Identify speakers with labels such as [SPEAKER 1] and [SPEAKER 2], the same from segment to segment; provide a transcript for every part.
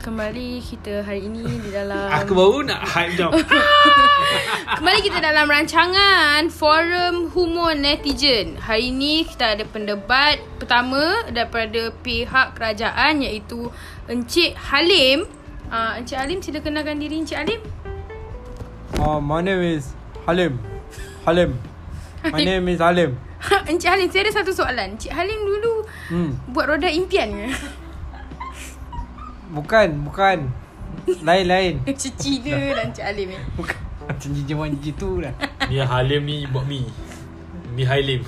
[SPEAKER 1] kembali kita hari ini di dalam
[SPEAKER 2] Aku baru nak hype jom
[SPEAKER 1] Kembali kita dalam rancangan Forum Humor Netizen Hari ini kita ada pendebat pertama daripada pihak kerajaan iaitu Encik Halim uh, Encik Halim sila kenalkan diri Encik Halim
[SPEAKER 3] Uh, my name is Halim. Halim. My name is Halim.
[SPEAKER 1] Encik Halim saya ada satu soalan Encik Halim dulu
[SPEAKER 3] Hmm.
[SPEAKER 1] buat roda impian ke?
[SPEAKER 3] Bukan, bukan. Lain-lain.
[SPEAKER 1] Encik Cina dan Encik Halim ni
[SPEAKER 3] Bukan. Macam jijiman jitu lah.
[SPEAKER 2] Ni Halim ni buat mi Mi Halim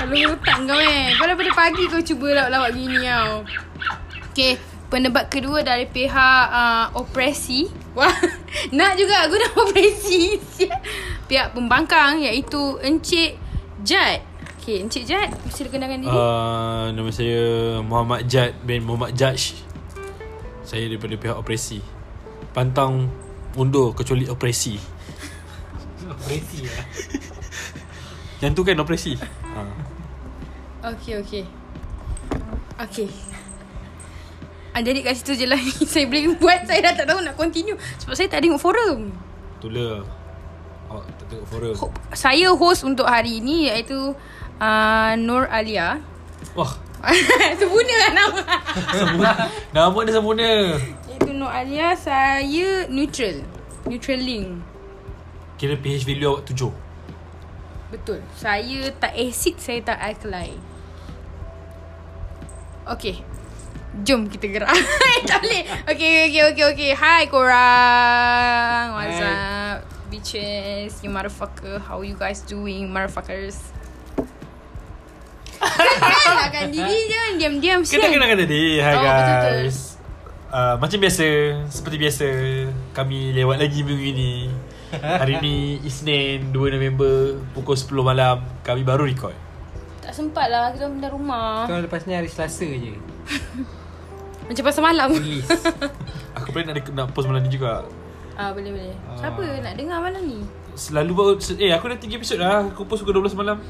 [SPEAKER 1] Kalau hutang kau eh Kau daripada pagi kau cuba lawak-lawak gini tau Okay Pendebat kedua dari pihak uh, opresi Wah Nak juga aku dah opresi Sial. Pihak pembangkang iaitu Encik Jad Okay Encik Jad Sila kenalkan diri uh.
[SPEAKER 2] uh, Nama saya Muhammad Jad bin Muhammad Jaj Saya daripada pihak operasi Pantang undur kecuali operasi Operasi ya? Yang tu kan operasi ha.
[SPEAKER 1] Okay okay Okay Ah, jadi kat situ je lah Saya boleh buat Saya dah tak tahu nak continue Sebab saya tak tengok forum
[SPEAKER 2] Tula Awak tak tengok forum
[SPEAKER 1] Ho- Saya host untuk hari ini Iaitu uh, Nur Alia
[SPEAKER 2] Wah
[SPEAKER 1] Sempurna lah nama
[SPEAKER 2] Nama dia sempurna
[SPEAKER 1] Itu Nur Alia Saya neutral Neutral link
[SPEAKER 2] Kira PHV lu awak tujuh
[SPEAKER 1] Betul Saya tak acid Saya tak alkali Okay Jom kita gerak Tak boleh Okay okay okay okay Hi korang What's
[SPEAKER 3] Hi.
[SPEAKER 1] up Bitches You motherfucker How you guys doing Motherfuckers Kan takkan diri Jangan diam-diam
[SPEAKER 2] Kita
[SPEAKER 1] sial.
[SPEAKER 2] kenalkan tadi Hi
[SPEAKER 1] Oh,
[SPEAKER 2] oh,
[SPEAKER 1] betul, betul.
[SPEAKER 2] guys uh, Macam biasa Seperti biasa Kami lewat lagi minggu ini Hari ni Isnin 2 November Pukul 10 malam Kami baru record
[SPEAKER 1] Tak sempat lah Kita pindah rumah
[SPEAKER 3] Kau lepas ni hari Selasa je.
[SPEAKER 1] Macam pasal malam
[SPEAKER 3] Please.
[SPEAKER 2] Aku pernah nak, nak post malam ni juga
[SPEAKER 1] Ah boleh boleh.
[SPEAKER 3] Ah.
[SPEAKER 1] Siapa nak dengar malam ni?
[SPEAKER 2] Selalu baru Eh aku dah 3 episod dah Aku post pukul 12 malam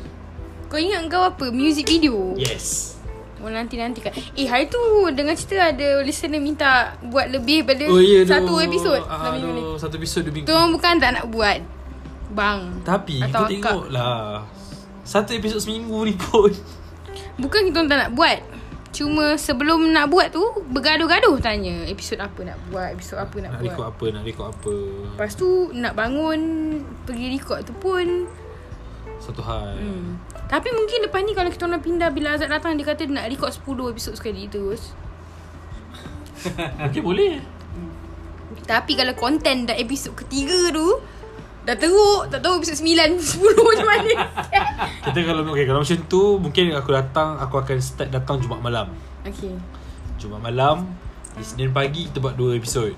[SPEAKER 1] Kau ingat kau apa? Music video.
[SPEAKER 2] Ya. Yes
[SPEAKER 1] Oh nanti-nanti kan. Eh hari tu dengan cerita ada listener minta buat lebih daripada
[SPEAKER 2] Oh ya yeah,
[SPEAKER 1] satu episod
[SPEAKER 2] ah,
[SPEAKER 1] dalam minggu ni.
[SPEAKER 2] aduh, Satu episod dua minggu
[SPEAKER 1] Tu orang bukan tak nak buat. Bang.
[SPEAKER 2] Tapi
[SPEAKER 1] Atau
[SPEAKER 2] Atau
[SPEAKER 1] akak.
[SPEAKER 2] kita tengok lah Satu episod seminggu ni pun
[SPEAKER 1] Bukan kita orang tak nak buat. Cuma sebelum nak buat tu bergaduh-gaduh tanya episod apa nak buat, episod apa nak,
[SPEAKER 2] Nak
[SPEAKER 1] buat.
[SPEAKER 2] record apa Nak record apa
[SPEAKER 1] Lepas tu nak bangun pergi record tu pun
[SPEAKER 2] Satu hal hmm.
[SPEAKER 1] Hmm. Tapi mungkin lepas ni kalau kita orang pindah bila Azad datang dia kata dia nak record 10 episod sekali terus.
[SPEAKER 2] Mungkin boleh
[SPEAKER 1] Tapi kalau konten dah episod ketiga tu dah teruk, tak tahu episod 9, 10 macam mana.
[SPEAKER 2] Kita kalau okay, kalau macam tu mungkin aku datang aku akan start datang Jumaat malam.
[SPEAKER 1] Okey.
[SPEAKER 2] Jumaat malam Isnin pagi kita buat dua episod.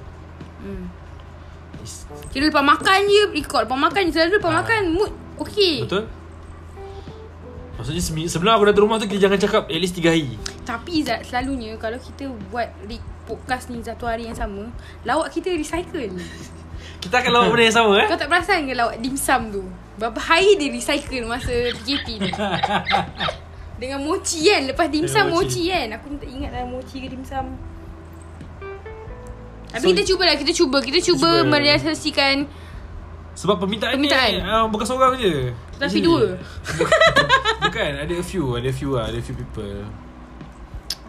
[SPEAKER 1] Hmm.
[SPEAKER 2] Is,
[SPEAKER 1] Kira lepas makan je record, lepas makan je selalu lepas
[SPEAKER 2] Ah.
[SPEAKER 1] makan mood okey.
[SPEAKER 2] betul? Maksudnya seming- sebelum aku datang rumah tu kita jangan cakap at least 3 hari.
[SPEAKER 1] Tapi Zat selalunya kalau kita buat re- podcast ni satu hari yang sama, lawak kita recycle.
[SPEAKER 2] Kita akan lawan benda yang sama eh.
[SPEAKER 1] Kau tak perasan ke lawak dimsum tu? Berapa hari dia recycle masa PKP ni? Dengan mochi kan Lepas dimsum
[SPEAKER 2] Dengan mochi.
[SPEAKER 1] mochi. mochi kan Aku tak ingat lah mochi ke dimsum Tapi
[SPEAKER 2] So-
[SPEAKER 1] kita cuba lah Kita cuba Kita cuba,
[SPEAKER 2] cuba.
[SPEAKER 1] cuba. merealisasikan
[SPEAKER 2] Sebab permintaan,
[SPEAKER 1] Permintaan.
[SPEAKER 2] ni uh, bukan seorang je.
[SPEAKER 1] Tapi dua
[SPEAKER 2] Bukan, ada a few, ada a few lah, ada a few people.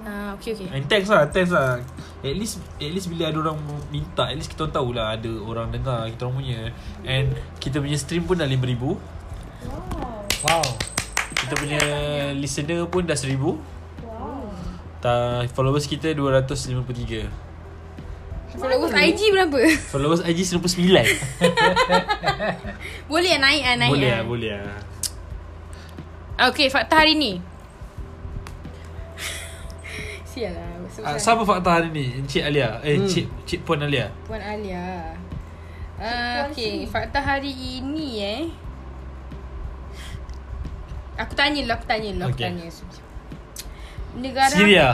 [SPEAKER 1] Ah, okay okay
[SPEAKER 2] And thanks lah, thanks lah. At least at least bila ada orang minta, at least kita orang tahulah ada orang dengar kita orang punya. And kita punya stream pun dah 5000.
[SPEAKER 3] Wow.
[SPEAKER 2] Kita punya listener pun dah seribu Ta followers kita 253
[SPEAKER 1] Followers IG berapa?
[SPEAKER 2] Followers IG 99
[SPEAKER 1] boleh lah naik lah naik
[SPEAKER 2] Boleh
[SPEAKER 1] lah
[SPEAKER 2] lah Boleh lah
[SPEAKER 1] Okay fakta hari ni Sial lah
[SPEAKER 2] Ah,
[SPEAKER 1] sebab-
[SPEAKER 2] Siapa fakta hari ni? Encik Alia Eh hmm. Cik, Cik Puan Alia
[SPEAKER 1] Puan Alia. Ah, okay. Fakta hari ini eh. Aku tanya lah, aku tanya lah, aku
[SPEAKER 2] Okey. lah.
[SPEAKER 1] tanya. Negara
[SPEAKER 2] Syria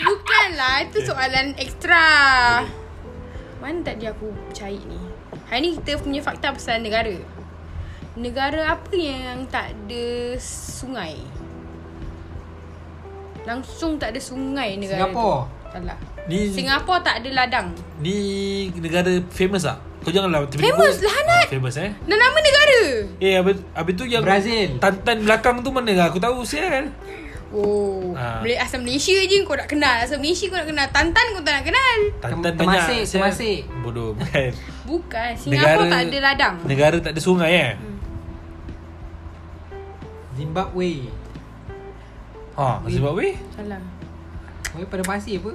[SPEAKER 1] Bukanlah, itu soalan ekstra. Mana tadi aku cari ni? Hari ni kita punya fakta pasal negara. Negara apa yang tak ada sungai? Langsung tak ada sungai negara
[SPEAKER 3] Singapura.
[SPEAKER 1] tu. Salah
[SPEAKER 2] Ni
[SPEAKER 1] Singapura tak ada ladang
[SPEAKER 2] ni negara famous tak? Kau janganlah tiba-tiba
[SPEAKER 1] Famous lah, Hanat.
[SPEAKER 2] Ah, Famous eh
[SPEAKER 1] Dan nama negara
[SPEAKER 2] Eh habis, habis tu yang
[SPEAKER 3] Brazil.
[SPEAKER 2] Tantan belakang tu mana Aku tahu saya kan
[SPEAKER 1] Oh
[SPEAKER 2] Ah.
[SPEAKER 1] Boleh asal Malaysia je kau nak kenal Asal Malaysia kau nak kenal Tantan kau tak nak kenal
[SPEAKER 2] Tantan
[SPEAKER 3] Tem-
[SPEAKER 2] banyak
[SPEAKER 3] Temasek,
[SPEAKER 2] Sia.
[SPEAKER 3] Temasek.
[SPEAKER 2] Bodoh bukan
[SPEAKER 1] Bukan Singapura tak ada ladang Hmm.
[SPEAKER 2] Negara tak ada sungai eh
[SPEAKER 3] Zimbabwe.
[SPEAKER 2] Ha Zimbabwe
[SPEAKER 1] Salah
[SPEAKER 3] Oi pada pasir apa?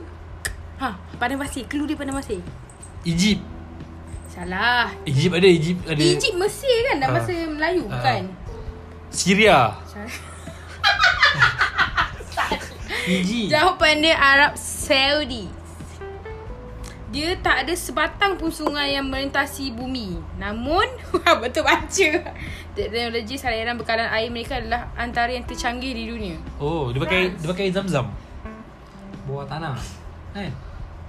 [SPEAKER 1] Ha Padang Pasir Clue dia Padang Pasir
[SPEAKER 2] Egypt
[SPEAKER 1] Salah
[SPEAKER 2] Egypt ada Egypt ada
[SPEAKER 1] Egypt Mesir kan Dalam
[SPEAKER 2] Ah.
[SPEAKER 1] bahasa Melayu
[SPEAKER 2] Ah.
[SPEAKER 1] bukan
[SPEAKER 2] Syria
[SPEAKER 1] Salah.
[SPEAKER 3] Fiji.
[SPEAKER 1] Jawapan dia Arab Saudi Dia tak ada sebatang pun sungai yang melintasi bumi Namun Betul baca Teknologi saliran bekalan air mereka adalah Antara yang tercanggih di dunia
[SPEAKER 2] Oh dia pakai Dia pakai zam-zam
[SPEAKER 3] Bawah tanah. Kan?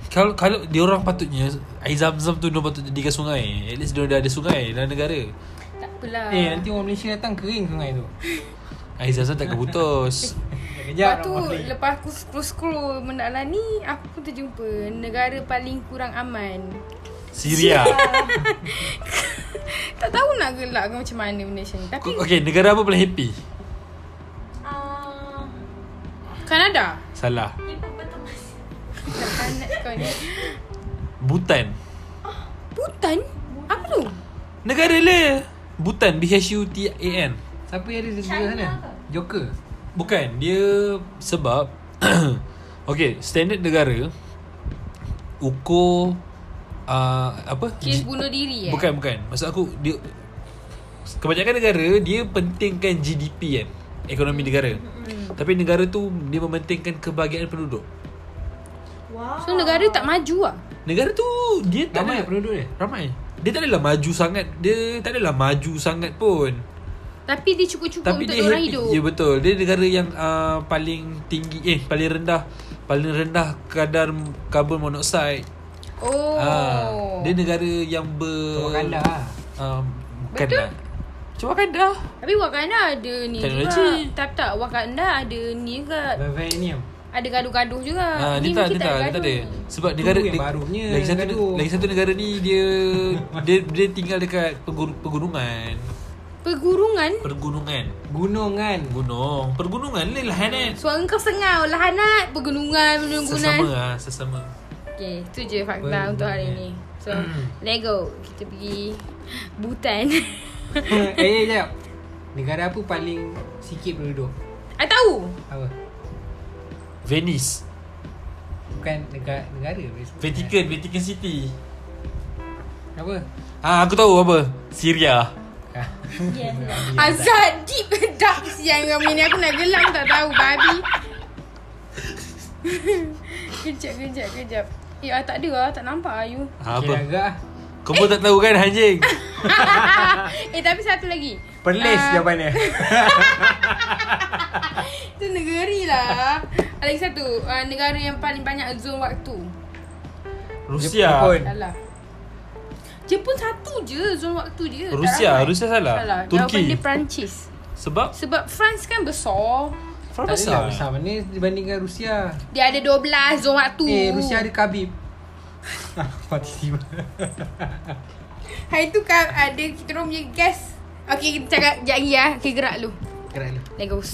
[SPEAKER 2] kalau kalau dia orang patutnya air zam-zam tu dia patut jadikan sungai. At least dia dah ada sungai dalam negara.
[SPEAKER 1] Tak apalah
[SPEAKER 3] Eh nanti orang Malaysia datang kering sungai tu.
[SPEAKER 2] Air zam-zam takkan putus. Ya.
[SPEAKER 1] Lepas tu Lepas aku scroll-scroll Benda lah ni Aku pun terjumpa Negara paling kurang aman
[SPEAKER 2] Syria.
[SPEAKER 1] Tak tahu nak gelak ke macam mana benda macam ni Tapi
[SPEAKER 2] Okay, negara apa paling happy?
[SPEAKER 4] Ah,
[SPEAKER 1] Kanada
[SPEAKER 2] Salah.
[SPEAKER 4] ibu betul masih.
[SPEAKER 1] Tak panas kau ni
[SPEAKER 2] Bhutan.
[SPEAKER 1] Butan? Apa tu?
[SPEAKER 2] Negara le. Bhutan B H U T A N.
[SPEAKER 3] Siapa yang ada di sebelah sana? kan? Joker.
[SPEAKER 2] Bukan, dia sebab Okay, standard negara ukur uh, apa?
[SPEAKER 1] Kes
[SPEAKER 2] G-
[SPEAKER 1] bunuh diri eh?
[SPEAKER 2] Bukan bukan Maksud aku dia Kebanyakan negara Dia pentingkan GDP kan Ekonomi
[SPEAKER 1] Hmm.
[SPEAKER 2] negara Tapi negara tu Dia mementingkan kebahagiaan penduduk
[SPEAKER 4] Wow.
[SPEAKER 1] So negara tak maju lah
[SPEAKER 2] Negara tu Dia tak
[SPEAKER 3] Ramai
[SPEAKER 2] ada
[SPEAKER 3] penduduk dia.
[SPEAKER 2] Ramai Dia tak adalah maju sangat Dia tak adalah maju sangat pun
[SPEAKER 1] Tapi dia cukup-cukup
[SPEAKER 2] Tapi
[SPEAKER 1] untuk
[SPEAKER 2] dia
[SPEAKER 1] orang
[SPEAKER 2] happy
[SPEAKER 1] hidup
[SPEAKER 2] Ya betul Dia negara yang uh, Paling tinggi Eh paling rendah Paling rendah kadar Karbon monoksida
[SPEAKER 1] Oh
[SPEAKER 2] Ah, Dia negara yang ber
[SPEAKER 3] Wakanda lah.
[SPEAKER 2] um, Bukan lah Wakanda
[SPEAKER 1] Tapi Wakanda ada ni juga
[SPEAKER 2] Teknologi.
[SPEAKER 1] Tak tak Wakanda ada ni juga
[SPEAKER 3] Vibranium.
[SPEAKER 1] Ada gaduh-gaduh juga
[SPEAKER 2] Ah,
[SPEAKER 1] Ni
[SPEAKER 2] dia tak,
[SPEAKER 1] mungkin
[SPEAKER 2] dia tak, dia tak ada.
[SPEAKER 1] gaduh.
[SPEAKER 2] Sebab
[SPEAKER 3] Tu
[SPEAKER 2] negara
[SPEAKER 3] yang
[SPEAKER 2] neg-
[SPEAKER 3] barunya
[SPEAKER 2] lagi satu
[SPEAKER 3] gaduh.
[SPEAKER 2] lagi satu negara ni dia dia dia tinggal dekat pegur- pegunungan.
[SPEAKER 1] Pergurungan
[SPEAKER 2] Pergunungan.
[SPEAKER 3] Gunung kan?
[SPEAKER 2] Gunung. Pergunungan ni lah kan.
[SPEAKER 1] Suara kau sengau lah Hanat Pergunungan Pergunungan
[SPEAKER 2] Sesama ah, sesama.
[SPEAKER 1] Okay Itu je fakta untuk hari ni So Let's go Kita pergi Butan
[SPEAKER 3] eh, eh, jap. Negara apa paling sikit penduduk?
[SPEAKER 1] I tahu
[SPEAKER 3] Apa?
[SPEAKER 2] Venice.
[SPEAKER 3] Bukan negara negara. boleh sebut.
[SPEAKER 2] Vatican, Vatican City.
[SPEAKER 3] Apa?
[SPEAKER 2] Ah, aku tahu apa. Syria.
[SPEAKER 3] Ah.
[SPEAKER 4] Yes.
[SPEAKER 1] Azad deep dark siang kau ni Aku nak gelap pun tak tahu babi Kejap kejap kejap Eh ah, tak ada lah tak nampak lah you
[SPEAKER 2] Ah,
[SPEAKER 3] Kira
[SPEAKER 2] apa?
[SPEAKER 3] agak.
[SPEAKER 2] Kau pun tak tahu kan anjing.
[SPEAKER 1] Eh tapi satu lagi
[SPEAKER 3] Perlis
[SPEAKER 1] Ah,
[SPEAKER 3] jawapan dia.
[SPEAKER 1] Itu negeri lah Ada Lagi satu ah, Negara yang paling banyak zon waktu
[SPEAKER 2] Rusia.
[SPEAKER 3] Jepun.
[SPEAKER 1] Salah Jepun satu je zon waktu dia tak
[SPEAKER 2] Rusia,
[SPEAKER 1] ramai.
[SPEAKER 2] Rusia salah.
[SPEAKER 1] Salah Jawapan
[SPEAKER 2] Turki.
[SPEAKER 1] dia Perancis
[SPEAKER 2] Sebab
[SPEAKER 1] Sebab France kan besar
[SPEAKER 2] Faham
[SPEAKER 3] Tak
[SPEAKER 1] lah.
[SPEAKER 3] adalah besar
[SPEAKER 2] besar.
[SPEAKER 3] mana dibandingkan Rusia.
[SPEAKER 1] Dia ada 12 zon waktu
[SPEAKER 3] Eh, Rusia ada Khabib. Mati tiba.
[SPEAKER 1] Hari tu kan ada kita orang punya guest Okay kita cakap Sekejap lagi lah Okay gerak dulu
[SPEAKER 3] Gerak lu.
[SPEAKER 1] Legos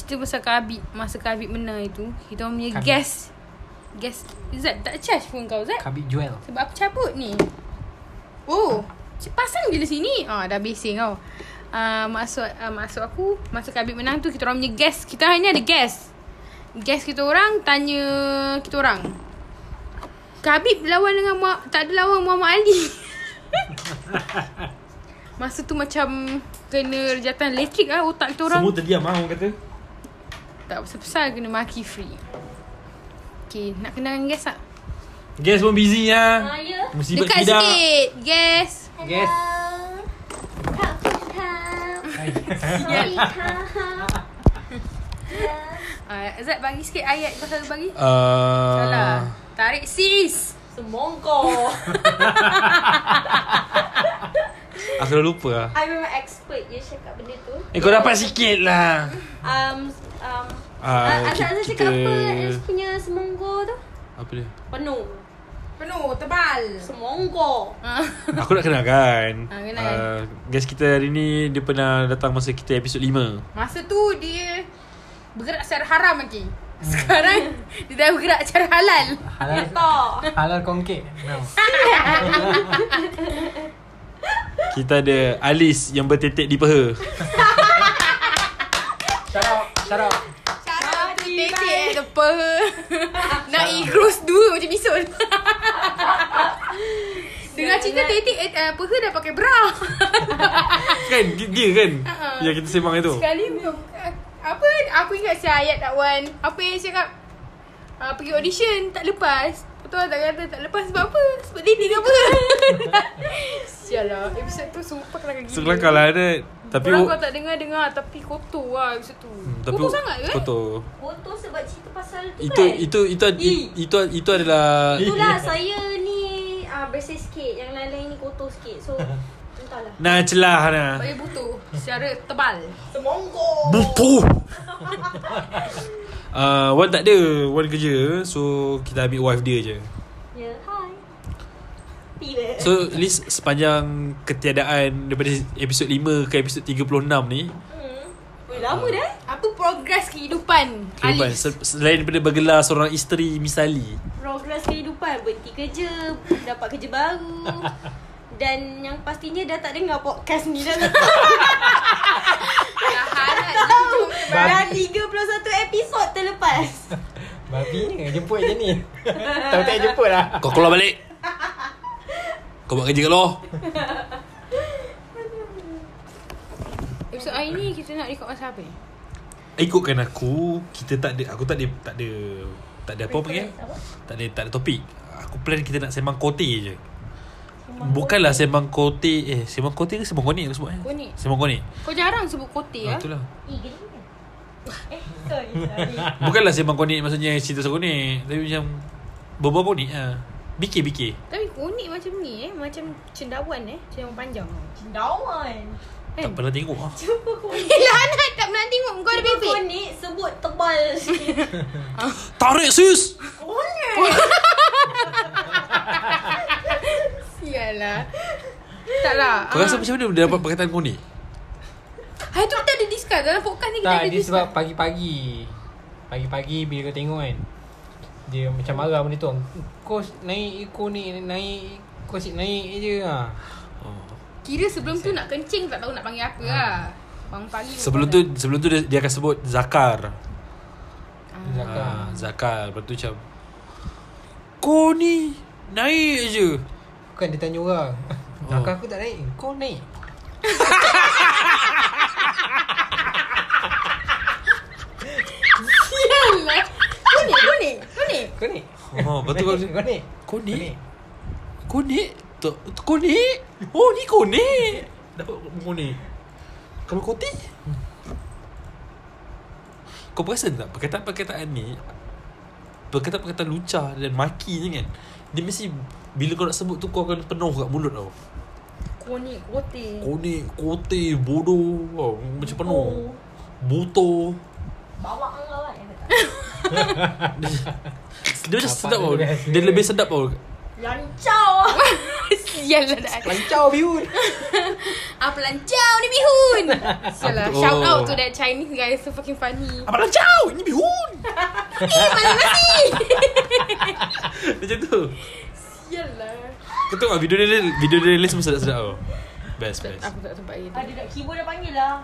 [SPEAKER 1] Cerita pasal Khabib Masa Khabib menang itu Kita orang punya
[SPEAKER 3] Khabib.
[SPEAKER 1] guest Gas Zat tak charge phone kau Zat
[SPEAKER 5] Kabit Joel
[SPEAKER 1] Sebab aku cabut ni Oh c- Pasang je lah sini Ah dah bising kau uh, Maksud uh, Maksud aku Masa kabit menang tu Kita orang punya gas Kita orang ni ada gas Gas kita orang Tanya Kita orang Khabib lawan dengan Muha- Tak ada lawan Muhammad Ali Masa tu macam Kena rejatan elektrik lah Otak kita orang
[SPEAKER 2] Semua terdiam lah orang kata
[SPEAKER 1] Tak besar-besar kena maki free Okay Nak kena dengan gas tak?
[SPEAKER 2] Gas pun busy lah
[SPEAKER 4] Ah, ya.
[SPEAKER 2] Musibah
[SPEAKER 1] Dekat
[SPEAKER 2] tidak
[SPEAKER 1] sikit Gas
[SPEAKER 5] Yes.
[SPEAKER 4] Hello. Kak Kita. Sorry, Kak.
[SPEAKER 1] Uh, Azad bagi sikit ayat kau selalu bagi.
[SPEAKER 2] Uh,
[SPEAKER 1] Salah. Tarik sis.
[SPEAKER 4] Semongko.
[SPEAKER 2] Aku dah lupa lah
[SPEAKER 4] I memang expert je cakap benda tu.
[SPEAKER 2] Eh kau dapat sikit lah
[SPEAKER 4] Um, um,
[SPEAKER 2] Ah,
[SPEAKER 4] uh, Azad Azad
[SPEAKER 2] kita-
[SPEAKER 4] cakap apa Azad punya semongko tu?
[SPEAKER 2] Apa dia?
[SPEAKER 4] Penuh.
[SPEAKER 1] Penuh tebal.
[SPEAKER 4] Semongko.
[SPEAKER 2] Aku nak kenalkan
[SPEAKER 1] Ah, kenal.
[SPEAKER 2] uh, Guest kita hari ni Dia pernah datang masa kita episod 5
[SPEAKER 1] Masa tu dia bergerak secara haram lagi. Sekarang dia dah bergerak secara halal.
[SPEAKER 5] Halal
[SPEAKER 4] Kau.
[SPEAKER 5] Halal kongkek No
[SPEAKER 2] Kita ada Alis yang bertetek di peha
[SPEAKER 5] Shout out Shout out
[SPEAKER 1] Cara tu tetek tepa. eh, Nak igrus dua macam bisul. Dengar cerita tetek eh, uh, peha dah pakai bra.
[SPEAKER 2] Kan dia, dia kan
[SPEAKER 1] Ah,
[SPEAKER 2] Yang kita sembang itu
[SPEAKER 1] Sekali untuk uh, apa aku ingat si ayat dakwan. Apa yang cakap uh, pergi audition tak lepas. Betul tak kata tak lepas sebab apa? Sebab dia dia apa? Sial lah. Episod tu sumpah kelakar gila.
[SPEAKER 2] So kelakar lah dia Tapi
[SPEAKER 1] Tapi Orang kau tak dengar-dengar tapi kotor lah episod tu. Hmm,
[SPEAKER 2] tapi
[SPEAKER 1] kotor sangat ke?
[SPEAKER 2] Kotor
[SPEAKER 4] Kotor sebab cerita pasal tu
[SPEAKER 2] itu,
[SPEAKER 4] kan?
[SPEAKER 2] itu itu itu
[SPEAKER 4] Ih.
[SPEAKER 2] itu itu adalah
[SPEAKER 4] Itulah saya ni uh, bersih sikit Yang lain-lain ni kotor sikit So entahlah
[SPEAKER 2] Nah celah nah.
[SPEAKER 1] Bagi butuh secara tebal.
[SPEAKER 2] Butuh uh, Wan tak ada Wan kerja So kita ambil wife dia je
[SPEAKER 4] Ya yeah, hi Bila
[SPEAKER 2] So at least sepanjang ketiadaan Daripada episod 5 ke episod 36 ni
[SPEAKER 4] hmm. Oi, lama dah
[SPEAKER 1] Apa progres kehidupan?
[SPEAKER 2] Kehidupan
[SPEAKER 1] Alif?
[SPEAKER 2] se- Selain daripada bergelar seorang isteri misali
[SPEAKER 4] Progress kehidupan Berhenti kerja Dapat kerja baru Dan yang pastinya dah tak dengar podcast ni Dah tak
[SPEAKER 1] Dah harap
[SPEAKER 4] tahu Dah
[SPEAKER 5] Babi.
[SPEAKER 4] 31 episod terlepas
[SPEAKER 5] Babi ni Jemput je ni Tahu tak jemput lah
[SPEAKER 2] Kau keluar balik Kau buat kerja kat luar
[SPEAKER 1] Episod hari ni kita nak record pasal apa?
[SPEAKER 2] Ikutkan aku Kita tak ada Aku tak ada Tak ada Tak ada apa panggil Tak ada tak ada topik Aku plan kita nak sembang kote je Bukanlah sembang kote Eh sembang kote ke sembang konik aku sebut eh
[SPEAKER 1] Konik.
[SPEAKER 2] Sembang konik
[SPEAKER 1] Kau jarang sebut kotor ya?
[SPEAKER 2] yeah. Ah, Itulah
[SPEAKER 4] Eh gini kan Eh sorry sorry
[SPEAKER 2] Bukanlah sembang konik maksudnya cerita pasal konik Tapi macam Berbual konik lah Bikir-bikir
[SPEAKER 1] Tapi konik macam ni eh, macam cendawan eh, cendawan panjang.
[SPEAKER 4] Cendawan
[SPEAKER 2] Tak
[SPEAKER 1] Kan?
[SPEAKER 2] pernah tengok lah
[SPEAKER 4] Cuba kau ni
[SPEAKER 1] Eh Lana tak pernah tengok kau ada
[SPEAKER 4] Cuba
[SPEAKER 1] bebek.
[SPEAKER 4] kau ni sebut tebal sikit
[SPEAKER 2] Tarik sis
[SPEAKER 1] Sialah. lah. Taklah. Ah,
[SPEAKER 2] Kau rasa macam mana Dia dapat perkataan konik
[SPEAKER 1] Hari tu kita ada discuss dalam podcast ni kita
[SPEAKER 5] Tak
[SPEAKER 1] ada
[SPEAKER 5] dia
[SPEAKER 1] discuss.
[SPEAKER 5] sebab pagi-pagi Pagi-pagi bila kau tengok kan Dia macam marah benda tu Kau naik Kau ni naik Kau asyik naik je ha.
[SPEAKER 2] oh.
[SPEAKER 1] Kira sebelum tu nak kencing tak tahu nak panggil apa lah. Bangun pagi.
[SPEAKER 2] Ah. Sebelum tu Sebelum tu dia, dia akan sebut Zakar
[SPEAKER 5] Zakar
[SPEAKER 2] Ah, Zakar Lepas tu macam Kau ni Naik je
[SPEAKER 5] Bukan dia tanya orang
[SPEAKER 2] Oh.
[SPEAKER 5] Zakar aku tak naik Kau naik
[SPEAKER 1] Sialah. Konik, konik, konik.
[SPEAKER 5] Kau naik
[SPEAKER 2] Oh, lepas tu kau
[SPEAKER 5] Kau naik
[SPEAKER 2] Kau ni Kau ni tu- tu- Kau ni Oh ni kau ni Dapat kau ni Kalau kau ti Hmm. Kau perasan tak Perkataan-perkataan ni Perkataan-perkataan lucah Dan maki je kan Dia mesti Bila kau nak sebut tu Kau akan penuh kat mulut tau
[SPEAKER 1] Konik, kotik.
[SPEAKER 2] Kau ni Kote Bodoh tau. Macam penuh Buto
[SPEAKER 4] Bawa kau kan
[SPEAKER 2] Dia macam
[SPEAKER 5] Bapak
[SPEAKER 2] sedap
[SPEAKER 5] dia
[SPEAKER 2] tau
[SPEAKER 5] the best.
[SPEAKER 2] Dia lebih sedap tau
[SPEAKER 4] Lancau
[SPEAKER 1] Sialah dah.
[SPEAKER 5] Lancau biun
[SPEAKER 1] lah, Apa lancau ni bihun. Sialah.
[SPEAKER 2] Apa tu?
[SPEAKER 1] lah. Shout out to that Chinese guy so fucking funny.
[SPEAKER 2] Abang Lancau Ini bihun
[SPEAKER 1] Eh, mana nasi?
[SPEAKER 2] Macam tu
[SPEAKER 4] Sial lah
[SPEAKER 2] Kau tengok video dia Video dia release semua sedap-sedap tau Best best
[SPEAKER 1] Aku tak sempat lagi
[SPEAKER 4] Ada dah Ah, keyboard dah panggil lah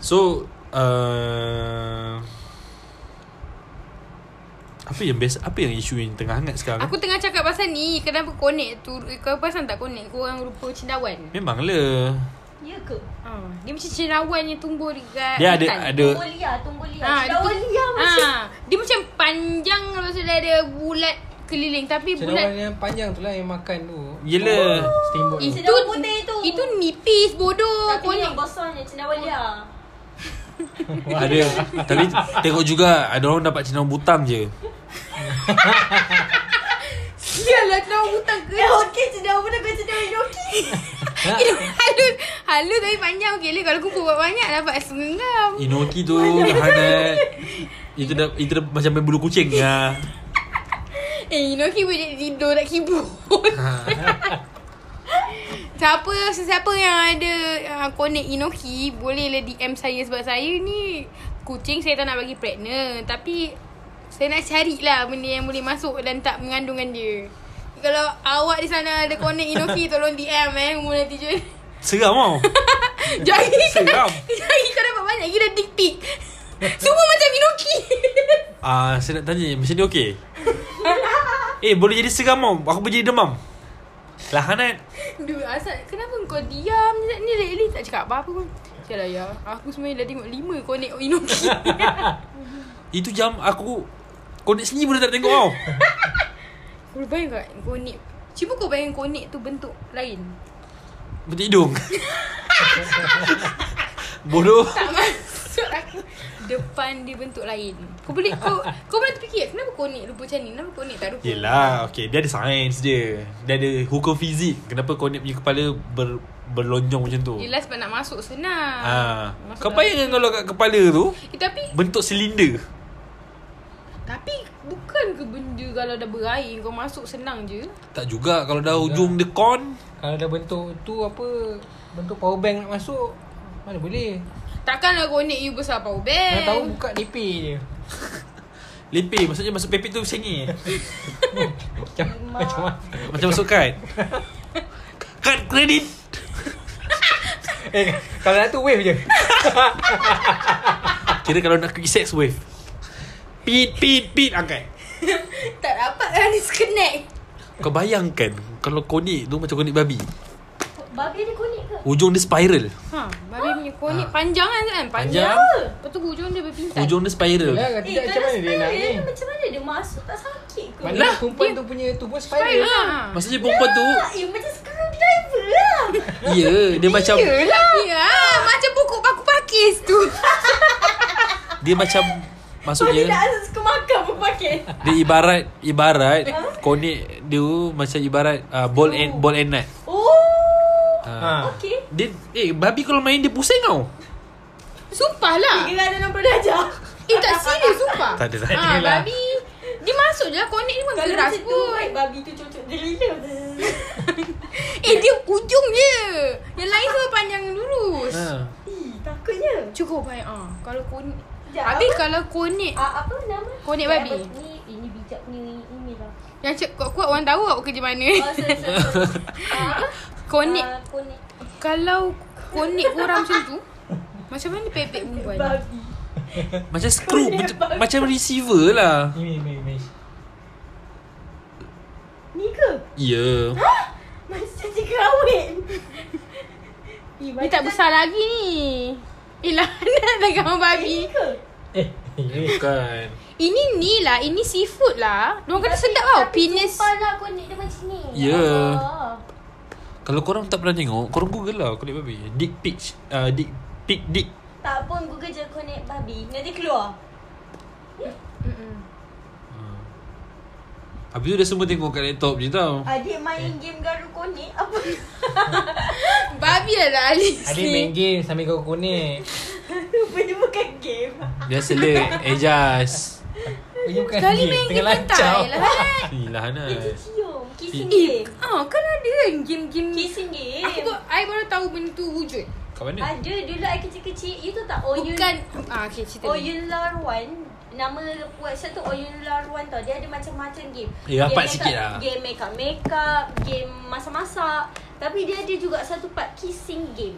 [SPEAKER 2] So uh, Apa yang biasa Apa yang isu yang tengah hangat sekarang
[SPEAKER 1] Aku tengah cakap pasal ni Kenapa connect tu Kau pasal tak connect Kau orang rupa cendawan
[SPEAKER 2] Memang lah
[SPEAKER 4] Ya ke?
[SPEAKER 1] ha, Dia macam cendawan yang tumbuh dekat
[SPEAKER 2] Dia ada
[SPEAKER 1] hutan.
[SPEAKER 2] ada
[SPEAKER 4] Tunggu Lia Tunggu Lia
[SPEAKER 1] Ah, dia,
[SPEAKER 4] Lawan Lia macam
[SPEAKER 1] ah, dia macam panjang Maksudnya dia ada bulat keliling Tapi bulat
[SPEAKER 5] Sedawan yang panjang tu lah yang makan tu
[SPEAKER 2] Yelah.
[SPEAKER 5] Steamboat tu
[SPEAKER 4] Is- Cendawan putih tu.
[SPEAKER 1] Itu nipis bodoh
[SPEAKER 4] Tapi yang besarnya Cendawan Lia
[SPEAKER 2] ada tapi tengok juga ada orang dapat cendawan butam je.
[SPEAKER 1] Sialah Cendawan butang ke
[SPEAKER 4] Eh okey Cendawan Budak kau Cendawan Yoki
[SPEAKER 1] Itu halus Halus tapi panjang Okay lah kalau kumpul buat banyak Dapat senggam
[SPEAKER 2] Inoki tu hangat. Itu dah itu dah macam main bulu kucing ya.
[SPEAKER 1] Eh Inoki boleh tidur nak keyboard Siapa sesiapa yang ada uh, connect Inoki Bolehlah DM saya sebab saya ni Kucing saya tak nak bagi pregnant Tapi saya nak carilah benda yang boleh masuk dan tak mengandungan dia Kalau awak di sana ada connect Inoki tolong DM eh umur nanti je
[SPEAKER 2] Seram tau.
[SPEAKER 1] Jadi kau,
[SPEAKER 2] Seram.
[SPEAKER 1] jadi kau dapat banyak gila dick pic Semua macam Inoki
[SPEAKER 2] Ah, saya nak tanya macam ni okey. Eh, boleh jadi seram tau. Aku boleh jadi demam. Lah hangat.
[SPEAKER 1] Dude asal kenapa kau diam je ni lately tak cakap apa-apa pun Yalah ya Aku sebenarnya dah tengok lima kau naik Inoki
[SPEAKER 2] Itu jam aku Connect sendiri pun dah tak tengok tau.
[SPEAKER 1] Kau bayang kat kau naik Cuba kau bayang kau naik tu bentuk lain
[SPEAKER 2] Bentuk hidung. Bodoh.
[SPEAKER 1] Tak masuk aku Depan dia bentuk lain Kau boleh kau kau boleh terfikir kenapa kau naik rupa macam ni Kenapa kau naik tak rupa
[SPEAKER 2] Yelah, okay. Dia ada sains dia. Dia ada hukum fizik. Kenapa connect punya kepala ber, berlonjong macam tu?
[SPEAKER 1] Yelah sebab nak masuk senang
[SPEAKER 2] Ah,
[SPEAKER 1] Masuk
[SPEAKER 2] kau
[SPEAKER 1] dalam-
[SPEAKER 2] bayangkan kalau kat kepala tu
[SPEAKER 1] eh, Tapi
[SPEAKER 2] bentuk silinder.
[SPEAKER 1] Tapi bukan ke benda kalau dah berair kau masuk senang je?
[SPEAKER 2] Tak juga kalau dah hujung dia kon.
[SPEAKER 5] Kalau dah bentuk tu apa Bentuk power bank nak masuk Mana boleh
[SPEAKER 1] Takkanlah konek you besar power bank.
[SPEAKER 5] Mana tahu buka DP je
[SPEAKER 2] Lepeh maksudnya masuk pepek tu sengit.
[SPEAKER 5] Macam Macam mana
[SPEAKER 2] Macam masuk kad. Kad kredit.
[SPEAKER 5] Eh kalau nak tu wave je
[SPEAKER 1] Eh,
[SPEAKER 2] Ah, Kira kalau nak pergi sex wave. Pit pit pit Ah, angkat.
[SPEAKER 1] tak dapat kan disconnect.
[SPEAKER 2] Kau bayangkan kalau konik tu macam konik babi.
[SPEAKER 4] Babi dia kunik ke?
[SPEAKER 2] Hujung dia spiral.
[SPEAKER 1] Ha, babi punya konek panjang kan kan? Panjang.
[SPEAKER 2] Ha. Panjang.
[SPEAKER 1] Lepas tu hujung dia berpintas.
[SPEAKER 2] Hujung dia spiral.
[SPEAKER 5] Yalah kalau
[SPEAKER 4] Eh
[SPEAKER 5] tidak Lah, macam mana dia nak ni
[SPEAKER 1] lah.
[SPEAKER 4] ni Macam mana dia masuk Tak sakit ke?
[SPEAKER 5] Mana
[SPEAKER 2] Lah,
[SPEAKER 5] perempuan tu lah. punya tubuh
[SPEAKER 1] Spiral.
[SPEAKER 5] spiral
[SPEAKER 1] Ha.
[SPEAKER 2] Maksudnya perempuan tu
[SPEAKER 4] Tak, eh macam screwdriver lah
[SPEAKER 2] Ya Dia macam
[SPEAKER 1] Yelah. Ya, macam pokok paku pakis tu.
[SPEAKER 2] Dia macam
[SPEAKER 4] Kau tidak
[SPEAKER 2] Maksudnya
[SPEAKER 4] asal suka makan pun pakai
[SPEAKER 2] Dia ibarat Ibarat Konik dia Macam ibarat uh, Ball and Ball and nut
[SPEAKER 4] Oh
[SPEAKER 2] uh,
[SPEAKER 5] Ha.
[SPEAKER 4] Okey
[SPEAKER 2] Dia Eh babi kalau main dia pusing tau
[SPEAKER 1] Sumpahlah.
[SPEAKER 4] 360 darjah
[SPEAKER 1] lah. Eh tak serius sumpah.
[SPEAKER 2] Tak ada, tak ada
[SPEAKER 1] ha,
[SPEAKER 5] lah.
[SPEAKER 1] babi dia masuk je lah konek ni pun
[SPEAKER 4] Kalau
[SPEAKER 1] keras
[SPEAKER 4] macam tu
[SPEAKER 1] pun.
[SPEAKER 4] baik Babi tu cocok Dia gila
[SPEAKER 1] Eh dia ujung je. Yang lain semua panjang lurus.
[SPEAKER 2] ha.
[SPEAKER 4] Ih, takutnya.
[SPEAKER 1] Cukup baik ah. Kalau konek
[SPEAKER 4] Sekejap,
[SPEAKER 1] Habis
[SPEAKER 4] apa?
[SPEAKER 1] kalau konek
[SPEAKER 4] Ah, apa nama?
[SPEAKER 1] Konek
[SPEAKER 4] Eh,
[SPEAKER 1] babi.
[SPEAKER 4] apa? Ni ini bijak punya ini lah.
[SPEAKER 1] Yang cek kuat-kuat orang tahu aku kerja mana.
[SPEAKER 4] Oh, sorry, sorry, sorry. Ah, apa?
[SPEAKER 1] Konek
[SPEAKER 4] Ah, konek
[SPEAKER 1] Kalau konek korang macam tu Macam mana pepek perempuan?
[SPEAKER 4] babi.
[SPEAKER 2] Macam screw
[SPEAKER 4] Konek
[SPEAKER 2] macam,
[SPEAKER 4] babi.
[SPEAKER 2] macam receiver lah
[SPEAKER 5] Ini ni ni
[SPEAKER 4] Ni ke?
[SPEAKER 2] Ya
[SPEAKER 4] Macam cikgu awet. Ih,
[SPEAKER 1] Dia tak besar lagi ni Eh lanat lah gambar
[SPEAKER 4] Ni
[SPEAKER 1] babi
[SPEAKER 4] ke?
[SPEAKER 5] Eh eh,
[SPEAKER 2] Bukan
[SPEAKER 1] Ini ni lah Ini seafood lah Diorang kata
[SPEAKER 4] Tapi-
[SPEAKER 1] sedap tau
[SPEAKER 4] tapi
[SPEAKER 1] Penis
[SPEAKER 4] Simpan lah konek dia macam ni. Oh.
[SPEAKER 2] Ya.
[SPEAKER 4] Allah.
[SPEAKER 2] Kalau korang tak pernah tengok Korang google lah Konik babi Dick pic uh, Dick pic dick
[SPEAKER 4] Tak pun Google je konek babi. Nanti keluar.
[SPEAKER 1] Mm-mm.
[SPEAKER 2] Habis tu dah semua tengok kat laptop je tau
[SPEAKER 4] Adik main
[SPEAKER 1] Eh.
[SPEAKER 4] game garu konek apa?
[SPEAKER 1] Babi lah dah alis
[SPEAKER 5] Adik main
[SPEAKER 1] ni
[SPEAKER 5] game sambil kau konek
[SPEAKER 4] Rupanya bukan game.
[SPEAKER 2] Biasalah Adjust
[SPEAKER 5] Ini bukan
[SPEAKER 1] Sekali main game
[SPEAKER 5] lancau.
[SPEAKER 1] pantai lah kan
[SPEAKER 2] Inilah
[SPEAKER 4] Dia
[SPEAKER 2] Hanas
[SPEAKER 4] cium. Kissing
[SPEAKER 1] Eh
[SPEAKER 4] game.
[SPEAKER 1] oh, kan ada kan game-game
[SPEAKER 4] Kissing game.
[SPEAKER 1] Aku I baru tahu benda tu wujud
[SPEAKER 2] Kat mana?
[SPEAKER 4] Ada dulu I kecil-kecil Oh, You Oh, tahu tak Oyun
[SPEAKER 1] Bukan ah, Okay cerita ni
[SPEAKER 4] Oyun Larwan Nama website tu Oyun Larwan tau Dia ada macam-macam game
[SPEAKER 2] Eh, rapat
[SPEAKER 4] Game
[SPEAKER 2] sikit
[SPEAKER 4] makeup-
[SPEAKER 2] lah.
[SPEAKER 4] Game makeup-makeup Game masak-masak Tapi dia ada juga satu part Kissing game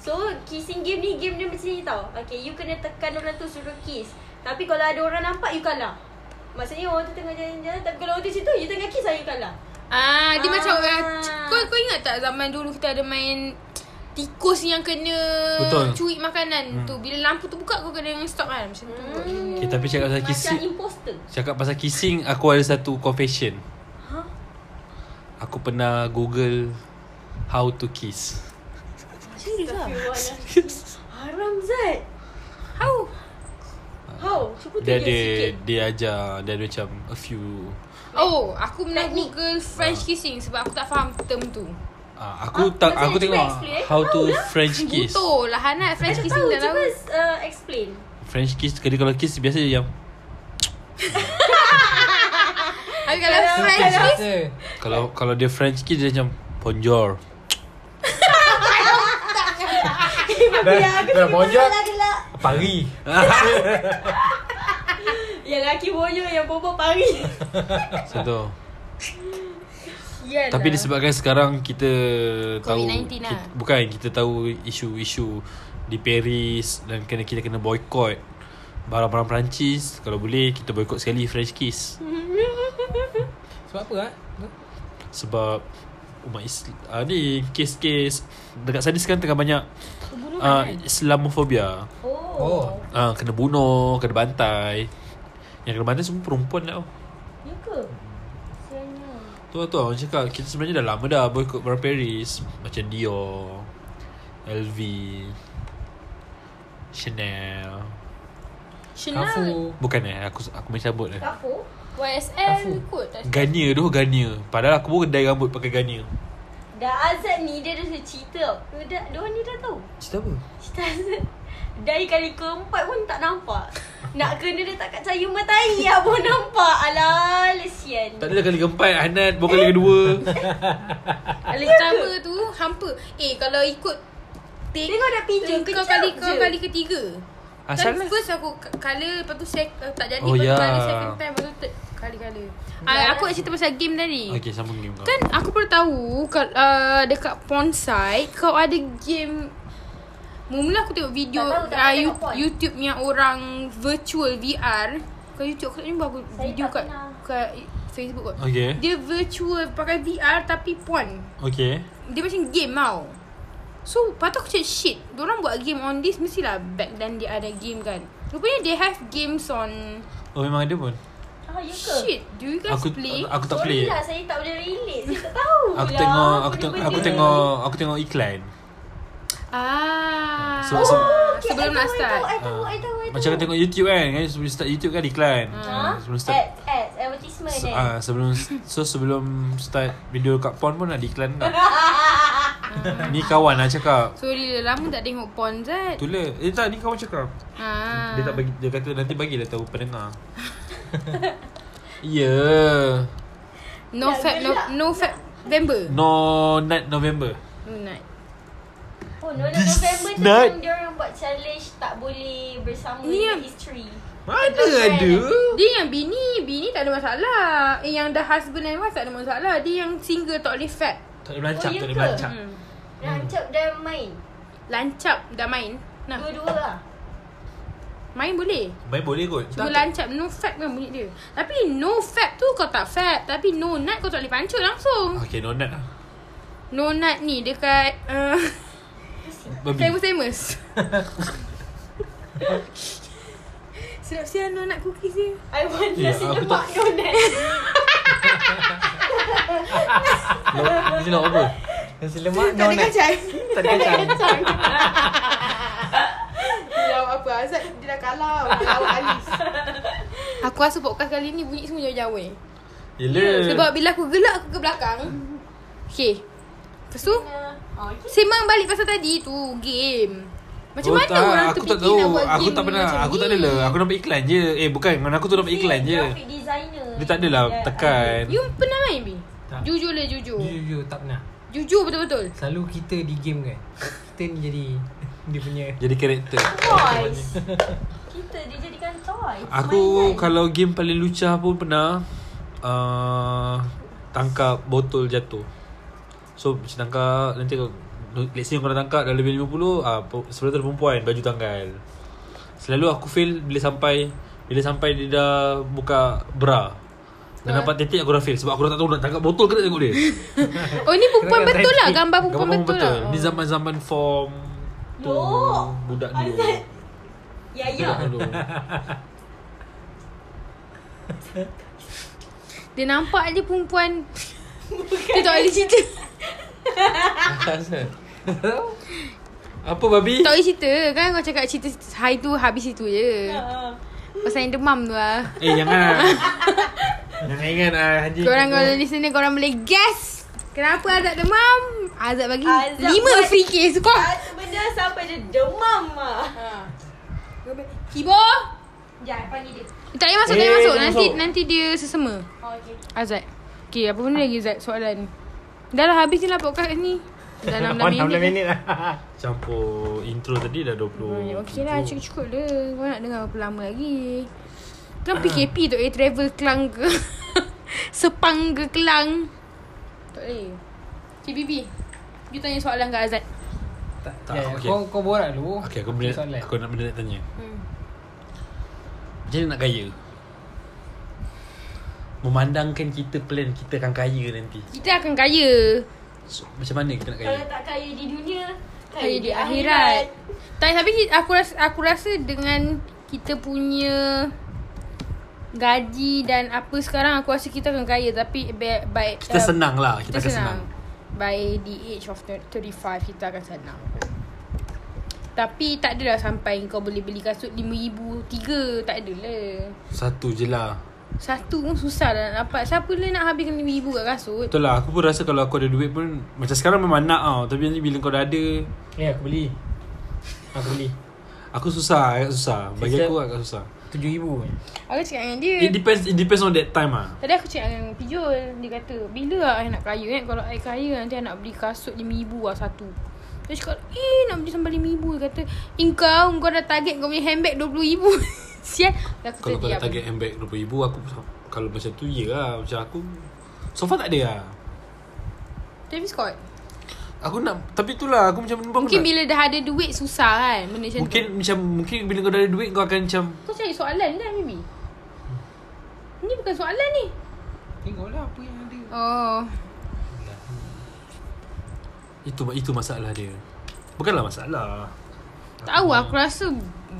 [SPEAKER 4] So kissing game ni Game dia macam ni tau Okay you kena tekan orang tu suruh kiss Tapi kalau ada orang nampak You kalah Maksudnya orang tu tengah jalan-jalan Tapi kalau orang tu situ You tengah kiss lah You kalah
[SPEAKER 1] Ah, dia
[SPEAKER 4] Ah.
[SPEAKER 1] macam orang kau kau ingat tak zaman dulu kita ada main tikus yang kena
[SPEAKER 2] Betul.
[SPEAKER 1] curi makanan hmm. tu. Bila lampu tu buka kau kena stop kan macam tu. Hmm.
[SPEAKER 2] Okay, tapi cakap pasal
[SPEAKER 4] Macam
[SPEAKER 2] kissing
[SPEAKER 4] imposter
[SPEAKER 2] Cakap pasal kissing Aku ada satu confession
[SPEAKER 4] Hah?
[SPEAKER 2] Aku pernah google How to kiss
[SPEAKER 1] Serius lah.
[SPEAKER 4] Haram Zat
[SPEAKER 1] How?
[SPEAKER 4] How? Cuba
[SPEAKER 2] Dia ada
[SPEAKER 4] tunjuk sikit
[SPEAKER 2] Dia ajar Dia ada macam A few
[SPEAKER 1] Oh, aku pernah
[SPEAKER 4] Teknik.
[SPEAKER 1] Google French kissing sebab aku tak faham term tu.
[SPEAKER 2] Ah, aku
[SPEAKER 4] Ah,
[SPEAKER 2] tak
[SPEAKER 4] macam
[SPEAKER 2] aku
[SPEAKER 4] cuba
[SPEAKER 2] tengok
[SPEAKER 4] explain. Oh, ya?
[SPEAKER 2] how to French kiss.
[SPEAKER 1] Buto lah Hana French
[SPEAKER 4] Tak
[SPEAKER 1] kissing
[SPEAKER 4] tahu
[SPEAKER 1] tak tahu.
[SPEAKER 4] Cuba uh, explain
[SPEAKER 2] French kiss kali kalau kiss biasa yang
[SPEAKER 1] Habis kalau French kiss
[SPEAKER 5] Rasa
[SPEAKER 2] kalau kalau dia French kiss dia macam bonjour.
[SPEAKER 5] Dah dah bonjak
[SPEAKER 4] Gelak-gelak
[SPEAKER 5] Pari
[SPEAKER 4] Yang lelaki boyo Yang bobo pari
[SPEAKER 2] Macam tu.
[SPEAKER 4] Yalah
[SPEAKER 2] Tapi disebabkan sekarang kita tahu
[SPEAKER 1] COVID-19 lah.
[SPEAKER 2] kita, bukan kita tahu isu-isu di Paris dan kena kita kena boycott barang-barang Perancis kalau boleh kita boycott sekali French kiss
[SPEAKER 5] Sebab apa ah?
[SPEAKER 2] sebab umat Islam ah, ni kes-kes dekat sana sekarang tengah banyak ah, Islamophobia.
[SPEAKER 4] Oh, oh.
[SPEAKER 5] Oh
[SPEAKER 2] Ah, kena bunuh, kena bantai. Yang kena bantai semua perempuan lah. tau.
[SPEAKER 4] Ya ke? Sianya
[SPEAKER 2] Tu lah tu orang cakap kita sebenarnya dah lama dah boycott barang Paris. Macam Dior, LV, Chanel.
[SPEAKER 1] Chanel
[SPEAKER 5] Kafu
[SPEAKER 2] Bukan eh, aku aku mencabut eh.
[SPEAKER 4] Kafu
[SPEAKER 1] YSL
[SPEAKER 5] Kafu.
[SPEAKER 1] kot tak
[SPEAKER 2] Garnier tu Garnier. Padahal aku pun kedai rambut pakai Garnier.
[SPEAKER 4] Dah Azad ni Dia dah suruh cerita tau. Dah, Diorang ni dah tahu
[SPEAKER 2] Cerita apa?
[SPEAKER 4] Cerita Azad Dari kali keempat pun tak nampak Nak kena dia tak kat cahaya matai Ya pun nampak Alah Lesian
[SPEAKER 2] Tak ada dah kali keempat Hanat Bukan kali kedua Ah.
[SPEAKER 1] Kali pertama tu hampa. Eh kalau ikut take,
[SPEAKER 4] Tengok dah pinjam,
[SPEAKER 1] Kau
[SPEAKER 4] kejap
[SPEAKER 1] kali kau
[SPEAKER 4] je.
[SPEAKER 1] kali ketiga.
[SPEAKER 2] Asal
[SPEAKER 1] kan
[SPEAKER 2] lah.
[SPEAKER 1] first aku k- colour lepas tu sec, uh, tak jadi
[SPEAKER 2] Oh,
[SPEAKER 1] lepas
[SPEAKER 2] ya.
[SPEAKER 1] tu colour second time lepas tu third kali kali. Ah aku nak cerita pasal game tadi.
[SPEAKER 2] Okay sambung game kau
[SPEAKER 1] Kan aku baru tahu kal- uh, dekat porn site kau ada game Mula aku tengok video
[SPEAKER 4] Tak tahu, tak
[SPEAKER 1] ah,
[SPEAKER 4] tengok
[SPEAKER 1] you-
[SPEAKER 4] porn.
[SPEAKER 1] YouTube yang orang virtual VR. Kau YouTube kat ni baru
[SPEAKER 4] Saya
[SPEAKER 1] video
[SPEAKER 4] tak
[SPEAKER 1] kat
[SPEAKER 4] pernah.
[SPEAKER 1] kat Facebook kot.
[SPEAKER 2] Okay
[SPEAKER 1] Dia virtual pakai VR tapi porn.
[SPEAKER 2] Okay
[SPEAKER 1] Dia macam game tau So lepas tu aku cakap shit Diorang buat game on this Mestilah back then dia ada game kan Rupanya they have games on
[SPEAKER 2] Oh memang ada pun
[SPEAKER 4] Ah, ya ke?
[SPEAKER 1] Shit Do you guys
[SPEAKER 2] Aku
[SPEAKER 1] play?
[SPEAKER 2] aku tak play
[SPEAKER 4] Sorry lah saya tak boleh relate Saya tak tahu
[SPEAKER 2] Aku
[SPEAKER 4] lah
[SPEAKER 2] tengok aku tengok
[SPEAKER 4] benda-benda
[SPEAKER 2] aku
[SPEAKER 4] ni.
[SPEAKER 2] tengok aku tengok iklan.
[SPEAKER 1] ah
[SPEAKER 2] So- so-
[SPEAKER 4] okay,
[SPEAKER 1] Sebelum
[SPEAKER 4] I
[SPEAKER 1] nak
[SPEAKER 4] tahu,
[SPEAKER 1] start.
[SPEAKER 4] I tahu, I tahu, I tahu, I tahu.
[SPEAKER 2] Macam kau tengok YouTube kan, kan sebelum start YouTube kan ada iklan.
[SPEAKER 4] Ha?
[SPEAKER 2] Ah, Sebelum start
[SPEAKER 4] Ads, ads, advertisement
[SPEAKER 2] se,
[SPEAKER 4] eh.
[SPEAKER 2] ah, sebelum so sebelum start video kat porn pun ada iklan tak. ni kawan lah cakap.
[SPEAKER 1] Sorry lah lama tak tengok porn Zat
[SPEAKER 2] Tula. Eh tak ni kawan cakap.
[SPEAKER 1] ah.
[SPEAKER 2] Dia tak bagi dia kata nanti bagilah tahu pendengar. Ya. yeah.
[SPEAKER 1] No
[SPEAKER 4] Nak
[SPEAKER 1] fab no,
[SPEAKER 4] gelak.
[SPEAKER 1] no fab November
[SPEAKER 2] No not November.
[SPEAKER 1] No night
[SPEAKER 4] Oh, no, no,
[SPEAKER 2] This
[SPEAKER 4] November tu
[SPEAKER 2] night.
[SPEAKER 4] yang dia orang buat challenge tak boleh bersama
[SPEAKER 1] Ni
[SPEAKER 4] yeah.
[SPEAKER 1] yang-
[SPEAKER 4] history.
[SPEAKER 2] Mana
[SPEAKER 4] Girlfriend.
[SPEAKER 2] ada?
[SPEAKER 1] Dia yang bini Bini tak ada masalah Eh yang dah husband and wife tak ada masalah Dia yang single tak boleh fab
[SPEAKER 2] Tak boleh melancap,
[SPEAKER 4] Oh, ya
[SPEAKER 2] tak boleh
[SPEAKER 4] ke?
[SPEAKER 2] melancap.
[SPEAKER 1] hmm.
[SPEAKER 4] Nak ancap dan main.
[SPEAKER 1] Lancap dah main Nah
[SPEAKER 4] Dua-dua lah.
[SPEAKER 1] Main boleh
[SPEAKER 2] Main Hmm. boleh kot.
[SPEAKER 1] Cuba
[SPEAKER 2] Tak-
[SPEAKER 1] lancap No fat kan bunyi dia Tapi no fat tu kau tak fat Tapi no nut kau tak boleh pancut langsung
[SPEAKER 2] Okay, no nut lah.
[SPEAKER 1] No nut ni dekat uh,
[SPEAKER 2] Babi.
[SPEAKER 1] Famous famous Sedap sial no nut cookies dia
[SPEAKER 4] I want
[SPEAKER 2] Ya,
[SPEAKER 4] nasi
[SPEAKER 2] aku
[SPEAKER 4] lemak
[SPEAKER 2] tak-
[SPEAKER 4] donat.
[SPEAKER 2] Ni nak apa?
[SPEAKER 5] Nasi lemak Tak ada kacang Tak ada kacang
[SPEAKER 1] Aku rasa podcast kali ni bunyi semua jauh-jauh eh
[SPEAKER 2] Yelah.
[SPEAKER 1] Sebab bila aku gelak aku ke belakang Okay Lepas tu
[SPEAKER 4] Oh,
[SPEAKER 1] Sembang balik pasal tadi tu Game Macam mana
[SPEAKER 2] Oh, tak,
[SPEAKER 1] orang
[SPEAKER 2] aku tak
[SPEAKER 1] terfikir
[SPEAKER 2] tahu.
[SPEAKER 1] nak buat
[SPEAKER 2] Aku
[SPEAKER 1] game
[SPEAKER 2] tak pernah.
[SPEAKER 1] macam
[SPEAKER 2] Aku tak
[SPEAKER 1] ni?
[SPEAKER 2] ada lah. Aku nampak iklan je. Eh bukan, mana aku tu nampak iklan je.
[SPEAKER 4] Graphic designer.
[SPEAKER 2] Dia tak adalah
[SPEAKER 4] Ya,
[SPEAKER 2] tekan.
[SPEAKER 1] You pernah main Bi?
[SPEAKER 5] Tak.
[SPEAKER 1] Jujur lah jujur
[SPEAKER 5] Jujur tak pernah
[SPEAKER 1] Jujur betul-betul
[SPEAKER 5] Selalu kita di game kan karakter ni jadi Dia punya
[SPEAKER 2] Jadi karakter
[SPEAKER 4] Toys Kita dijadikan toys
[SPEAKER 2] Aku
[SPEAKER 4] Mainan.
[SPEAKER 2] kalau game paling lucah pun pernah uh, Tangkap botol jatuh So macam tangkap Nanti kau Let's say kau nak tangkap Dah lebih 50 uh, Sebelah tu ada perempuan Baju tanggal Selalu aku fail Bila sampai Bila sampai dia dah Buka bra Dan nampak titik aku dah fail Sebab aku dah tak tahu Nak tangkap botol ke nak tengok dia
[SPEAKER 1] Oh ni perempuan
[SPEAKER 5] Kenapa
[SPEAKER 1] betul lah
[SPEAKER 5] tadi?
[SPEAKER 1] Gambar perempuan
[SPEAKER 2] Gambar
[SPEAKER 1] betul, lah
[SPEAKER 2] Ni zaman-zaman form Tu
[SPEAKER 4] Dok.
[SPEAKER 2] Budak dulu
[SPEAKER 4] Azad. Ya ya
[SPEAKER 2] Budak dulu
[SPEAKER 1] Dia nampak je perempuan Dia tak boleh cerita
[SPEAKER 2] Apa babi?
[SPEAKER 1] Tak boleh cerita Kan kau cakap cerita Hari tu habis itu je
[SPEAKER 4] Ah,
[SPEAKER 1] Pasal yang demam tu lah
[SPEAKER 2] Eh jangan Jangan ingat ah Haji
[SPEAKER 1] Korang kalau di sini Korang boleh guess Kenapa Azad demam Azad bagi
[SPEAKER 4] Azad
[SPEAKER 1] lima
[SPEAKER 4] buat-
[SPEAKER 1] free case Kau
[SPEAKER 4] Satu benda sampai dia demam ah.
[SPEAKER 1] Kibo
[SPEAKER 4] Jangan panggil dia
[SPEAKER 1] Tak payah masuk Tak
[SPEAKER 2] Eh,
[SPEAKER 1] payah masuk
[SPEAKER 2] jangan
[SPEAKER 1] Nanti
[SPEAKER 2] masuk.
[SPEAKER 1] nanti dia sesema
[SPEAKER 4] oh, okay.
[SPEAKER 2] Eh.
[SPEAKER 1] Azad Okay apa benda lagi Azad Soalan Dah lah habis je lah podcast ni Dah 16 minit
[SPEAKER 5] minit lah
[SPEAKER 2] Campur intro tadi dah 20
[SPEAKER 1] Oh, Okey lah cukup-cukup dah Kau nak dengar berapa lama lagi Kelang PKP tu eh Travel Kelang ke Sepang ke Kelang Tak boleh Okay Bibi You tanya soalan ke Azad
[SPEAKER 5] Tak,
[SPEAKER 2] Tak,
[SPEAKER 5] ya,
[SPEAKER 2] okey.
[SPEAKER 5] Kau, kau borak dulu
[SPEAKER 2] Okay aku benda
[SPEAKER 5] Soalan.
[SPEAKER 2] Aku nak benda nak tanya
[SPEAKER 1] hmm.
[SPEAKER 2] Macam mana nak kaya? Memandangkan kita plan kita akan kaya nanti
[SPEAKER 1] Kita akan kaya
[SPEAKER 2] so, Macam mana kita nak kaya?
[SPEAKER 4] Kalau tak kaya di dunia
[SPEAKER 1] Kaya di akhirat Tak tapi ki- aku rasa, aku rasa dengan Kita punya Gaji dan apa sekarang Aku rasa kita akan kaya Tapi by, by,
[SPEAKER 2] Kita
[SPEAKER 1] uh,
[SPEAKER 2] senang lah Kita, akan senang,
[SPEAKER 1] By the age of 35 Kita akan senang Tapi tak adalah sampai Kau boleh beli kasut RM5,000 Tiga Tak adalah
[SPEAKER 2] Satu je lah
[SPEAKER 1] Satu pun susah lah nak dapat Siapa lah nak habiskan RM5,000 kat kasut
[SPEAKER 2] Betul lah aku pun rasa kalau aku ada duit pun Macam sekarang memang nak tau Tapi nanti bila kau dah ada
[SPEAKER 5] Ya aku beli Aku beli
[SPEAKER 2] Aku susah agak susah Bagi
[SPEAKER 5] Setiap-
[SPEAKER 2] aku agak susah
[SPEAKER 5] Tujuh ribu
[SPEAKER 1] Aku cakap dengan
[SPEAKER 2] It
[SPEAKER 1] dia
[SPEAKER 2] depends it depends on that time ah.
[SPEAKER 1] Tadi aku cakap dengan Pijol Dia kata Bila lah I nak kaya kan Kalau I kaya nanti I nak beli kasut RM5,000 lah satu Dia cakap Eh nak beli sampai RM5,000 Dia kata Engkau Engkau dah target kau punya handbag RM20,000 Sial Aku
[SPEAKER 2] Kalau kau
[SPEAKER 1] terdiam.
[SPEAKER 2] nak target handbag RM20,000 aku kalau macam tu ya lah macam aku so far tak ada lah.
[SPEAKER 1] Travis Scott
[SPEAKER 2] Aku nak tapi itulah aku macam bang
[SPEAKER 1] Mungkin
[SPEAKER 2] nak,
[SPEAKER 1] bila dah ada duit susah kan benda macam
[SPEAKER 2] mungkin
[SPEAKER 1] tu.
[SPEAKER 2] macam mungkin bila kau dah ada duit kau akan macam
[SPEAKER 1] Kau cari soalan dah Mimi. Ni bukan soalan ni.
[SPEAKER 5] Tengoklah lah apa yang ada
[SPEAKER 1] Oh.
[SPEAKER 2] itu itu masalah dia. Bukanlah masalah.
[SPEAKER 1] Tahu aku rasa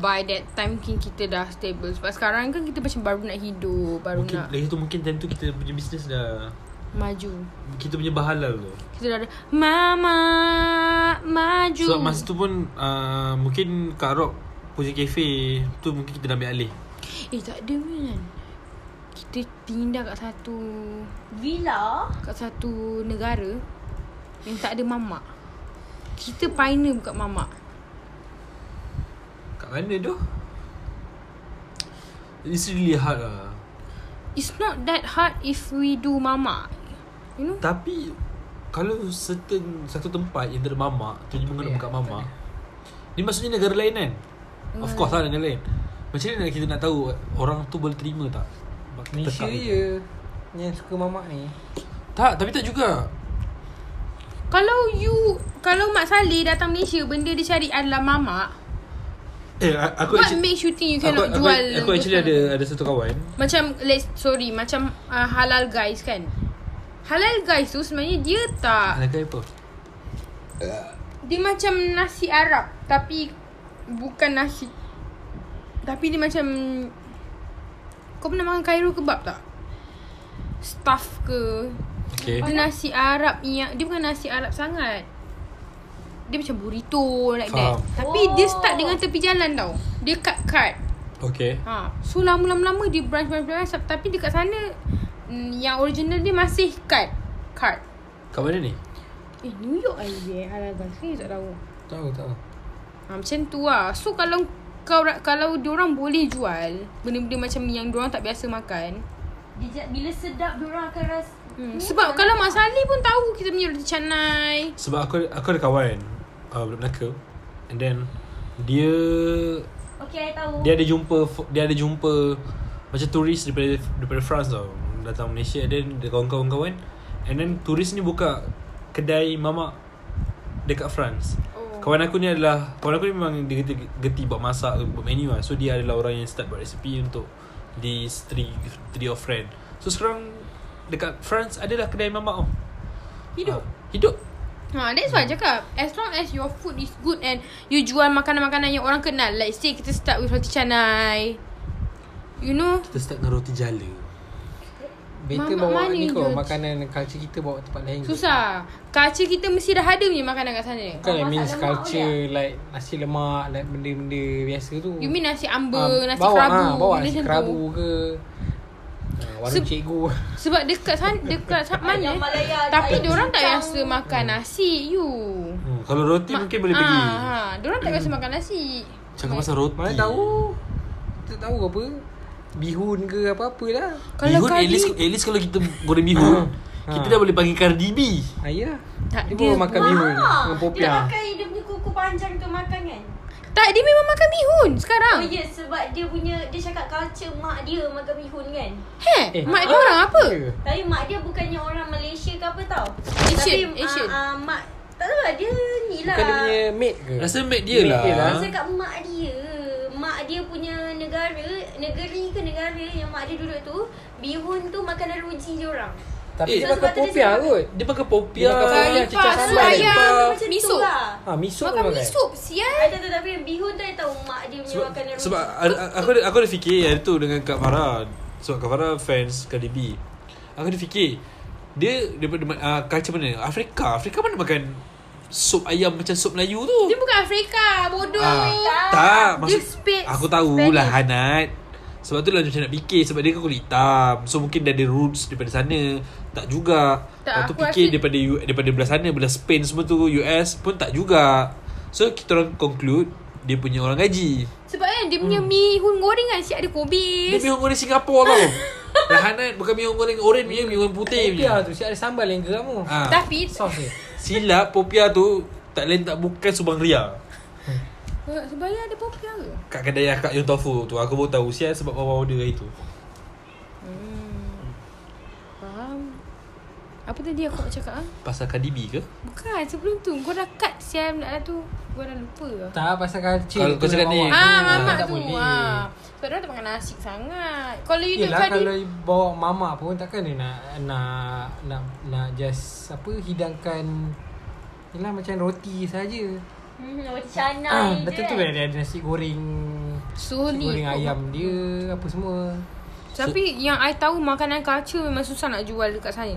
[SPEAKER 1] by that time mungkin kita dah stable sebab sekarang kan kita macam baru nak hidup, baru
[SPEAKER 2] mungkin
[SPEAKER 1] nak
[SPEAKER 2] lagi tu mungkin time tu kita punya bisnes dah
[SPEAKER 1] maju.
[SPEAKER 2] kita punya bahalal tu.
[SPEAKER 1] Kita dah ada mama maju.
[SPEAKER 2] So masa tu pun uh, mungkin Kak Rock punya kafe tu mungkin kita dah ambil alih.
[SPEAKER 1] eh tak ada kan. Kita pindah kat satu
[SPEAKER 4] Villa
[SPEAKER 1] kat satu negara yang tak ada mamak. Kita pioneer buka mamak.
[SPEAKER 2] Kat mana tu? It's really hard lah.
[SPEAKER 1] It's not that hard if we do mamak. You know?
[SPEAKER 2] Tapi kalau certain satu tempat yang tak ada mamak, tu dia mengena
[SPEAKER 5] Ya,
[SPEAKER 2] buka mamak. Ni maksudnya negara lain kan? Of course lah negara lain. Macam mana kita nak tahu orang tu boleh terima tak? Sebab kita
[SPEAKER 5] Malaysia
[SPEAKER 2] tak-
[SPEAKER 5] je Yang suka mamak ni
[SPEAKER 2] Tak, tapi tak juga.
[SPEAKER 1] Kalau you Kalau Mak Saleh datang Malaysia Benda dia cari adalah mamak
[SPEAKER 2] Eh, a- aku
[SPEAKER 1] What
[SPEAKER 2] actu-
[SPEAKER 1] makes you think you
[SPEAKER 2] aku,
[SPEAKER 1] cannot
[SPEAKER 2] aku,
[SPEAKER 1] jual
[SPEAKER 2] aku actually ada ada satu kawan.
[SPEAKER 1] Macam let's, Sorry Macam uh, halal guys kan Halal guys tu sebenarnya dia tak
[SPEAKER 2] Anak Ah, apa?
[SPEAKER 1] Dia macam nasi Arab Tapi Bukan nasi Tapi dia macam Kau pernah makan Cairo kebab tak? Stuff ke
[SPEAKER 2] Okay.
[SPEAKER 1] Dia nasi Arab yang Dia bukan nasi Arab sangat Dia macam burrito like that
[SPEAKER 2] Faham.
[SPEAKER 1] Tapi
[SPEAKER 4] Oh.
[SPEAKER 1] dia start dengan tepi jalan tau Dia cut-cut
[SPEAKER 2] Okay.
[SPEAKER 1] ha. So lama-lama dia branch branch branch Tapi dekat sana mm, Yang original dia masih cut Cut
[SPEAKER 2] Kat mana ni?
[SPEAKER 1] Eh New York aja Halal guys Kan you tak tahu
[SPEAKER 5] Tahu tahu
[SPEAKER 1] ha, Macam tu lah So kalau kau ra- kalau diorang boleh jual benda-benda macam yang diorang tak biasa makan
[SPEAKER 4] dia, ja- Bila sedap Diorang akan rasa
[SPEAKER 1] hmm. sebab kalau Mak Saleh pun tahu kita punya roti canai
[SPEAKER 2] Sebab aku aku ada kawan uh, budak Melaka and then dia
[SPEAKER 4] Okay, I tahu.
[SPEAKER 2] dia ada jumpa dia ada jumpa macam turis daripada daripada France tau datang Malaysia and then dia kawan-kawan-kawan and then turis ni buka kedai mamak dekat France
[SPEAKER 1] Oh.
[SPEAKER 2] Kawan aku ni adalah Kawan aku ni memang Dia geti, geti buat masak Buat menu lah So dia adalah orang yang Start buat resipi untuk This three Three of friend So sekarang Dekat France Adalah kedai mamak oh.
[SPEAKER 1] Hidup.
[SPEAKER 2] ha, Hidup
[SPEAKER 1] Ha, that's why I cakap As long as your food is good And you jual makanan-makanan yang orang kenal Like say kita start with roti canai You know
[SPEAKER 2] Kita start dengan roti jala
[SPEAKER 1] Mamak
[SPEAKER 5] Better bawa
[SPEAKER 1] mana
[SPEAKER 5] ni kot
[SPEAKER 1] dia?
[SPEAKER 5] Makanan culture kita bawa tempat lain kot.
[SPEAKER 1] Susah Kaca kita mesti dah ada punya makanan kat sana
[SPEAKER 5] Bukan
[SPEAKER 4] Bawa
[SPEAKER 5] I mean
[SPEAKER 4] masak lemak
[SPEAKER 5] culture Like nasi lemak Like benda-benda biasa tu
[SPEAKER 1] You mean nasi
[SPEAKER 5] Ah,
[SPEAKER 1] ambeng, nasi
[SPEAKER 5] bawa,
[SPEAKER 1] kerabu
[SPEAKER 5] ah, Bawa
[SPEAKER 1] benda
[SPEAKER 5] nasi
[SPEAKER 1] macam tu.
[SPEAKER 5] kerabu ke Ah, Warung
[SPEAKER 1] Se-
[SPEAKER 5] cikgu
[SPEAKER 1] Sebab dekat sana Dekat sana mana
[SPEAKER 4] Yang Malaya,
[SPEAKER 1] Tapi
[SPEAKER 4] Thailand,
[SPEAKER 1] diorang tak
[SPEAKER 4] Singkang.
[SPEAKER 1] biasa makan nasi You
[SPEAKER 2] hmm, Kalau roti Ma- mungkin boleh
[SPEAKER 1] ah,
[SPEAKER 2] pergi
[SPEAKER 1] ha, Diorang tak biasa makan nasi
[SPEAKER 2] Cakap pasal roti
[SPEAKER 5] Mana tahu Kita tahu apa Bihun ke apa-apa lah
[SPEAKER 1] Kalau
[SPEAKER 2] Bihun eh,
[SPEAKER 1] kari
[SPEAKER 2] at least, at least kalau kita goreng bihun
[SPEAKER 5] Ha.
[SPEAKER 2] Kita dah boleh panggil Cardi B
[SPEAKER 5] Ayah
[SPEAKER 1] Tak, dia
[SPEAKER 5] Dia baru Ah, ya. makan
[SPEAKER 1] buat-
[SPEAKER 5] bihun
[SPEAKER 4] Ah,
[SPEAKER 5] Dengan
[SPEAKER 4] Dia
[SPEAKER 5] popiah
[SPEAKER 4] pakai dia punya kuku panjang tu makan kan?
[SPEAKER 1] Tak dia memang makan bihun Sekarang
[SPEAKER 4] Oh ya, yes, sebab dia punya dia cakap culture mak dia makan bihun kan.
[SPEAKER 1] Heh
[SPEAKER 5] Eh,
[SPEAKER 2] ah,
[SPEAKER 1] Mak dia orang apa
[SPEAKER 5] Ya.
[SPEAKER 4] Tapi mak dia bukannya orang Malaysia ke apa tau.
[SPEAKER 1] Asian,
[SPEAKER 4] Tapi
[SPEAKER 1] Asian.
[SPEAKER 4] ah, ah, mak tak tahu lah dia ni lah.
[SPEAKER 5] Bukan dia punya maid ke
[SPEAKER 2] Rasa make dia
[SPEAKER 5] Make
[SPEAKER 2] lah,
[SPEAKER 5] dia lah.
[SPEAKER 4] Saya cakap mak dia Mak dia punya negara Negeri ke negara yang mak dia duduk tu Bihun tu makanan ruji dia orang
[SPEAKER 2] Eh,
[SPEAKER 5] Tapi dia
[SPEAKER 2] so
[SPEAKER 5] pakai
[SPEAKER 4] sebab tu dia
[SPEAKER 5] popiah
[SPEAKER 4] cakap-
[SPEAKER 5] kot
[SPEAKER 2] Dia pakai popiah
[SPEAKER 5] Dia pakai popiah,
[SPEAKER 2] cicak
[SPEAKER 1] Ah,
[SPEAKER 5] sambal.
[SPEAKER 2] salad.
[SPEAKER 1] ayam.
[SPEAKER 4] Dia macam
[SPEAKER 1] miso.
[SPEAKER 4] tu lah
[SPEAKER 5] Ha, miso
[SPEAKER 1] Makan
[SPEAKER 5] dia
[SPEAKER 1] mi soup Sial
[SPEAKER 4] I tak tahu tapi bihun tu I tahu mak dia punya
[SPEAKER 2] Sebab,
[SPEAKER 4] makanan ruji
[SPEAKER 2] sebab a- a- aku ada, aku ada fikir hari tu dengan Kak Farah Sebab Kak Farah fans Cardi B Aku ada fikir Dia daripada uh, culture mana? Afrika Afrika mana makan Sup ayam macam sup Melayu tu
[SPEAKER 1] Dia bukan Afrika Bodoh
[SPEAKER 2] Ah, tak maksud,
[SPEAKER 1] Dia Spa-
[SPEAKER 2] Aku tahu
[SPEAKER 1] Spanish.
[SPEAKER 2] lah Hanat Sebab tu lah macam nak fikir Sebab dia kan kulit hitam So mungkin dia ada roots daripada sana Tak juga
[SPEAKER 1] Tak,
[SPEAKER 2] Lepas tu
[SPEAKER 1] aku
[SPEAKER 2] fikir
[SPEAKER 1] rasa-
[SPEAKER 2] daripada, U- daripada belah sana Belah Spain semua tu US pun tak juga So kita orang conclude Dia punya orang gaji
[SPEAKER 1] Sebab kan dia punya mi hun goreng kan Siap ada
[SPEAKER 2] Hmm. Dia
[SPEAKER 1] kobis
[SPEAKER 2] mihun goreng Singapura tau Lahanan bukan mihun goreng oren Dia mihun putih
[SPEAKER 5] Popiah
[SPEAKER 2] punya
[SPEAKER 5] tu Siap ada sambal yang geram tu
[SPEAKER 2] ha.
[SPEAKER 1] Tapi
[SPEAKER 5] Sos dia
[SPEAKER 2] Silap popia tu Tak lain tak bukan Subang Ria
[SPEAKER 1] Eh, Sebaya ada popiah ke?
[SPEAKER 2] Kat kedai akak Yong Tofu tu Aku baru tahu Sial sebab bawa order hari tu
[SPEAKER 1] Faham Apa tadi aku nak cakap ah?
[SPEAKER 2] Pasal Cardi B ke?
[SPEAKER 1] Bukan sebelum tu Kau dah cut sial Nak lah tu Gua dah lupa lah
[SPEAKER 5] Tak pasal kacil
[SPEAKER 2] Kalau kau cakap ni, Hmm.
[SPEAKER 1] Ah, mamak
[SPEAKER 2] tak
[SPEAKER 1] tu ah. Sebab dia tak makan nasi sangat Kalau you
[SPEAKER 5] Yelah
[SPEAKER 1] dekat
[SPEAKER 5] kalau
[SPEAKER 1] dia
[SPEAKER 5] you bawa mamak pun takkan dia nak nak nak nak just apa hidangkan Yelah macam roti saja.
[SPEAKER 4] Hmm, roti canai
[SPEAKER 5] Ah,
[SPEAKER 4] je
[SPEAKER 5] betul tu kan
[SPEAKER 4] kan?
[SPEAKER 5] dia ada nasi goreng nasi
[SPEAKER 1] Sulit
[SPEAKER 5] goreng ayam dia apa semua.
[SPEAKER 1] Tapi so, yang I tahu Makanan culture memang susah nak jual Dekat sana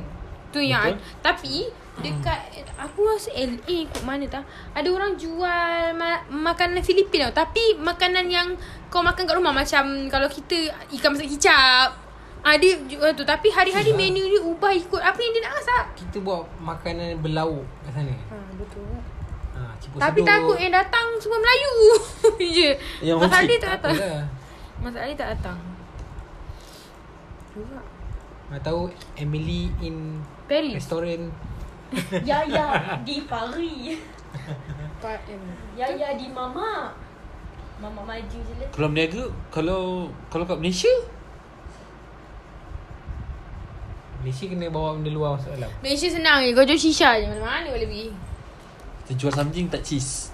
[SPEAKER 1] Tu yang I, Tapi Dekat Aku rasa LA kot mana tak Ada orang jual ma- Makanan Filipin tau Tapi makanan yang Kau makan kat rumah Macam Kalau kita Ikan masak kicap ah, Dia jual tu Tapi hari-hari menu dia Ubah ikut Apa yang dia nak masak
[SPEAKER 5] Kita buat makanan berlauk kat sana.
[SPEAKER 1] ha, Betul
[SPEAKER 5] Ha, ciput
[SPEAKER 1] Tapi
[SPEAKER 5] sedut.
[SPEAKER 1] takut yang datang Semua Melayu Je
[SPEAKER 2] Yang
[SPEAKER 1] Mas
[SPEAKER 2] Hokkien.
[SPEAKER 1] Ali tak datang
[SPEAKER 5] Apalah.
[SPEAKER 1] Mas Ali tak datang Juga
[SPEAKER 5] Mana tahu Emily in
[SPEAKER 1] Paris
[SPEAKER 5] restaurant
[SPEAKER 4] Yaya di Paris
[SPEAKER 1] Pa- em,
[SPEAKER 4] Yaya di Mama Mama maju je lah
[SPEAKER 2] Kalau berniaga Kalau Kalau kat Malaysia
[SPEAKER 5] Malaysia kena bawa benda luar masuk dalam.
[SPEAKER 1] Malaysia senang je Kau jual shisha je Mana-mana boleh pergi
[SPEAKER 2] Kita jual something tak cheese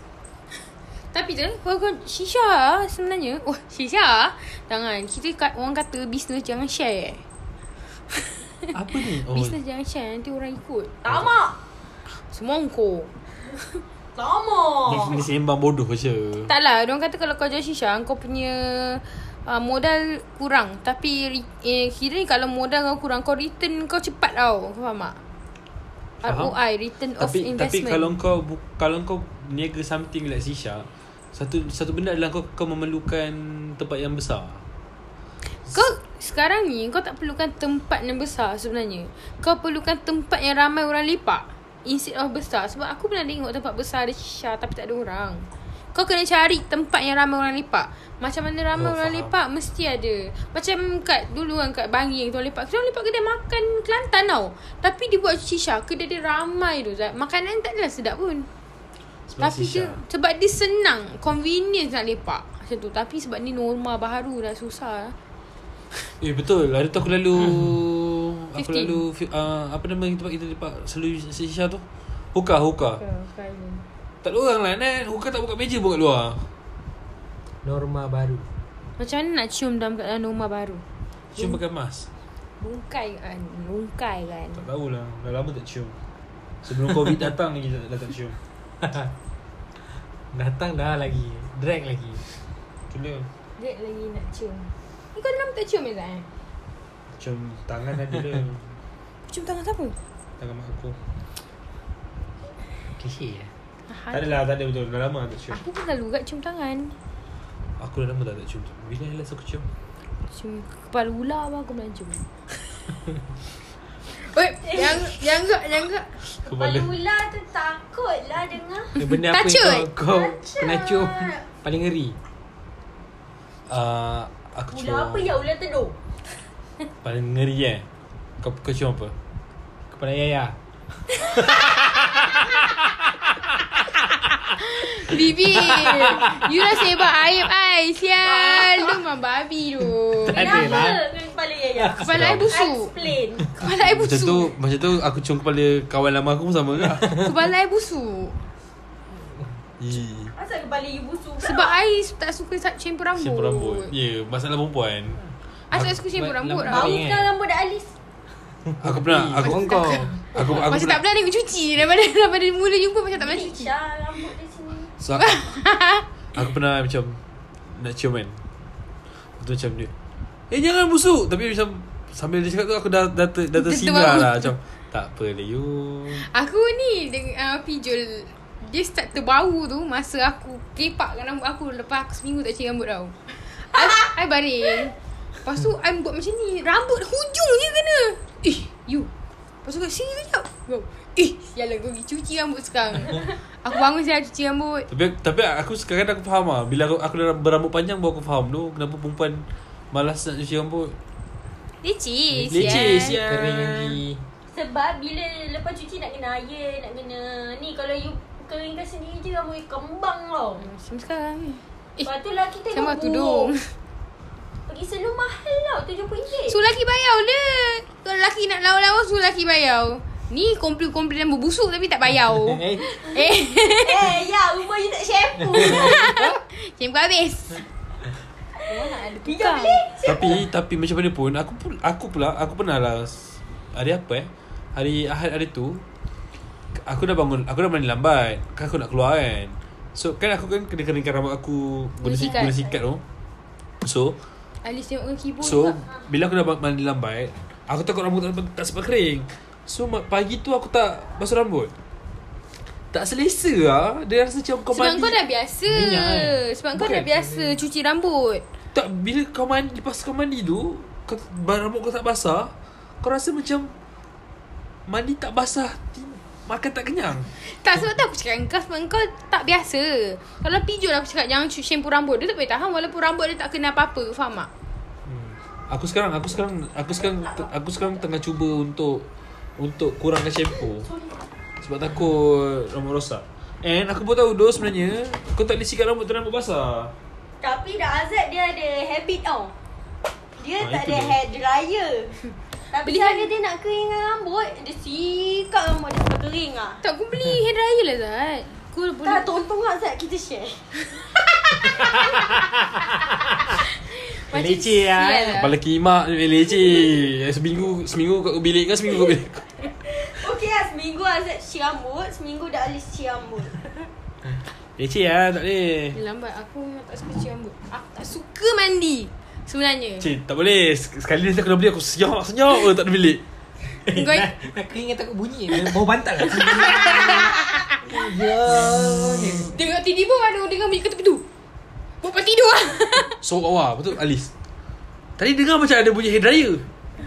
[SPEAKER 1] Tapi tu Kau kau shisha Sebenarnya Oh shisha Jangan Kita kat, orang kata Business jangan share
[SPEAKER 2] Apa ni?
[SPEAKER 1] oh. Business jangan share Nanti orang ikut
[SPEAKER 4] Tamak
[SPEAKER 1] Semua orang kau
[SPEAKER 2] Dia
[SPEAKER 4] Tamak
[SPEAKER 2] kena sembang bodoh je
[SPEAKER 1] Tak lah Diorang kata kalau kau jual shisha Kau punya uh, Modal kurang Tapi re- eh, Kira ni kalau modal kau kurang Kau return kau cepat tau Kau faham tak?
[SPEAKER 2] Faham.
[SPEAKER 1] ROI Return of
[SPEAKER 2] tapi tapi
[SPEAKER 1] Investment
[SPEAKER 2] kalau kau bu- kalau kau niaga something like Sisha satu satu benda adalah kau kau memerlukan tempat yang besar
[SPEAKER 1] Kau sekarang ni kau tak perlukan tempat yang besar sebenarnya. Kau perlukan tempat yang ramai orang lepak. Instead of besar. Sebab aku pernah tengok tempat besar ada shisha tapi tak ada orang. Kau kena cari tempat yang ramai orang lepak. Macam mana ramai
[SPEAKER 2] Oh,
[SPEAKER 1] oh, orang
[SPEAKER 2] faham.
[SPEAKER 1] lepak mesti ada. Macam kat dulu kan kat Bangi yang kita orang lepak. Kita orang lepak kedai makan Kelantan tau. Tapi dia buat shisha. Kedai dia ramai tu. Zat. Makanan tak adalah sedap pun. Tapi dia
[SPEAKER 2] Shisha.
[SPEAKER 1] Sebab dia senang Convenience nak lepak Macam tu Tapi sebab ni norma baru Dah susah
[SPEAKER 2] Eh betul Hari tu aku lalu Aku
[SPEAKER 1] 15.
[SPEAKER 2] lalu fi- ah, Apa nama tempat kita lepak Selalu Shisha tu Hookah Hookah Tak ada orang lah Nat Hookah tak buka meja pun kat luar
[SPEAKER 5] Norma baru
[SPEAKER 1] Macam mana nak cium dalam keadaan norma baru
[SPEAKER 2] Cium
[SPEAKER 1] Hmm.
[SPEAKER 2] pakai mask
[SPEAKER 1] Bungkai kan Bungkai kan
[SPEAKER 2] Tak tahulah Dah lama tak cium Sebelum covid datang lagi dah, dah tak cium
[SPEAKER 5] Datang dah lagi Drag lagi
[SPEAKER 2] Kena
[SPEAKER 1] Dia lagi nak cium Eh kau lama tak cium Izzat eh
[SPEAKER 2] Cium tangan ada dia
[SPEAKER 1] Cium tangan siapa?
[SPEAKER 2] Tangan mak aku
[SPEAKER 5] Kisih lah
[SPEAKER 2] Tak ada lah tak ada betul Dah lama tak cium
[SPEAKER 1] Aku pun selalu kat cium tangan
[SPEAKER 2] Aku dah lama dah tak cium Bila last aku cium
[SPEAKER 1] Cium kepala ular apa aku pernah cium Oi, yang yang enggak, yang enggak.
[SPEAKER 4] Kepala ular tu takut lah dengar
[SPEAKER 5] Benda apa
[SPEAKER 1] Tacut.
[SPEAKER 5] yang kau, kau
[SPEAKER 4] Tacut.
[SPEAKER 5] Kena cium Paling ngeri
[SPEAKER 2] Ah, Aku cium
[SPEAKER 4] Ular apa ya ular tedung
[SPEAKER 2] Paling ngeri eh Kau, kau cium apa?
[SPEAKER 5] Kepala Yaya
[SPEAKER 1] Bibi, you dah sebab aib ai. Sial, lu mah babi tu.
[SPEAKER 5] Tak ada
[SPEAKER 4] Kenapa
[SPEAKER 5] lah.
[SPEAKER 4] dengan kepala Yaya?
[SPEAKER 1] Kepala ai busuk.
[SPEAKER 4] Explain
[SPEAKER 1] Kepala ai
[SPEAKER 2] Macam tu
[SPEAKER 1] busuk.
[SPEAKER 2] Macam tu aku cium kepala kawan lama aku pun sama ke
[SPEAKER 1] Kepala ai busuk.
[SPEAKER 2] Ih
[SPEAKER 4] Asal kepala you busuk pula?
[SPEAKER 1] Sebab ai tak suka campur rambut.
[SPEAKER 2] Simpul rambut Ya yeah, masalah perempuan
[SPEAKER 1] Ai tak suka campur rambut lah.
[SPEAKER 4] Bau
[SPEAKER 5] Baring, eh?
[SPEAKER 4] kan rambut dah alis
[SPEAKER 2] Aku pernah Aku
[SPEAKER 5] Aku kau
[SPEAKER 2] Aku aku
[SPEAKER 1] Macam tak
[SPEAKER 2] pernah
[SPEAKER 1] pernah tengok cuci Daripada, daripada mula jumpa Macam tak pernah cuci
[SPEAKER 4] Tisha rambut dia sini
[SPEAKER 2] so, aku, aku pernah macam Nak cium kan Lepas tu macam dia Eh jangan busuk Tapi macam Sambil dia cakap tu Aku dah Dah, ter, dah
[SPEAKER 1] Dia
[SPEAKER 2] tersinggah
[SPEAKER 1] terbangun.
[SPEAKER 2] lah Macam Tak apa lah you
[SPEAKER 1] Aku ni deng- uh, Pijul Dia start terbau tu Masa aku Kepak kan rambut aku Lepas aku seminggu tak cuci rambut tau I, I baring Lepas tu I buat macam ni Rambut hujung je kena Eh you Lepas tu kat sini kejap Go. Eh sialah kau pergi cuci rambut sekarang Aku bangun saya cuci rambut
[SPEAKER 2] Tapi tapi aku sekarang aku faham lah Bila aku, aku dah berambut panjang Baru aku faham tu Kenapa perempuan Malas nak cuci rambut
[SPEAKER 1] Leceh
[SPEAKER 5] eh.
[SPEAKER 2] Leceh
[SPEAKER 1] sial.
[SPEAKER 2] sial
[SPEAKER 5] Kering lagi
[SPEAKER 4] Sebab bila lepas cuci nak kena air Nak kena Ni kalau you keringkan sendiri je Rambut you kembang tau
[SPEAKER 1] Macam sekarang ni. Eh
[SPEAKER 4] Lepas tu lelaki tu
[SPEAKER 1] Sama
[SPEAKER 4] mabuk.
[SPEAKER 1] tudung
[SPEAKER 4] Pergi salon mahal tau RM7
[SPEAKER 1] Suruh lelaki bayar le Kalau lelaki nak lawa-lawa Suruh lelaki bayar Ni komplain-komplain yang berbusuk Tapi tak bayar
[SPEAKER 5] Eh
[SPEAKER 1] Eh
[SPEAKER 4] Eh ya rumah you tak shampoo
[SPEAKER 1] Cem kau habis
[SPEAKER 4] Tiga beli
[SPEAKER 2] Tapi tapi macam mana pun aku pun aku pula aku pernah lah s- hari apa eh? Hari Ahad hari tu aku dah bangun aku dah mandi lambat kan aku nak keluar kan. So kan aku kan kena keringkan rambut aku guna
[SPEAKER 1] Guna
[SPEAKER 2] sikat.
[SPEAKER 1] sikat.
[SPEAKER 2] guna sikat tu. So
[SPEAKER 1] Alis tengok dengan keyboard
[SPEAKER 2] so
[SPEAKER 1] pula.
[SPEAKER 2] bila aku dah ba- mandi lambat aku takut rambut tak, tak sempat kering. So ma- pagi tu aku tak basuh rambut. Tak selesa lah Dia rasa macam kau
[SPEAKER 1] Sebab
[SPEAKER 2] mandi
[SPEAKER 1] kau dah biasa
[SPEAKER 2] Minyak, eh?
[SPEAKER 1] Sebab kau dah
[SPEAKER 2] Bukan.
[SPEAKER 1] biasa Cuci rambut
[SPEAKER 2] Tak bila kau mandi lepas kau mandi tu kau bar- rambut kau tak basah, kau rasa macam mandi tak basah ti- makan tak kenyang.
[SPEAKER 1] Tak sebab tu aku cakap dengan kau Sebab kau tak biasa Kalau pijol aku cakap Jangan cuci shampoo rambut Dia tak boleh tahan Walaupun rambut dia tak kena apa-apa Faham tak?
[SPEAKER 2] Aku sekarang aku sekarang aku sekarang aku sekarang tengah cuba untuk untuk kurangkan shampoo. Sebab takut rambut rosak. And aku pun tahu doh sebenarnya kau tak boleh sikat rambut terang rambut basah.
[SPEAKER 4] Tapi dah Azad dia ada habit tau Dia
[SPEAKER 2] Ah,
[SPEAKER 4] tak
[SPEAKER 2] itu
[SPEAKER 4] ada
[SPEAKER 2] dia.
[SPEAKER 4] hair dryer Tapi
[SPEAKER 1] Beli
[SPEAKER 4] cara dia nak keringkan rambut Dia sikat rambut dia sampai kering lah
[SPEAKER 1] Tak aku beli hair dryer lah Zat Aku boleh
[SPEAKER 4] Tak, tonton lah Zat kita share
[SPEAKER 1] Macam
[SPEAKER 5] Leceh
[SPEAKER 2] ya.
[SPEAKER 5] lah,
[SPEAKER 1] sial
[SPEAKER 5] eh.
[SPEAKER 2] Kepala kimak leceh. Seminggu seminggu kat bilik kan seminggu kat bilik.
[SPEAKER 4] Okay lah, seminggu Azad cuci rambut Seminggu dah alis cuci rambut
[SPEAKER 2] Leceh ah tak boleh.
[SPEAKER 1] Lambat aku memang tak suka cuci rambut Aku tak suka mandi Sebenarnya
[SPEAKER 2] Cik, tak boleh. Sek- Sekali nanti aku dah beli, aku senyap, senyap pun tak ada bilik.
[SPEAKER 1] Kau
[SPEAKER 5] Nak, nak kering takut bunyi Dia Bau bantal lah Ya
[SPEAKER 1] tengok tiba-tiba ada orang dengar bunyi ketuk-ketuk Buat tidur lah
[SPEAKER 2] So, awak, betul Alis. Tadi dengar macam ada bunyi hair dryer.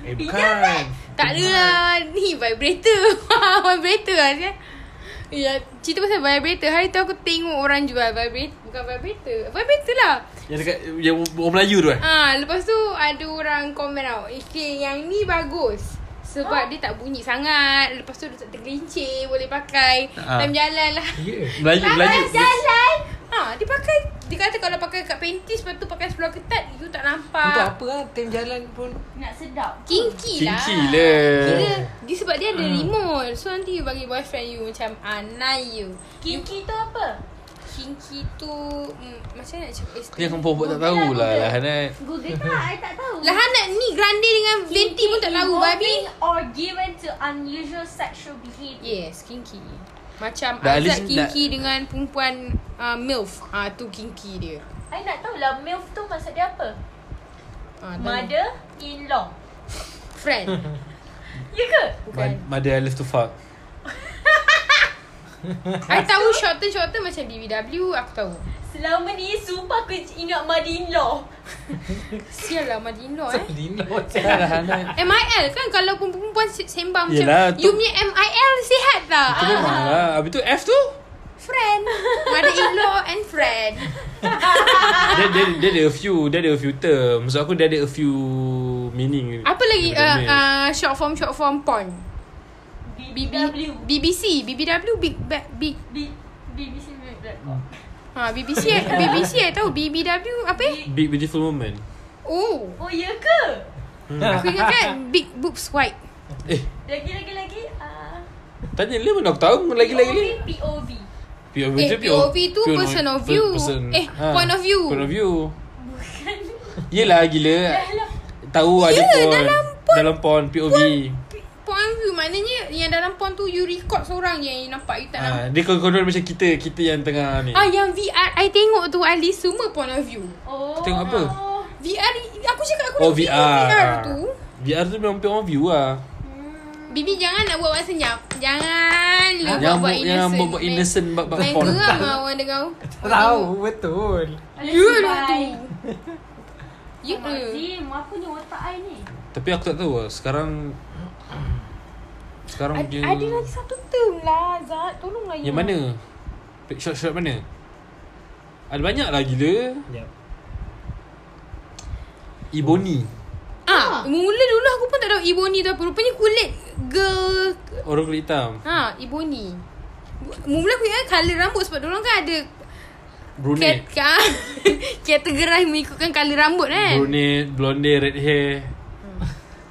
[SPEAKER 2] Eh,
[SPEAKER 5] Kan.
[SPEAKER 2] bukan.
[SPEAKER 1] Tak ada lah Ni vibrator Vibrator lah kan Ya, cerita pasal vibrator Hari tu aku tengok orang jual vibrator Bukan vibrator Vibrator lah Ha,
[SPEAKER 2] Yang dekat, yang orang Melayu tu eh.
[SPEAKER 1] "Eh, Ah, Lepas tu ada orang komen tau Okay, yang ni bagus Sebab dia tak bunyi sangat Lepas tu dia tak tergelincir Boleh pakai
[SPEAKER 5] Ha.
[SPEAKER 2] Ah.
[SPEAKER 1] Time jalan lah
[SPEAKER 5] Ya
[SPEAKER 2] Melayu Melayu
[SPEAKER 1] Time jalan ha, Dia pakai Dia kata kalau pakai kat panties Lepas tu pakai seluar ketat You tak
[SPEAKER 5] Untuk
[SPEAKER 1] nampak
[SPEAKER 5] apa lah Time jalan pun
[SPEAKER 4] Nak sedap
[SPEAKER 1] Kinky lah
[SPEAKER 2] Kinky lah. Hmm.
[SPEAKER 1] Kira dia sebab dia ada remote So nanti you bagi boyfriend you Macam anai you
[SPEAKER 4] Kinky tu apa?
[SPEAKER 1] Kinky tu mm, Macam mana nak cakap
[SPEAKER 2] Kau yang
[SPEAKER 1] explain?
[SPEAKER 2] perempuan tak tahulah lah Hanat
[SPEAKER 4] Google tak, I tak tahu
[SPEAKER 1] Lah anak ni grande dengan venti pun tak tahu babi
[SPEAKER 4] Involving or given to unusual sexual behaviour
[SPEAKER 1] Yes, kinky. Macam
[SPEAKER 2] Dah
[SPEAKER 1] Dah Aizat
[SPEAKER 2] Alice-
[SPEAKER 1] kinky dah. dengan perempuan uh, MILF. Ah uh, tu kinky dia.
[SPEAKER 4] I nak tahu lah MILF tu maksud dia apa?
[SPEAKER 1] Uh,
[SPEAKER 4] Mother-in-law
[SPEAKER 1] Friend.
[SPEAKER 4] Ya ke?
[SPEAKER 1] Bukan.
[SPEAKER 2] Mother I love to fuck
[SPEAKER 1] I tahu short term short term macam BBW aku tahu.
[SPEAKER 4] Selama ni sumpah aku ingat mother-in-law
[SPEAKER 1] Sial lah Madino eh.
[SPEAKER 5] Lino
[SPEAKER 2] Tak lah Hanat
[SPEAKER 1] MIL kan kalau perempuan se- sembang macam
[SPEAKER 2] Yelah, tu-
[SPEAKER 1] You punya MIL sihat Ah. tak?
[SPEAKER 2] Itu memang lah Habis tu F tu
[SPEAKER 1] Friend Mother in law and friend
[SPEAKER 2] dia, dia, dia ada a few Dia ada a few term Maksud aku dia ada a few Meaning
[SPEAKER 1] Apa lagi
[SPEAKER 2] daripada
[SPEAKER 1] uh,
[SPEAKER 2] male.
[SPEAKER 1] uh, Short form short form porn BB,
[SPEAKER 4] BBW
[SPEAKER 1] BBC BBW Big Bad Big
[SPEAKER 4] B- BBC Black
[SPEAKER 1] Ha BBC eh, BBC eh tahu BBW apa eh?
[SPEAKER 2] Big beautiful woman
[SPEAKER 1] Oh,
[SPEAKER 4] Oh ya ke?
[SPEAKER 1] aku ingat kan big boobs white.
[SPEAKER 2] Eh
[SPEAKER 4] Lagi lagi lagi ah,
[SPEAKER 2] Tanya dia mana aku tahu Lagi lagi lagi
[SPEAKER 4] POV POV
[SPEAKER 2] POV
[SPEAKER 1] Eh, POV
[SPEAKER 2] tu
[SPEAKER 1] tu person of view. Eh, point of view.
[SPEAKER 2] Ha, Point of view Yelah gila
[SPEAKER 4] Alah
[SPEAKER 2] Tahu ada
[SPEAKER 1] Ya,
[SPEAKER 2] porn
[SPEAKER 1] dalam porn.
[SPEAKER 2] Dalam porn POV
[SPEAKER 1] Point of view maknanya yang dalam porn tu you record seorang je yang you nampak you tak nampak.
[SPEAKER 2] ha, Dia konon-konon macam kita Kita yang tengah ni
[SPEAKER 1] Ah yang VR I tengok tu Ali semua point of view.
[SPEAKER 4] Oh
[SPEAKER 2] Tengok apa?
[SPEAKER 1] VR ni- aku cakap aku
[SPEAKER 2] Oh
[SPEAKER 1] nak tengok
[SPEAKER 2] VR
[SPEAKER 1] VR
[SPEAKER 2] Ah.
[SPEAKER 1] tu.
[SPEAKER 2] VR tu memang point of view lah
[SPEAKER 1] Bibi jangan nak buat orang senyap. Jangan lu
[SPEAKER 2] Yang
[SPEAKER 1] buat-buat
[SPEAKER 2] bu-
[SPEAKER 1] innocent.
[SPEAKER 2] yang buat-buat
[SPEAKER 1] Main-
[SPEAKER 2] innocent Bab-bab
[SPEAKER 1] Main
[SPEAKER 2] porn
[SPEAKER 1] geram lah orang dengan kau.
[SPEAKER 5] Tahu betul
[SPEAKER 4] Alah,
[SPEAKER 1] You
[SPEAKER 4] cibai.
[SPEAKER 1] lah tu. You
[SPEAKER 4] Alamak,
[SPEAKER 1] ke?
[SPEAKER 4] Jim, apa ni otak I ni?
[SPEAKER 2] Tapi aku tak tahu lah Sekarang Sekarang
[SPEAKER 1] Ad-
[SPEAKER 2] dia
[SPEAKER 1] Ada lagi satu term lah Zat Tolonglah you
[SPEAKER 2] Yang mana? Shot-shot mana? Ada banyak lah gila
[SPEAKER 5] Sekejap
[SPEAKER 2] Iboni
[SPEAKER 1] Ah, Mula dulu aku pun tak tahu Iboni tu apa Rupanya kulit girl
[SPEAKER 2] Orang kulit hitam
[SPEAKER 1] Ha Iboni Bu- Mula aku ingat colour rambut Sebab diorang kan ada
[SPEAKER 2] Brunette
[SPEAKER 1] kat, Kategori mengikutkan colour rambut kan
[SPEAKER 2] Brunette Blonde Red hair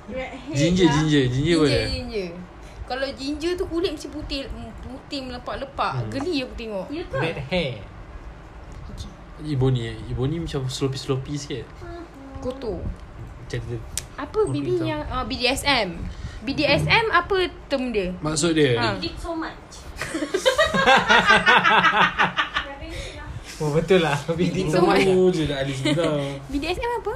[SPEAKER 4] Red hair
[SPEAKER 2] Ginger
[SPEAKER 4] lah.
[SPEAKER 2] Ginger Ginger pun
[SPEAKER 1] Ginger, ginger Kalau ginger tu kulit macam putih mm, Putih melepak-lepak hmm. Geli aku tengok
[SPEAKER 4] Ya ke?
[SPEAKER 5] Red hair
[SPEAKER 2] Iboni eh Iboni macam sloppy-sloppy sikit
[SPEAKER 1] Kotor
[SPEAKER 2] Macam dia
[SPEAKER 1] Apa
[SPEAKER 2] Kulit
[SPEAKER 1] Bibi
[SPEAKER 2] hitam.
[SPEAKER 1] yang uh, BDSM BDSM apa term dia?
[SPEAKER 2] Maksud dia
[SPEAKER 1] Ha.
[SPEAKER 4] Dick so much
[SPEAKER 5] Oh betul lah Bidik
[SPEAKER 1] So-
[SPEAKER 5] semua
[SPEAKER 2] Oh je dah alis kita
[SPEAKER 1] BDSM apa?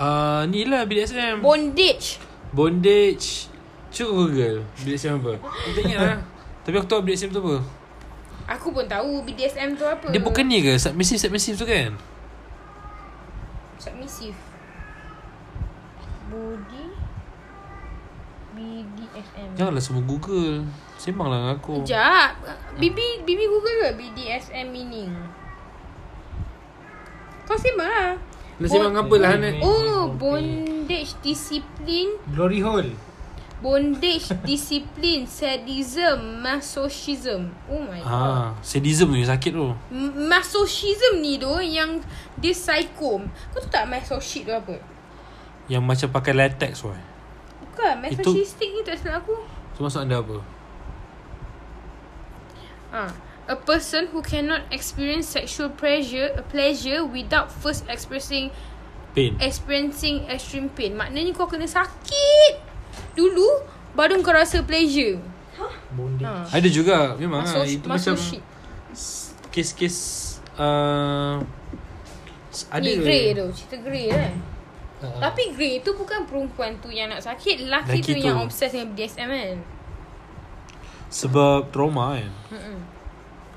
[SPEAKER 2] Ah Ni lah BDSM
[SPEAKER 1] Bondage
[SPEAKER 2] Bondage Cuba google BDSM apa Aku tak ingat lah Tapi aku tahu BDSM tu apa
[SPEAKER 1] Aku pun tahu BDSM tu apa
[SPEAKER 2] Dia bukan ni ke Submissive-submissive tu kan
[SPEAKER 1] Submissive Body BDSM
[SPEAKER 2] Janganlah semua google Sembanglah dengan aku
[SPEAKER 1] Sekejap Bibi Bibi google ke BDSM meaning Kau sembang lah
[SPEAKER 2] Nak sembang apa lah Hanat
[SPEAKER 1] Oh Bondage Disiplin
[SPEAKER 5] Glory hole
[SPEAKER 1] Bondage Disiplin Sadism Masochism Oh my god
[SPEAKER 2] Ah, sadism tu yang sakit tu.
[SPEAKER 1] M- Masochism ni tu Yang Dia psycho Kau tahu tak Masochist tu apa
[SPEAKER 2] Yang macam pakai latex tu. eh.
[SPEAKER 1] Bukan Masochistic ni tak salah aku
[SPEAKER 2] So maksud anda apa?
[SPEAKER 1] Ah, a person who cannot experience sexual pressure, a pleasure without first expressing
[SPEAKER 2] Pain.
[SPEAKER 1] Eh, experiencing extreme pain. Maknanya kau kena sakit dulu baru kau rasa pleasure.
[SPEAKER 5] Bondi
[SPEAKER 1] Ha.
[SPEAKER 2] Ada juga memang
[SPEAKER 1] Masuk
[SPEAKER 2] ah, itu
[SPEAKER 1] masuk
[SPEAKER 2] macam
[SPEAKER 1] shit.
[SPEAKER 2] kes-kes uh, s- ada
[SPEAKER 1] Ni grey tu, cerita grey kan.
[SPEAKER 5] Ah.
[SPEAKER 1] Tapi grey tu bukan perempuan tu yang nak sakit, lelaki tu,
[SPEAKER 2] Lelaki tu.
[SPEAKER 1] yang obses dengan BDSM kan.
[SPEAKER 2] sebab trauma kan.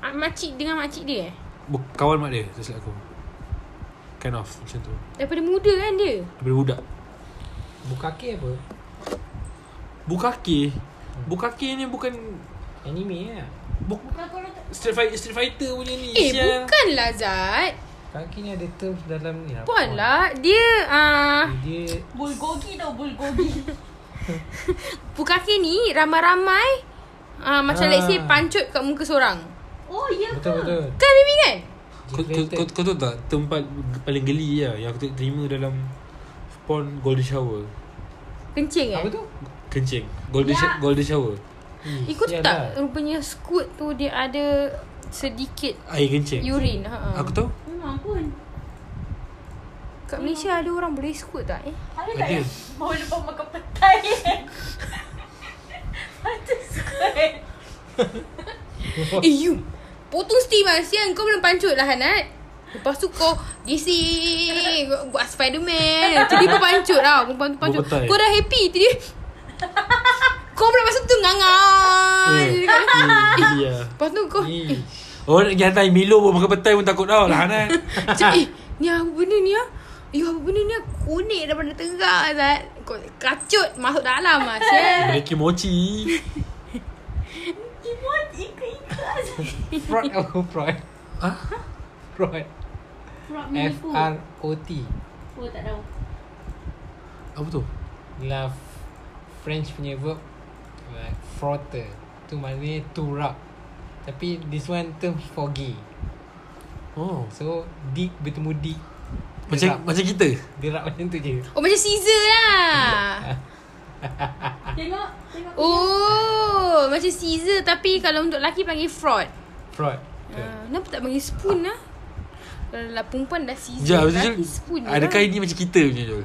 [SPEAKER 1] Ah, Makcik dengan makcik dia eh.
[SPEAKER 2] Buk- Kawan mak dia, tak silap aku. Kind of macam tu.
[SPEAKER 1] Daripada muda kan dia.
[SPEAKER 2] Daripada budak.
[SPEAKER 5] Buka kaki apa
[SPEAKER 2] Bukake. Bukake ni bukan
[SPEAKER 5] Anime lah
[SPEAKER 2] buk,
[SPEAKER 4] Bukan korang tak
[SPEAKER 2] Street Fighter, Street Fighter punya ni.
[SPEAKER 1] Eh,
[SPEAKER 2] sial.
[SPEAKER 1] bukanlah Zat.
[SPEAKER 5] Kaki ni ada terms dalam ni lah
[SPEAKER 1] Puan lah. Dia... Uh,
[SPEAKER 5] Dia
[SPEAKER 4] Bulgogi tau bulgogi
[SPEAKER 1] Pukaki ni ramai-ramai uh, Macam
[SPEAKER 5] Ah.
[SPEAKER 1] let's say pancut kat muka seorang
[SPEAKER 4] Oh, ya ke?
[SPEAKER 5] Betul betul
[SPEAKER 1] Kan baby kan?
[SPEAKER 2] Kau, kau, kau, kau tahu tak tempat paling geli lah yang aku tak terima dalam porn golden shower.
[SPEAKER 1] Kencing eh?
[SPEAKER 5] Apa tu?
[SPEAKER 2] Kencing. Golden,
[SPEAKER 4] Ya.
[SPEAKER 2] yeah. golden shower.
[SPEAKER 1] Ikut
[SPEAKER 5] Sial
[SPEAKER 1] tak
[SPEAKER 5] lah.
[SPEAKER 1] rupanya squid tu dia ada sedikit
[SPEAKER 2] Air kencing.
[SPEAKER 1] urine ha.
[SPEAKER 2] Aku tahu.
[SPEAKER 4] Memang pun.
[SPEAKER 1] Kat Malaysia ada orang boleh squid tak eh?
[SPEAKER 4] Ada tak
[SPEAKER 2] Ada.
[SPEAKER 4] yang bawa lepas makan petai? Pantas kan?
[SPEAKER 1] Eh you Potong steam lah Sian kau belum pancut lah Hanat Lepas tu kau Gising Buat Spiderman Tadi kau pancut lah Kau pancut, pancut.
[SPEAKER 2] Berpetai.
[SPEAKER 1] Kau dah happy Tadi Kau pula masa tu Ngangan Jadi
[SPEAKER 2] Eh.
[SPEAKER 1] kau-
[SPEAKER 2] Eh, Ya.
[SPEAKER 1] Lepas tu kau eh,
[SPEAKER 5] Ih,
[SPEAKER 2] Orang Oh, nak pergi hantar Milo pun makan petai pun takut tau lah Hanan.
[SPEAKER 1] Macam eh Ni apa benda ni ah You apa benda ni ah Kunik daripada tengah Azat Kau kacut Masuk dalam lah Sian
[SPEAKER 2] Mereka mochi.
[SPEAKER 4] Imon ikut-ikut
[SPEAKER 5] Fraud apa fraud?
[SPEAKER 2] Hah?
[SPEAKER 5] Fraud
[SPEAKER 4] Frog
[SPEAKER 5] F
[SPEAKER 4] menipu
[SPEAKER 5] R O T
[SPEAKER 4] Oh tak tahu
[SPEAKER 2] Apa tu?
[SPEAKER 5] Ialah f- French punya verb like frotter. Tu maknanya to rub. Tapi this one term for gay.
[SPEAKER 2] Oh.
[SPEAKER 5] So dick bertemu dick.
[SPEAKER 2] Macam
[SPEAKER 5] Dia rub.
[SPEAKER 2] macam kita.
[SPEAKER 5] Dia rub macam tu je.
[SPEAKER 1] Oh macam Caesar lah
[SPEAKER 4] Tengok Tengok
[SPEAKER 1] Oh Macam Caesar Tapi kalau untuk lelaki Panggil fraud
[SPEAKER 5] Fraud.
[SPEAKER 1] Ah, Kenapa tak panggil spoon lah Kalau lah perempuan dah Caesar
[SPEAKER 2] Jap,
[SPEAKER 1] lelaki
[SPEAKER 2] Jul.
[SPEAKER 1] spoon je
[SPEAKER 2] Adakah
[SPEAKER 1] lah.
[SPEAKER 2] ini macam kita punya Jul?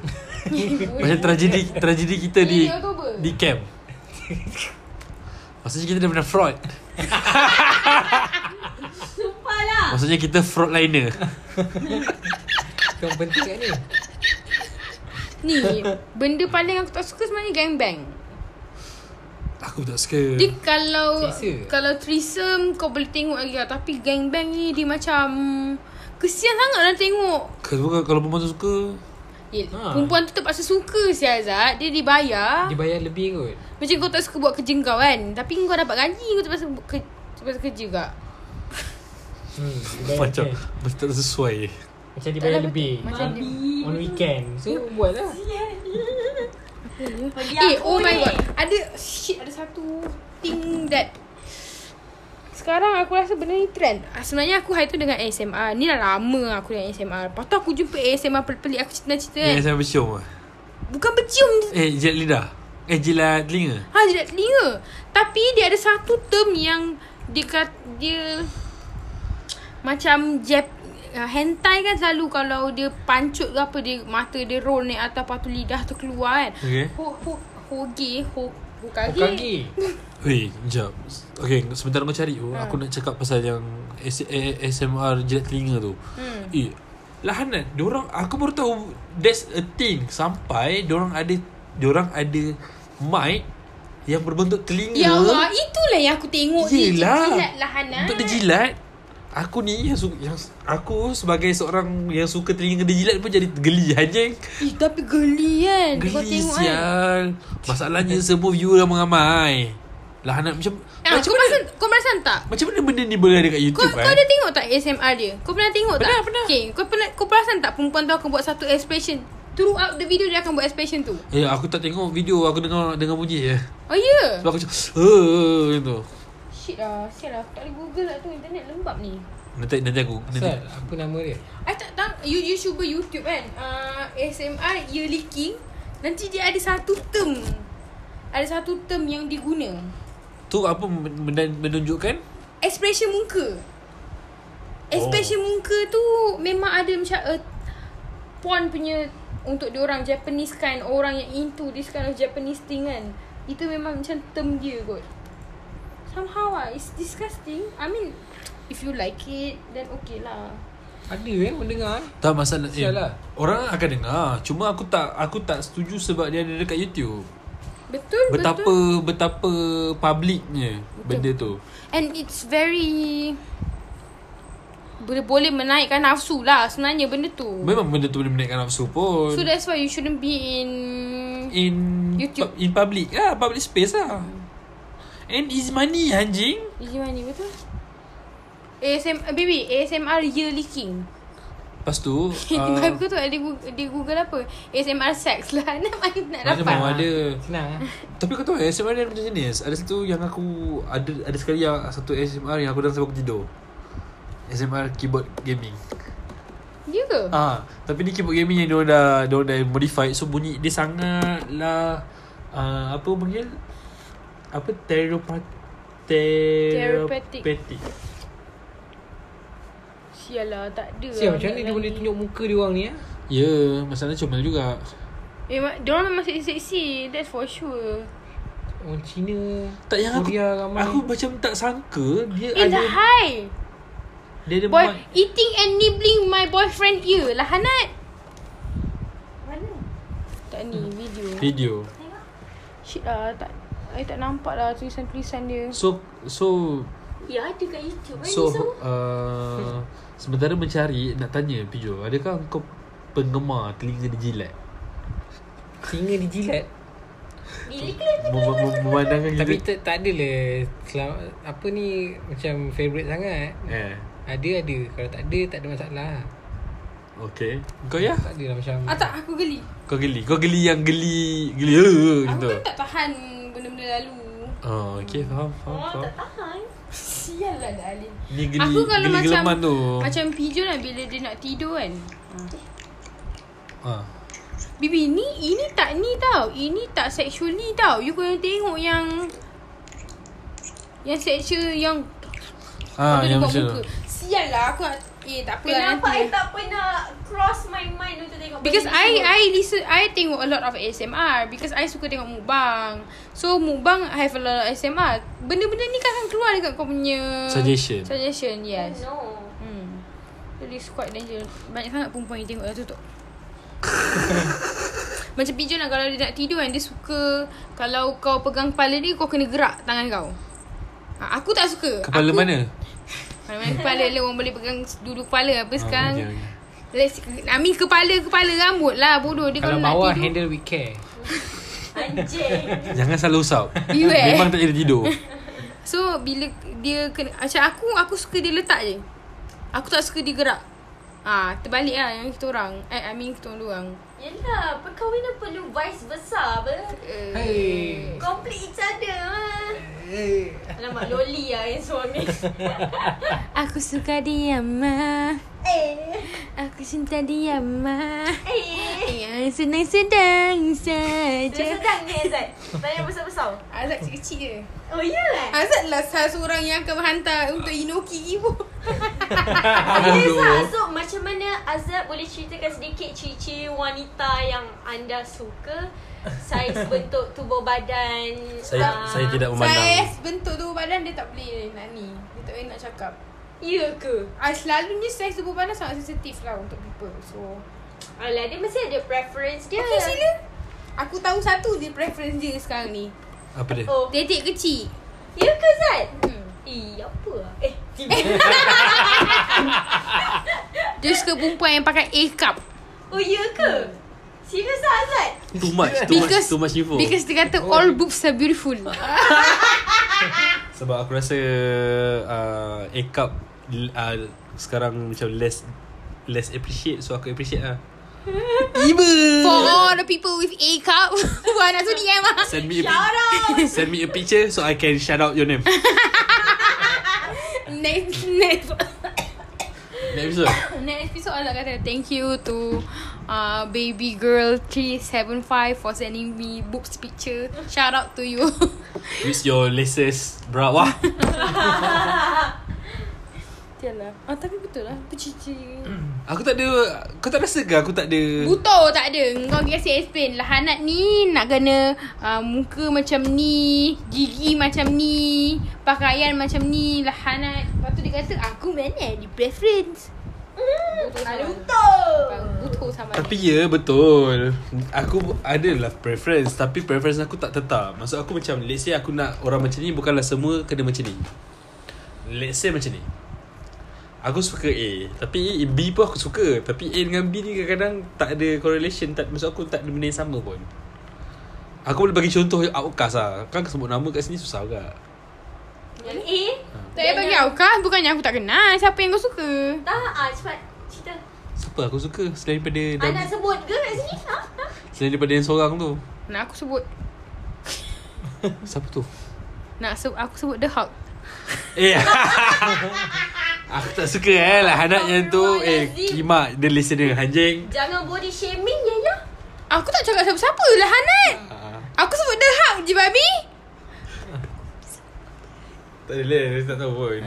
[SPEAKER 2] macam tragedi tragedi kita
[SPEAKER 1] Ini
[SPEAKER 2] di
[SPEAKER 1] Oktober.
[SPEAKER 2] di camp. Maksudnya kita dah pernah fraud.
[SPEAKER 4] Sumpah lah
[SPEAKER 2] Maksudnya kita fraudliner.
[SPEAKER 5] Kau penting kat ni.
[SPEAKER 1] Ni Benda paling aku tak suka Sebenarnya gangbang
[SPEAKER 2] Aku tak suka.
[SPEAKER 1] Dia kalau
[SPEAKER 5] Caesar.
[SPEAKER 1] Kalau threesome Kau boleh tengok lagi lah Tapi gangbang ni Dia macam Kesian sangat lah tengok
[SPEAKER 2] Kalau kalau perempuan tu suka
[SPEAKER 1] Eh,
[SPEAKER 5] Ha.
[SPEAKER 1] Perempuan tu terpaksa suka si Azad Dia dibayar
[SPEAKER 5] Dia bayar lebih kot.
[SPEAKER 1] Macam kau tak suka buat kerja kau kan Tapi kau dapat gaji Kau terpaksa, buat ke, terpaksa kerja kak
[SPEAKER 5] Hmm, dia bayar
[SPEAKER 2] macam
[SPEAKER 5] lebih.
[SPEAKER 2] macam tak sesuai.
[SPEAKER 5] Macam dia bayar
[SPEAKER 1] Tak lah,
[SPEAKER 5] lebih. Ah,
[SPEAKER 1] macam
[SPEAKER 4] dia-
[SPEAKER 5] On weekend. So buat lah.
[SPEAKER 4] Bagi
[SPEAKER 1] Eh
[SPEAKER 4] aku
[SPEAKER 1] oh my
[SPEAKER 4] ni.
[SPEAKER 1] god Ada Shit ada satu Thing that Sekarang aku rasa benda ni trend Ah, Sebenarnya aku hari tu dengan ASMR Ni dah lama aku dengan ASMR Lepas tu aku jumpa ASMR pelik-pelik Aku cerita-cerita
[SPEAKER 2] Yang
[SPEAKER 1] kan
[SPEAKER 2] saya bercium ah.
[SPEAKER 1] Bukan bercium dia-
[SPEAKER 2] Eh jilat lidah. Eh jilat telinga.
[SPEAKER 1] Ha jilat telinga Tapi dia ada satu term yang Dia kat, dia Macam Jap uh, Hentai kan selalu Kalau dia pancut ke apa dia Mata dia roll naik atas Lepas tu lidah tu keluar kan
[SPEAKER 2] Okey.
[SPEAKER 1] ho, ho, Hoge ho, Hokage
[SPEAKER 5] Kaki.
[SPEAKER 2] Weh, jap. Okay, sebentar kau cari tu.
[SPEAKER 1] Hmm.
[SPEAKER 2] Aku nak cakap pasal yang S- A- ASMR jilat telinga tu. Hmm. Eh, lahanat. Diorang, aku baru tahu that's a thing. Sampai diorang ada, diorang ada mic yang berbentuk telinga.
[SPEAKER 1] Ya Allah Itulah yang aku tengok dia
[SPEAKER 2] Yelah.
[SPEAKER 1] Jilat lah Hana
[SPEAKER 2] Untuk dia jilat. Aku ni yang, su- yang aku sebagai seorang yang suka telinga dia jilat pun jadi geli anjing.
[SPEAKER 1] Eh tapi geli kan Kau
[SPEAKER 2] Geli
[SPEAKER 1] tengok kan
[SPEAKER 2] sial. Masalahnya semua viewer ramai-ramai. Lahanat macam
[SPEAKER 1] Ah, kau, perasan, kau perasan tak
[SPEAKER 2] Macam mana benda ni boleh ada kat
[SPEAKER 1] Kau, kau
[SPEAKER 2] YouTube eh?
[SPEAKER 1] ada tengok tak ASMR dia? Kau pernah tengok tak? Pernah, pernah. Okay, kau pernah kau perasan tak perempuan tu akan buat satu expression? Throughout the video dia akan buat expression tu.
[SPEAKER 2] Eh aku tak tengok video Aku dengar dengar bunyi je
[SPEAKER 1] Oh ya. Yeah.
[SPEAKER 2] Sebab aku macam "Eh," Macam tu
[SPEAKER 1] Shit lah, sial lah. Aku tak boleh google lah tu. Internet lembab ni.
[SPEAKER 2] Nanti nanti aku nanti.
[SPEAKER 5] Sal, apa nama dia?
[SPEAKER 1] I tak tahu. You, you cuba YouTube kan? Uh, ASMR ear licking. Nanti dia ada satu term. Ada satu term yang diguna.
[SPEAKER 2] Tu apa men- men- menunjukkan
[SPEAKER 1] Expression muka. Expression oh. muka tu memang ada macam a porn punya untuk diorang Japanese kan orang yang into this kind of Japanese thing kan. Itu memang macam term dia kot. Somehow ah it's disgusting. I mean if you like it then okay lah.
[SPEAKER 5] Ada eh mendengar. eh?
[SPEAKER 2] Tak masalah eh,
[SPEAKER 5] Sial lah.
[SPEAKER 2] Orang akan dengar Cuma aku tak Aku tak setuju sebab dia ada dekat YouTube
[SPEAKER 1] Betul
[SPEAKER 2] Betapa
[SPEAKER 1] betul.
[SPEAKER 2] Betapa publicnya Benda tu
[SPEAKER 1] And it's very boleh boleh menaikkan nafsu lah sebenarnya benda tu.
[SPEAKER 2] Memang benda tu boleh menaikkan nafsu pun
[SPEAKER 1] So that's why you shouldn't be in
[SPEAKER 2] In
[SPEAKER 1] YouTube.
[SPEAKER 2] In public ah, Public space lah And is money anjing
[SPEAKER 1] eh, Easy money betul? ASM, baby, ASMR ear licking.
[SPEAKER 2] Lepas tu
[SPEAKER 1] Babi
[SPEAKER 2] uh,
[SPEAKER 1] kau tu Eh, ada di Google, di Google apa? ASMR sex lah. Nak main nak
[SPEAKER 2] Mana
[SPEAKER 1] dapat.
[SPEAKER 2] mau ada
[SPEAKER 5] Senang eh
[SPEAKER 2] Tapi kau tahu ASMR dia ada macam jenis Ada satu yang aku Ada ada sekali yang Satu ASMR yang aku dalam sebab aku tidur ASMR keyboard gaming
[SPEAKER 1] Ya ke?
[SPEAKER 2] Ah, Tapi ni keyboard gaming yang diorang dah Diorang dah modified So bunyi dia sangatlah uh, Apa panggil Apa Teropat
[SPEAKER 1] Therapeutic.
[SPEAKER 2] Therapeutic
[SPEAKER 1] Sial lah tak ada. lah
[SPEAKER 5] Siap macam mana
[SPEAKER 1] budak
[SPEAKER 5] dia boleh
[SPEAKER 1] lain.
[SPEAKER 5] tunjuk muka dia orang ni eh
[SPEAKER 2] Ya yeah, Masalah cuma juga
[SPEAKER 1] Eh, ma- diorang memang seksi-seksi. That's for sure.
[SPEAKER 5] Orang Cina
[SPEAKER 2] Tak yang aku
[SPEAKER 5] Korea ramai
[SPEAKER 2] Aku macam tak sangka Dia
[SPEAKER 1] Eh,
[SPEAKER 2] ada
[SPEAKER 1] Zahai.
[SPEAKER 2] Dia ada
[SPEAKER 1] Boy,
[SPEAKER 2] mod-
[SPEAKER 1] eating and nibbling my boyfriend ear. Lah, Hanat.
[SPEAKER 4] Mana?
[SPEAKER 1] Tak ni, video.
[SPEAKER 2] Video
[SPEAKER 1] Shit lah, tak. I tak nampak lah tulisan-tulisan dia.
[SPEAKER 2] So So
[SPEAKER 4] Ya ada kat YouTube kan
[SPEAKER 2] So
[SPEAKER 4] ni semua.
[SPEAKER 2] uh, Sementara mencari Nak tanya Pijo Adakah kau Penggemar Telinga dijilat
[SPEAKER 5] Singa dijilat
[SPEAKER 4] Bila kena
[SPEAKER 2] Mem- mem- Memandangkan
[SPEAKER 5] Tapi
[SPEAKER 2] gitu
[SPEAKER 5] tak, tak ada lah Selam- Apa ni Macam favourite sangat
[SPEAKER 2] Eh
[SPEAKER 5] Ada ada Kalau tak ada tak ada masalah
[SPEAKER 2] Okay Kau ya
[SPEAKER 5] Tak ada lah macam
[SPEAKER 1] Ah tak, aku geli.
[SPEAKER 2] Kau geli Kau geli yang geli Geli uh,
[SPEAKER 1] Aku
[SPEAKER 2] Gitu
[SPEAKER 1] kan tak tahan benda-benda lalu.
[SPEAKER 2] Oh, okay faham faham,
[SPEAKER 4] Oh
[SPEAKER 2] faham.
[SPEAKER 4] tak tahan
[SPEAKER 1] Sial lah dah Alif.
[SPEAKER 2] Ni geli
[SPEAKER 1] Aku kalau
[SPEAKER 2] geli
[SPEAKER 1] macam
[SPEAKER 2] geleman tu
[SPEAKER 1] Macam pigeon lah bila dia nak tidur kan.
[SPEAKER 2] ha.
[SPEAKER 1] Bibi ni ini tak ni tau. Ini tak sexual ni tau. You kena tengok yang yang sexual yang
[SPEAKER 2] Ah,
[SPEAKER 1] kau
[SPEAKER 2] yang
[SPEAKER 1] tengok
[SPEAKER 2] macam
[SPEAKER 1] muka.
[SPEAKER 2] tu
[SPEAKER 1] Sial lah aku nak- eh tak apa
[SPEAKER 4] Kenapa
[SPEAKER 1] lah
[SPEAKER 4] I
[SPEAKER 1] nanti.
[SPEAKER 4] tak pernah Cross my mind Untuk tengok
[SPEAKER 1] Because
[SPEAKER 4] benda
[SPEAKER 1] I
[SPEAKER 4] ni semua?
[SPEAKER 1] I listen I tengok a lot of ASMR because I suka tengok mukbang. So mukbang I have a lot of ASMR. Benda-benda ni kan akan keluar dekat kau punya
[SPEAKER 2] Suggestion.
[SPEAKER 1] Suggestion, yes.
[SPEAKER 4] No
[SPEAKER 1] Hmm. Jadi quite danger. Banyak sangat perempuan yang tengok dah tutup. Macam pigeon lah kalau dia nak tidur kan dia suka kalau kau pegang kepala dia kau kena gerak tangan kau. Ha, aku tak suka.
[SPEAKER 2] Kepala
[SPEAKER 1] aku,
[SPEAKER 2] mana? Ah,
[SPEAKER 1] Mana-mana kepala lah orang boleh pegang dulu kepala apa
[SPEAKER 5] Oh,
[SPEAKER 2] Ah,
[SPEAKER 1] sekarang.
[SPEAKER 2] okey, okey.
[SPEAKER 1] Let's I mean kepala kepala rambut lah bodoh dia kalau,
[SPEAKER 5] Kalau bawah
[SPEAKER 1] nak tidur.
[SPEAKER 5] handle with care
[SPEAKER 4] Anjing
[SPEAKER 2] Jangan selalu usap
[SPEAKER 1] Beware.
[SPEAKER 2] Memang tak jadi tidur
[SPEAKER 1] So bila dia kena macam aku aku suka dia letak je. Aku tak suka dia gerak. Ah, ha, terbalik lah yang kita orang. I, I mean kita orang dua orang.
[SPEAKER 4] Yelah Perkahwinan perlu vice versa apa
[SPEAKER 1] Eh,
[SPEAKER 5] Hey
[SPEAKER 4] Complete each other ah. Alamak loli lah Yang seorang ni
[SPEAKER 1] Aku suka dia ma
[SPEAKER 4] Eh
[SPEAKER 1] Aku cinta dia ma
[SPEAKER 4] Eh
[SPEAKER 1] Yang senang-senang saja
[SPEAKER 4] Sedang ni Azad Tanya besar-besar
[SPEAKER 1] Azad kecil-kecil je
[SPEAKER 4] Oh ya eh
[SPEAKER 1] Azad lah salah seorang yang akan hantar untuk Inoki ibu
[SPEAKER 4] Azad So macam mana Azad boleh ceritakan sedikit Ciri-ciri wanita yang anda suka Saiz bentuk tubuh badan
[SPEAKER 2] Saya
[SPEAKER 4] ah,
[SPEAKER 2] saya tidak memandang
[SPEAKER 1] Saiz bentuk tubuh badan dia tak boleh nak ni Dia tak boleh nak cakap
[SPEAKER 4] Ya ke?
[SPEAKER 1] Ah, selalunya saiz tubuh badan sangat sensitif lah untuk people So
[SPEAKER 4] Alah dia mesti ada preference dia
[SPEAKER 1] Okay sila Aku tahu satu je preference dia sekarang ni
[SPEAKER 2] Apa dia?
[SPEAKER 4] Oh
[SPEAKER 1] Detik kecil
[SPEAKER 4] Ya ke Zat?
[SPEAKER 1] hmm.
[SPEAKER 4] Eh apa lah Eh tiba
[SPEAKER 1] Dia suka perempuan yang pakai A cup
[SPEAKER 4] Oh ya ke? Serius lah Azad?
[SPEAKER 2] Too much Too
[SPEAKER 1] Because-
[SPEAKER 2] much Too much info
[SPEAKER 1] Because dia kata all boobs are beautiful
[SPEAKER 2] Sebab aku rasa uh, A cup uh, Sekarang macam less Less appreciate So aku appreciate lah
[SPEAKER 1] For all the people with A cup Wah nak sudi kan Mak
[SPEAKER 2] Send me a
[SPEAKER 4] Shout out
[SPEAKER 2] Send me a picture So I can shout out your name
[SPEAKER 1] Next Next
[SPEAKER 2] Next episode
[SPEAKER 1] Next episode Allah kata Thank you to uh, Baby girl 375 For sending me Boobs picture Shout out to you
[SPEAKER 2] With your laces Bra Wah
[SPEAKER 1] Tiada Ah tapi betul lah Pecici
[SPEAKER 2] Aku tak ada Kau tak rasa ke aku tak ada
[SPEAKER 1] Buto tak ada Kau kasi explain lah Hanat ni Nak kena uh, Muka macam ni Gigi macam ni Pakaian macam ni Lah Hanat Lepas tu dia kata Aku mana ada preference
[SPEAKER 4] Ada
[SPEAKER 1] Lalu
[SPEAKER 4] betul
[SPEAKER 1] Buto sama
[SPEAKER 2] Tapi ya betul Aku adalah preference Tapi preference aku tak tetap Maksud aku macam Let's say aku nak orang macam ni Bukanlah semua kena macam ni Let's say macam ni Aku suka A Tapi A- B pun aku suka Tapi A dengan B ni kadang-kadang Tak ada correlation tak, Maksud aku tak ada benda yang sama pun Aku boleh bagi contoh outcast lah Kan sebut nama kat sini susah juga
[SPEAKER 4] Yang A
[SPEAKER 1] Tak payah bagi aku kan Bukannya aku tak kenal Siapa yang kau suka
[SPEAKER 4] Tak ah cepat Cerita
[SPEAKER 2] Siapa apa aku suka selain daripada
[SPEAKER 4] Anak sebut ke kat sini? Ha? Ha?
[SPEAKER 2] selain daripada yang seorang tu?
[SPEAKER 1] Nak aku sebut
[SPEAKER 2] Siapa tu?
[SPEAKER 1] Nak se- aku sebut The Hulk
[SPEAKER 2] Eh Aku tak suka eh lah Hanat yang tu
[SPEAKER 1] Oh,
[SPEAKER 2] Eh
[SPEAKER 4] Astaghfirullahalazim.
[SPEAKER 2] Kima Dia listener anjing
[SPEAKER 4] Jangan body shaming ya ya.
[SPEAKER 1] Aku tak cakap siapa-siapa lah Hanat
[SPEAKER 2] Ah,
[SPEAKER 1] Aku sebut The Hulk je babi
[SPEAKER 2] Tak ada lah Dia tak tahu pun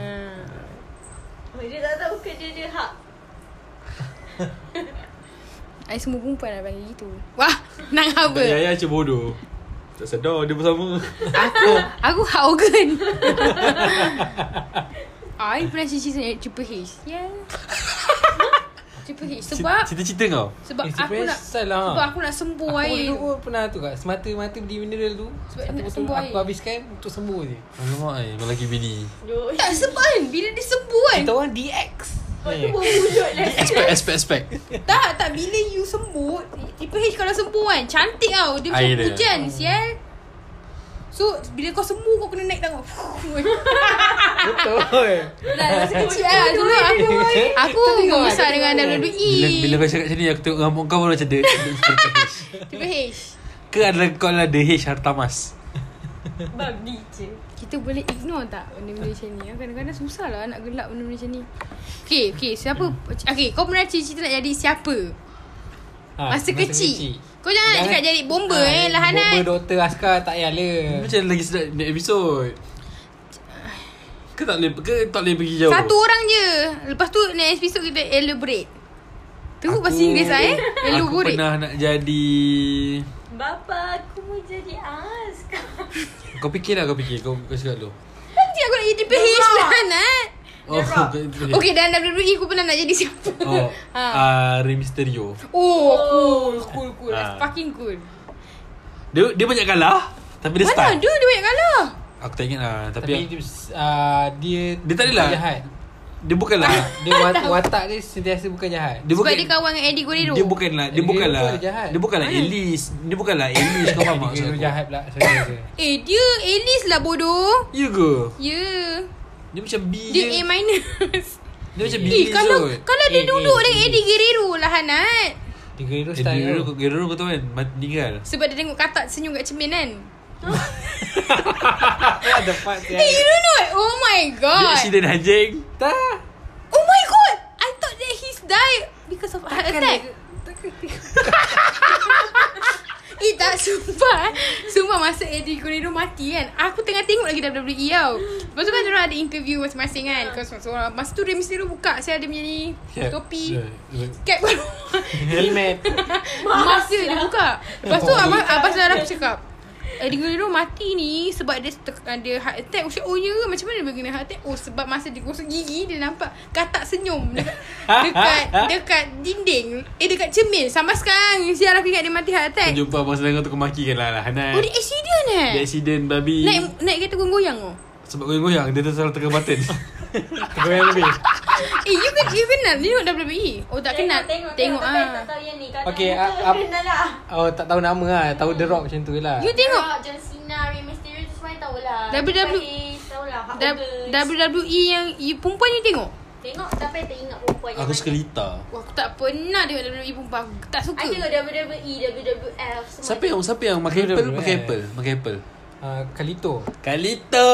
[SPEAKER 4] Dia tak tahu ke dia dia hak.
[SPEAKER 1] Saya semua perempuan lah panggil gitu Wah Nak apa
[SPEAKER 2] Yaya macam Ya, bodoh Tak sedar dia bersama
[SPEAKER 1] Aku Aku Hulk Hogan I pernah cici saya Cuba Hayes Yeah Cuba Hayes Sebab
[SPEAKER 2] Cita-cita kau
[SPEAKER 1] Sebab
[SPEAKER 5] Eh,
[SPEAKER 1] aku nak
[SPEAKER 5] depressed lah.
[SPEAKER 1] Sebab aku nak sembuh
[SPEAKER 5] Aku
[SPEAKER 1] air
[SPEAKER 5] dulu pun pernah tu kat Semata-mata beli mineral tu
[SPEAKER 1] Sebab
[SPEAKER 5] Satu
[SPEAKER 1] nak
[SPEAKER 5] botol
[SPEAKER 1] sembuh
[SPEAKER 5] aku
[SPEAKER 1] air.
[SPEAKER 5] habiskan Untuk sembuh je
[SPEAKER 2] Alamak eh Kau lagi bini
[SPEAKER 4] Duh.
[SPEAKER 1] Tak sebab kan Bila dia sembuh kan
[SPEAKER 5] Kita orang Eh, DX
[SPEAKER 1] Oh,
[SPEAKER 4] Kau tu bermulut lah.
[SPEAKER 2] Expect expect expect
[SPEAKER 1] Tak tak Bila you sembuh Tipe H kalau sembuh kan Cantik tau Dia macam
[SPEAKER 2] Air dia.
[SPEAKER 1] hujan Sial So bila kau sembuh Kau kena naik tangan
[SPEAKER 5] Betul
[SPEAKER 1] Dah masa kecil lah Dulu aku Aku besar dengan
[SPEAKER 2] bila, bila
[SPEAKER 1] WWE
[SPEAKER 2] kau cakap macam ni Aku tengok rambut kau Macam dia
[SPEAKER 1] Tipe H
[SPEAKER 2] Ke adalah kau adalah The H Hartamas
[SPEAKER 4] Babi je.
[SPEAKER 1] Kita boleh ignore tak Benda-benda macam ni Ah, Kadang-kadang susah lah Nak gelap benda-benda macam ni Okay, okay Siapa Okay, kau pernah cerita nak jadi siapa
[SPEAKER 5] Ha,
[SPEAKER 1] Masa, kecil. Kau jangan, nak cakap jadi bomba
[SPEAKER 5] Ah,
[SPEAKER 1] eh Lah Hanat
[SPEAKER 5] Bomba doktor askar tak payah lah. le
[SPEAKER 2] Macam lagi sedap Ni episod Ke tak boleh Ke tak boleh pergi jauh
[SPEAKER 1] Satu orang je Lepas tu next episode kita elaborate Tengok bahasa Inggeris lah eh
[SPEAKER 2] Aku
[SPEAKER 1] Elaborate
[SPEAKER 2] pernah nak jadi
[SPEAKER 4] Bapa aku mau jadi askar.
[SPEAKER 2] Kau fikir lah kau fikir Kau, kau cakap dulu
[SPEAKER 1] Nanti aku nak jadi PH lah Nat
[SPEAKER 2] Oh, okay.
[SPEAKER 1] Okay dan WWE aku pernah nak jadi siapa
[SPEAKER 2] Oh,
[SPEAKER 1] Ha.
[SPEAKER 2] ha. uh, Rey Mysterio.
[SPEAKER 1] Oh cool Cool cool That's
[SPEAKER 2] Ah.
[SPEAKER 1] fucking cool
[SPEAKER 2] Dia dia banyak kalah tapi dia
[SPEAKER 1] Mana
[SPEAKER 2] start.
[SPEAKER 1] dia dia banyak kalah
[SPEAKER 2] Aku tak ingat lah tapi,
[SPEAKER 5] Tapi dia, ah, dia
[SPEAKER 2] Dia tak adalah.
[SPEAKER 5] Jahat
[SPEAKER 2] dia bukanlah
[SPEAKER 5] Dia wat, watak dia sentiasa bukan jahat
[SPEAKER 1] Sebab
[SPEAKER 2] dia bukan
[SPEAKER 1] dia kawan dengan Eddie Guerrero
[SPEAKER 2] dia bukanlah dia
[SPEAKER 5] Dia
[SPEAKER 2] bukanlah
[SPEAKER 5] pun jahat.
[SPEAKER 2] dia bukanlah
[SPEAKER 5] Mana?
[SPEAKER 2] Elise dia bukanlah Elise kau faham tak
[SPEAKER 5] Dia
[SPEAKER 2] maksud aku
[SPEAKER 5] jahat pula Sorry sorry.
[SPEAKER 1] Eh dia Alice lah bodoh
[SPEAKER 2] ya ke
[SPEAKER 1] Ya yeah.
[SPEAKER 2] dia macam B
[SPEAKER 1] Dia A
[SPEAKER 2] je.
[SPEAKER 1] minus
[SPEAKER 2] dia macam B
[SPEAKER 1] Eh kalau
[SPEAKER 2] kot.
[SPEAKER 1] Kalau dia
[SPEAKER 5] A,
[SPEAKER 1] duduk
[SPEAKER 5] A,
[SPEAKER 1] dengan
[SPEAKER 5] A.
[SPEAKER 1] Eddie Guerrero lah Hanat
[SPEAKER 5] Dia Guerrero
[SPEAKER 2] Eh,
[SPEAKER 5] style
[SPEAKER 2] Guerrero
[SPEAKER 5] tu.
[SPEAKER 2] Guerrero kau tahu kan mati meninggal
[SPEAKER 1] Sebab dia tengok katak senyum kat cermin kan
[SPEAKER 5] What the fuck
[SPEAKER 1] Hey you don't know it? Oh my
[SPEAKER 2] dia
[SPEAKER 1] god
[SPEAKER 2] accident anjing
[SPEAKER 5] Tak
[SPEAKER 1] Oh my god! I thought that he's died because of heart attack. Eh tak sumpah eh. Sumpah masa Eddie Guerrero mati kan Aku tengah tengok lagi WWE tau Lepas tu kan diorang ada interview masing-masing kan Kau seorang Masa tu Rey Mysterio buka Saya ada punya ni Topi
[SPEAKER 2] ya.
[SPEAKER 1] Cap keluar
[SPEAKER 5] Helmet
[SPEAKER 1] Masa dia buka Lepas tu abang, abang saudara aku cakap Eddie Guerrero mati ni Sebab dia ter- ada heart attack Aku cakap oh ya ke? Macam mana dia boleh kena heart attack Oh sebab masa dia gosok gigi Dia nampak katak senyum Dekat Dekat, dekat dinding Eh dekat cermin Sampai sekarang Sial aku ingat dia mati heart attack
[SPEAKER 2] jumpa abang senang kau tu kau makikan lah lah
[SPEAKER 1] Oh
[SPEAKER 2] Hanan
[SPEAKER 1] dia accident eh
[SPEAKER 2] dia accident babi
[SPEAKER 1] Naik naik kereta goyang-goyang oh.
[SPEAKER 2] sebab goyang-goyang dia tersalah tekan button
[SPEAKER 5] Goyang lebih
[SPEAKER 1] Eh you kan you kenal Ni tengok WWE Oh tak kenal
[SPEAKER 4] Tengok, tengok,
[SPEAKER 1] Tengok
[SPEAKER 4] tengok, tengok, tak
[SPEAKER 1] ah.
[SPEAKER 4] tahu yang ni. Kalau
[SPEAKER 5] Okay,
[SPEAKER 4] okay,
[SPEAKER 5] up, up.
[SPEAKER 4] kenal lah.
[SPEAKER 5] Oh tak tahu nama lah Tahu The Rock macam tu lah
[SPEAKER 1] You tengok
[SPEAKER 4] Rock, John Cena, Rey Mysterio tu semua tahu lah.
[SPEAKER 1] WWE
[SPEAKER 4] Tahu lah. Hulk
[SPEAKER 1] da-
[SPEAKER 4] Hogan.
[SPEAKER 1] WWE E yang you, Perempuan you tengok
[SPEAKER 4] Tengok tapi tak ingat perempuan yang
[SPEAKER 2] aku
[SPEAKER 4] mana.
[SPEAKER 2] suka Lita
[SPEAKER 1] Wah, aku tak pernah tengok WWE perempuan Aku tak suka
[SPEAKER 4] I tengok E, WWE, WWF semua.
[SPEAKER 2] siapa yang siapa yang makan
[SPEAKER 5] Guerrero,
[SPEAKER 2] apple makan
[SPEAKER 5] eh.
[SPEAKER 2] apple makan apple
[SPEAKER 5] Ah, Kalito
[SPEAKER 2] Kalito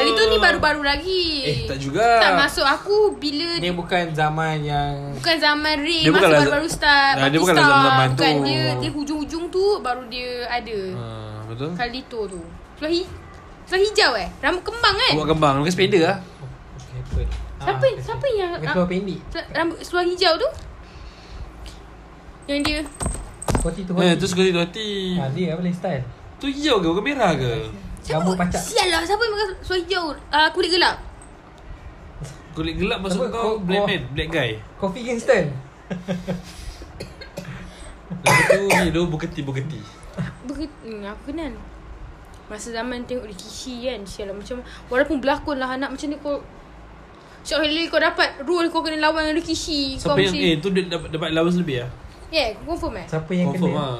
[SPEAKER 1] Kali tu ni baru-baru lagi
[SPEAKER 2] Kan Eh, tak juga.
[SPEAKER 1] Tak masuk aku bila
[SPEAKER 5] Dia bukan zaman yang
[SPEAKER 1] Bukan zaman Ray Dia
[SPEAKER 2] Dia
[SPEAKER 1] Masa
[SPEAKER 2] bukanlah-
[SPEAKER 1] baru-baru start
[SPEAKER 2] Ah,
[SPEAKER 1] Baki
[SPEAKER 2] dia bukanlah
[SPEAKER 1] start.
[SPEAKER 2] zaman-zaman
[SPEAKER 1] Bukan
[SPEAKER 2] tu.
[SPEAKER 1] dia Dia hujung-hujung tu Baru dia ada
[SPEAKER 2] Ah, betul.
[SPEAKER 1] Kali tu tu Seluar, hi- seluar hijau eh Rambut kembang kan
[SPEAKER 2] Buat kembang, bukan spender lah.
[SPEAKER 5] Apple
[SPEAKER 1] Siapa siapa yang
[SPEAKER 5] Yang
[SPEAKER 1] ah,
[SPEAKER 5] keluar pendek
[SPEAKER 1] seluar- Rambut seluar hijau tu Yang dia
[SPEAKER 5] Koti tu
[SPEAKER 2] Eh,
[SPEAKER 5] koti
[SPEAKER 2] tu sekali tu hati.
[SPEAKER 5] Ah, Dia apa lagi style
[SPEAKER 2] Tu hijau ke bukan merah ke?
[SPEAKER 5] Rambut pacak
[SPEAKER 1] Sial lah Siapa yang pakai seluar hijau Ah, Kulit gelap
[SPEAKER 2] Kulit gelap maksud
[SPEAKER 5] Apa,
[SPEAKER 2] kau
[SPEAKER 5] kau-
[SPEAKER 2] black
[SPEAKER 5] kau-
[SPEAKER 2] man, black guy.
[SPEAKER 5] Coffee Kingston
[SPEAKER 2] Lepas tu ni tu buketi buketi.
[SPEAKER 1] Ber- hmm, aku kenal Masa zaman tengok Rikishi kan Sial lah macam Walaupun berlakon lah anak macam ni kau Syak Halil kau dapat role kau kena lawan dengan Rikishi
[SPEAKER 2] Siapa
[SPEAKER 1] kau
[SPEAKER 2] yang eh tu dia dapat dapat allowance lebih ah?
[SPEAKER 1] Yeah kau confirm eh
[SPEAKER 5] Siapa yang
[SPEAKER 2] Confirm
[SPEAKER 5] kena
[SPEAKER 2] ah.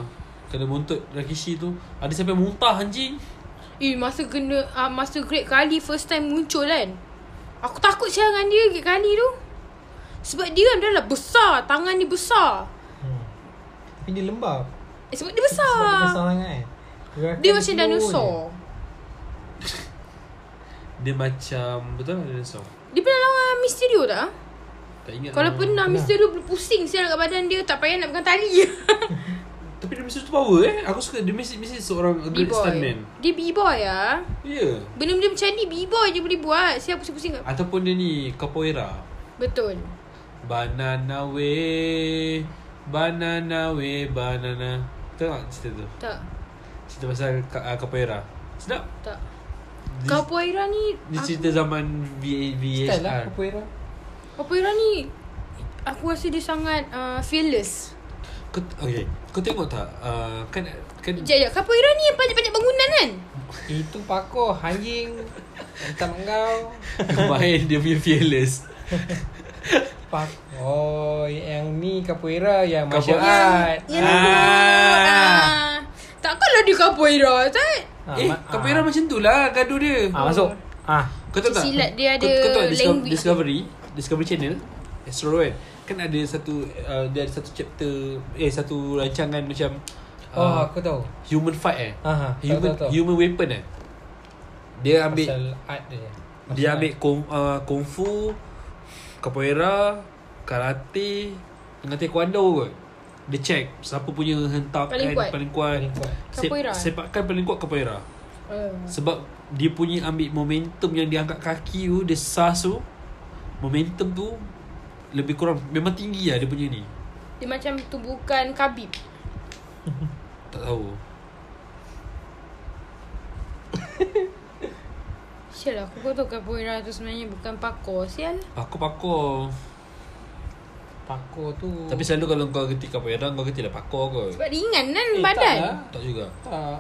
[SPEAKER 2] Kena buntut Rakishi tu Ada siapa yang muntah anjing
[SPEAKER 1] Eh masa kena uh, Masa Great Kali first time muncul kan Aku takut sial dengan dia Great Kali tu Sebab dia adalah besar Tangan dia besar
[SPEAKER 5] Hmm. Tapi dia lembab.
[SPEAKER 1] eh, Sebab dia
[SPEAKER 5] Sebab
[SPEAKER 1] besar
[SPEAKER 5] dia besar sangat kan. Gerakan
[SPEAKER 1] Dia macam
[SPEAKER 5] slow
[SPEAKER 1] dinosaur
[SPEAKER 5] je.
[SPEAKER 2] Dia macam Betul lah dinosaur
[SPEAKER 1] Dia pernah lawan Mysterio tak? ah?
[SPEAKER 2] Tak ingat
[SPEAKER 1] Kalau
[SPEAKER 2] lah.
[SPEAKER 1] pernah Mysterio boleh pusing Sial kat badan dia Tak payah nak pegang tali
[SPEAKER 2] Tapi dia mesti tu power eh Aku suka Dia mesti, mesti seorang A great
[SPEAKER 1] B-boy
[SPEAKER 2] stuntman
[SPEAKER 1] Dia B-boy lah
[SPEAKER 2] Ya yeah.
[SPEAKER 1] Benda-benda macam ni B-boy je boleh buat Sial pusing-pusing kat
[SPEAKER 2] Ataupun dia ni Capoeira
[SPEAKER 1] Betul
[SPEAKER 2] Banana way Banana way Banana Tahu tak cerita tu?
[SPEAKER 1] Tak
[SPEAKER 2] Cerita pasal ka- uh, Capoeira Sedap
[SPEAKER 1] Tak
[SPEAKER 2] Dia-
[SPEAKER 1] Capoeira ni
[SPEAKER 2] Dia
[SPEAKER 1] aku-
[SPEAKER 2] cerita zaman v-
[SPEAKER 5] Style lah
[SPEAKER 2] VHR
[SPEAKER 5] Capoeira.
[SPEAKER 1] Capoeira ni Aku rasa dia sangat uh, fearless
[SPEAKER 2] Kau, okay. Kau tengok tak? Uh, kan kan
[SPEAKER 1] Sekejap, sekejap Capoeira ni yang panjat-panjat bangunan kan?
[SPEAKER 5] Itu pakoh anjing. Entah kau.
[SPEAKER 2] main dia punya fearless.
[SPEAKER 5] Pak. Oh, yang ni capoeira yang martial
[SPEAKER 2] Capoeira.
[SPEAKER 5] art.
[SPEAKER 1] Yang lembut ah. Takkanlah dia Capoeira tak?
[SPEAKER 5] Ah,
[SPEAKER 2] eh,
[SPEAKER 5] ma-
[SPEAKER 2] Capoeira
[SPEAKER 5] ah.
[SPEAKER 2] macam tu lah gaduh dia.
[SPEAKER 5] Ah, masuk. Ah,
[SPEAKER 2] Kau tahu tak?
[SPEAKER 1] Silat dia ada
[SPEAKER 2] kau, kau tahu tak Disco-
[SPEAKER 1] language.
[SPEAKER 2] Discovery, Discovery Channel, Astro kan? Kan ada satu uh, dia ada satu chapter eh satu rancangan macam
[SPEAKER 5] oh,
[SPEAKER 2] uh,
[SPEAKER 5] aku tahu.
[SPEAKER 2] human fight eh.
[SPEAKER 5] Ah, tahu,
[SPEAKER 2] human
[SPEAKER 5] tahu, tahu.
[SPEAKER 2] human weapon eh. Dia ambil
[SPEAKER 5] Pasal art dia.
[SPEAKER 2] Dia ambil kung, uh, kung fu, capoeira, karate, dengan taekwondo kot. Dia check siapa punya hentakan
[SPEAKER 1] Paling kuat.
[SPEAKER 2] paling kuat.
[SPEAKER 5] Paling kuat.
[SPEAKER 2] Sep-
[SPEAKER 1] Capoeira. eh?
[SPEAKER 2] Sepakan paling kuat capoeira.
[SPEAKER 1] Uh.
[SPEAKER 2] Sebab dia punya ambil momentum yang dia angkat kaki tu, dia sas tu. Momentum tu lebih kurang memang tinggi lah dia punya ni.
[SPEAKER 1] Dia macam tumbukan kabib
[SPEAKER 2] Tak tahu.
[SPEAKER 1] Sial lah, aku kau tahu Capoeira tu sebenarnya bukan pakor Sial
[SPEAKER 2] Aku pakor.
[SPEAKER 5] Pakoh tu.
[SPEAKER 2] Tapi selalu kalau kau kerti capoeira, kau kerti lah pakor kot.
[SPEAKER 1] Sebab ringan kan
[SPEAKER 5] Eh,
[SPEAKER 1] badan
[SPEAKER 5] tak lah.
[SPEAKER 2] Tak juga.
[SPEAKER 5] tak.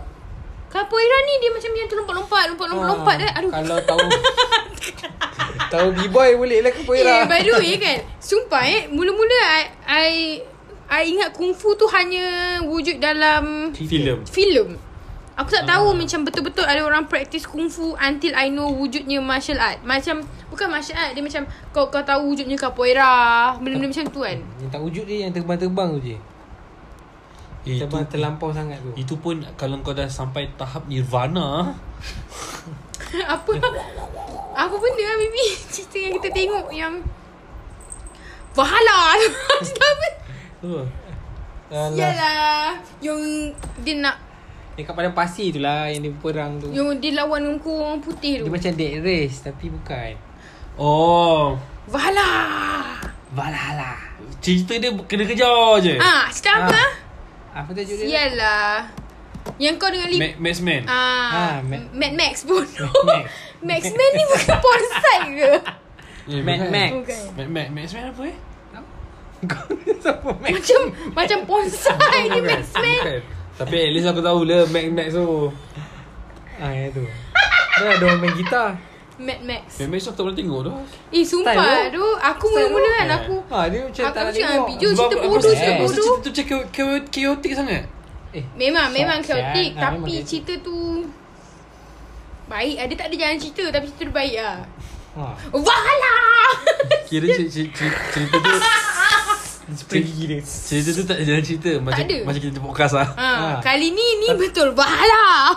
[SPEAKER 1] Capoeira ni dia macam yang tu lompat-lompat Lompat-lompat-lompat
[SPEAKER 5] Ah,
[SPEAKER 1] kan Aduh
[SPEAKER 5] Kalau tahu Tahu B-boy boleh lah
[SPEAKER 1] Eh,
[SPEAKER 5] capoeira.
[SPEAKER 1] by the way kan, sumpah eh, mula-mula I, I, I ingat kungfu tu hanya wujud dalam
[SPEAKER 2] Film.
[SPEAKER 1] filem. Aku tak tahu
[SPEAKER 5] Ah.
[SPEAKER 1] macam betul-betul ada orang practice kungfu until I know wujudnya martial art. Macam bukan martial art, dia macam kau kau tahu wujudnya capoeira, benda-benda macam tu kan.
[SPEAKER 5] Yang tak wujud dia yang terbang-terbang tu je.
[SPEAKER 2] Eh,
[SPEAKER 5] Terbang
[SPEAKER 2] tu-
[SPEAKER 5] terlampau sangat tu.
[SPEAKER 2] Itu pun kalau kau dah sampai tahap nirvana
[SPEAKER 1] Apa Apa benda lah Bibi Cerita yang kita tengok yang Wahala Apa
[SPEAKER 2] tu.
[SPEAKER 5] Alah,
[SPEAKER 1] Yalah Yang Dia nak
[SPEAKER 5] dekat padang pasir tu lah yang dia perang tu.
[SPEAKER 1] Yang dia lawan dengan kau orang putih tu
[SPEAKER 5] Dia macam dead race tapi bukan.
[SPEAKER 2] Oh
[SPEAKER 1] Wahala
[SPEAKER 5] Valhalla.
[SPEAKER 2] Cerita dia kena kejar je
[SPEAKER 1] Ah,
[SPEAKER 2] ah.
[SPEAKER 1] cerita apa?
[SPEAKER 5] Ah,
[SPEAKER 1] ah?
[SPEAKER 5] Apa tajuk dia?
[SPEAKER 1] Sialah Yang kau dengan Lip
[SPEAKER 2] Ma- Maxman ah.
[SPEAKER 1] Ah,
[SPEAKER 5] Ah, Ma-
[SPEAKER 1] Mad Max bodoh
[SPEAKER 5] Max.
[SPEAKER 1] Max Man ni bukan porn site ke?
[SPEAKER 2] eh,
[SPEAKER 5] Mad Max.
[SPEAKER 1] Bukan
[SPEAKER 2] Mad Max Maxman apa eh?
[SPEAKER 5] Kau ni siapa Max?
[SPEAKER 1] Macam Macam porn site ni Max Man
[SPEAKER 2] Bukan. Tapi at least aku tahu lah Mad Max tu
[SPEAKER 5] Ah, yang tu. Dah ada orang main gitar.
[SPEAKER 1] Mad Max
[SPEAKER 2] Mad Max tu aku tak pernah tengok tu
[SPEAKER 1] Eh sumpah
[SPEAKER 5] Style
[SPEAKER 1] tu Aku mula-mula kan
[SPEAKER 2] Yeah.
[SPEAKER 1] aku
[SPEAKER 5] Ha, dia macam
[SPEAKER 1] Aku
[SPEAKER 5] tak nak
[SPEAKER 1] cakap
[SPEAKER 5] tengok.
[SPEAKER 1] dengan Piju. cerita bodoh,
[SPEAKER 2] rasa- aku
[SPEAKER 5] cerita
[SPEAKER 2] rasa
[SPEAKER 1] bodoh.
[SPEAKER 2] Cerita tu macam chao- chao- chaotic sangat
[SPEAKER 5] Eh,
[SPEAKER 1] Memang memang
[SPEAKER 5] Sial.
[SPEAKER 1] chaotic
[SPEAKER 5] Ah, memang
[SPEAKER 1] Tapi
[SPEAKER 5] chaotic.
[SPEAKER 1] cerita tu Baik ada tak ada jalan cerita Tapi cerita tu baik lah
[SPEAKER 5] Ha.
[SPEAKER 1] Wahala
[SPEAKER 2] Kira cer- cer- cer- cerita tu
[SPEAKER 5] Pergi dia.
[SPEAKER 2] Cerita tu tak ada jalan cerita Macam,
[SPEAKER 1] Tak ada.
[SPEAKER 2] macam kita podcast lah
[SPEAKER 1] ha,
[SPEAKER 5] Ah.
[SPEAKER 1] Kali ni ni betul Wahala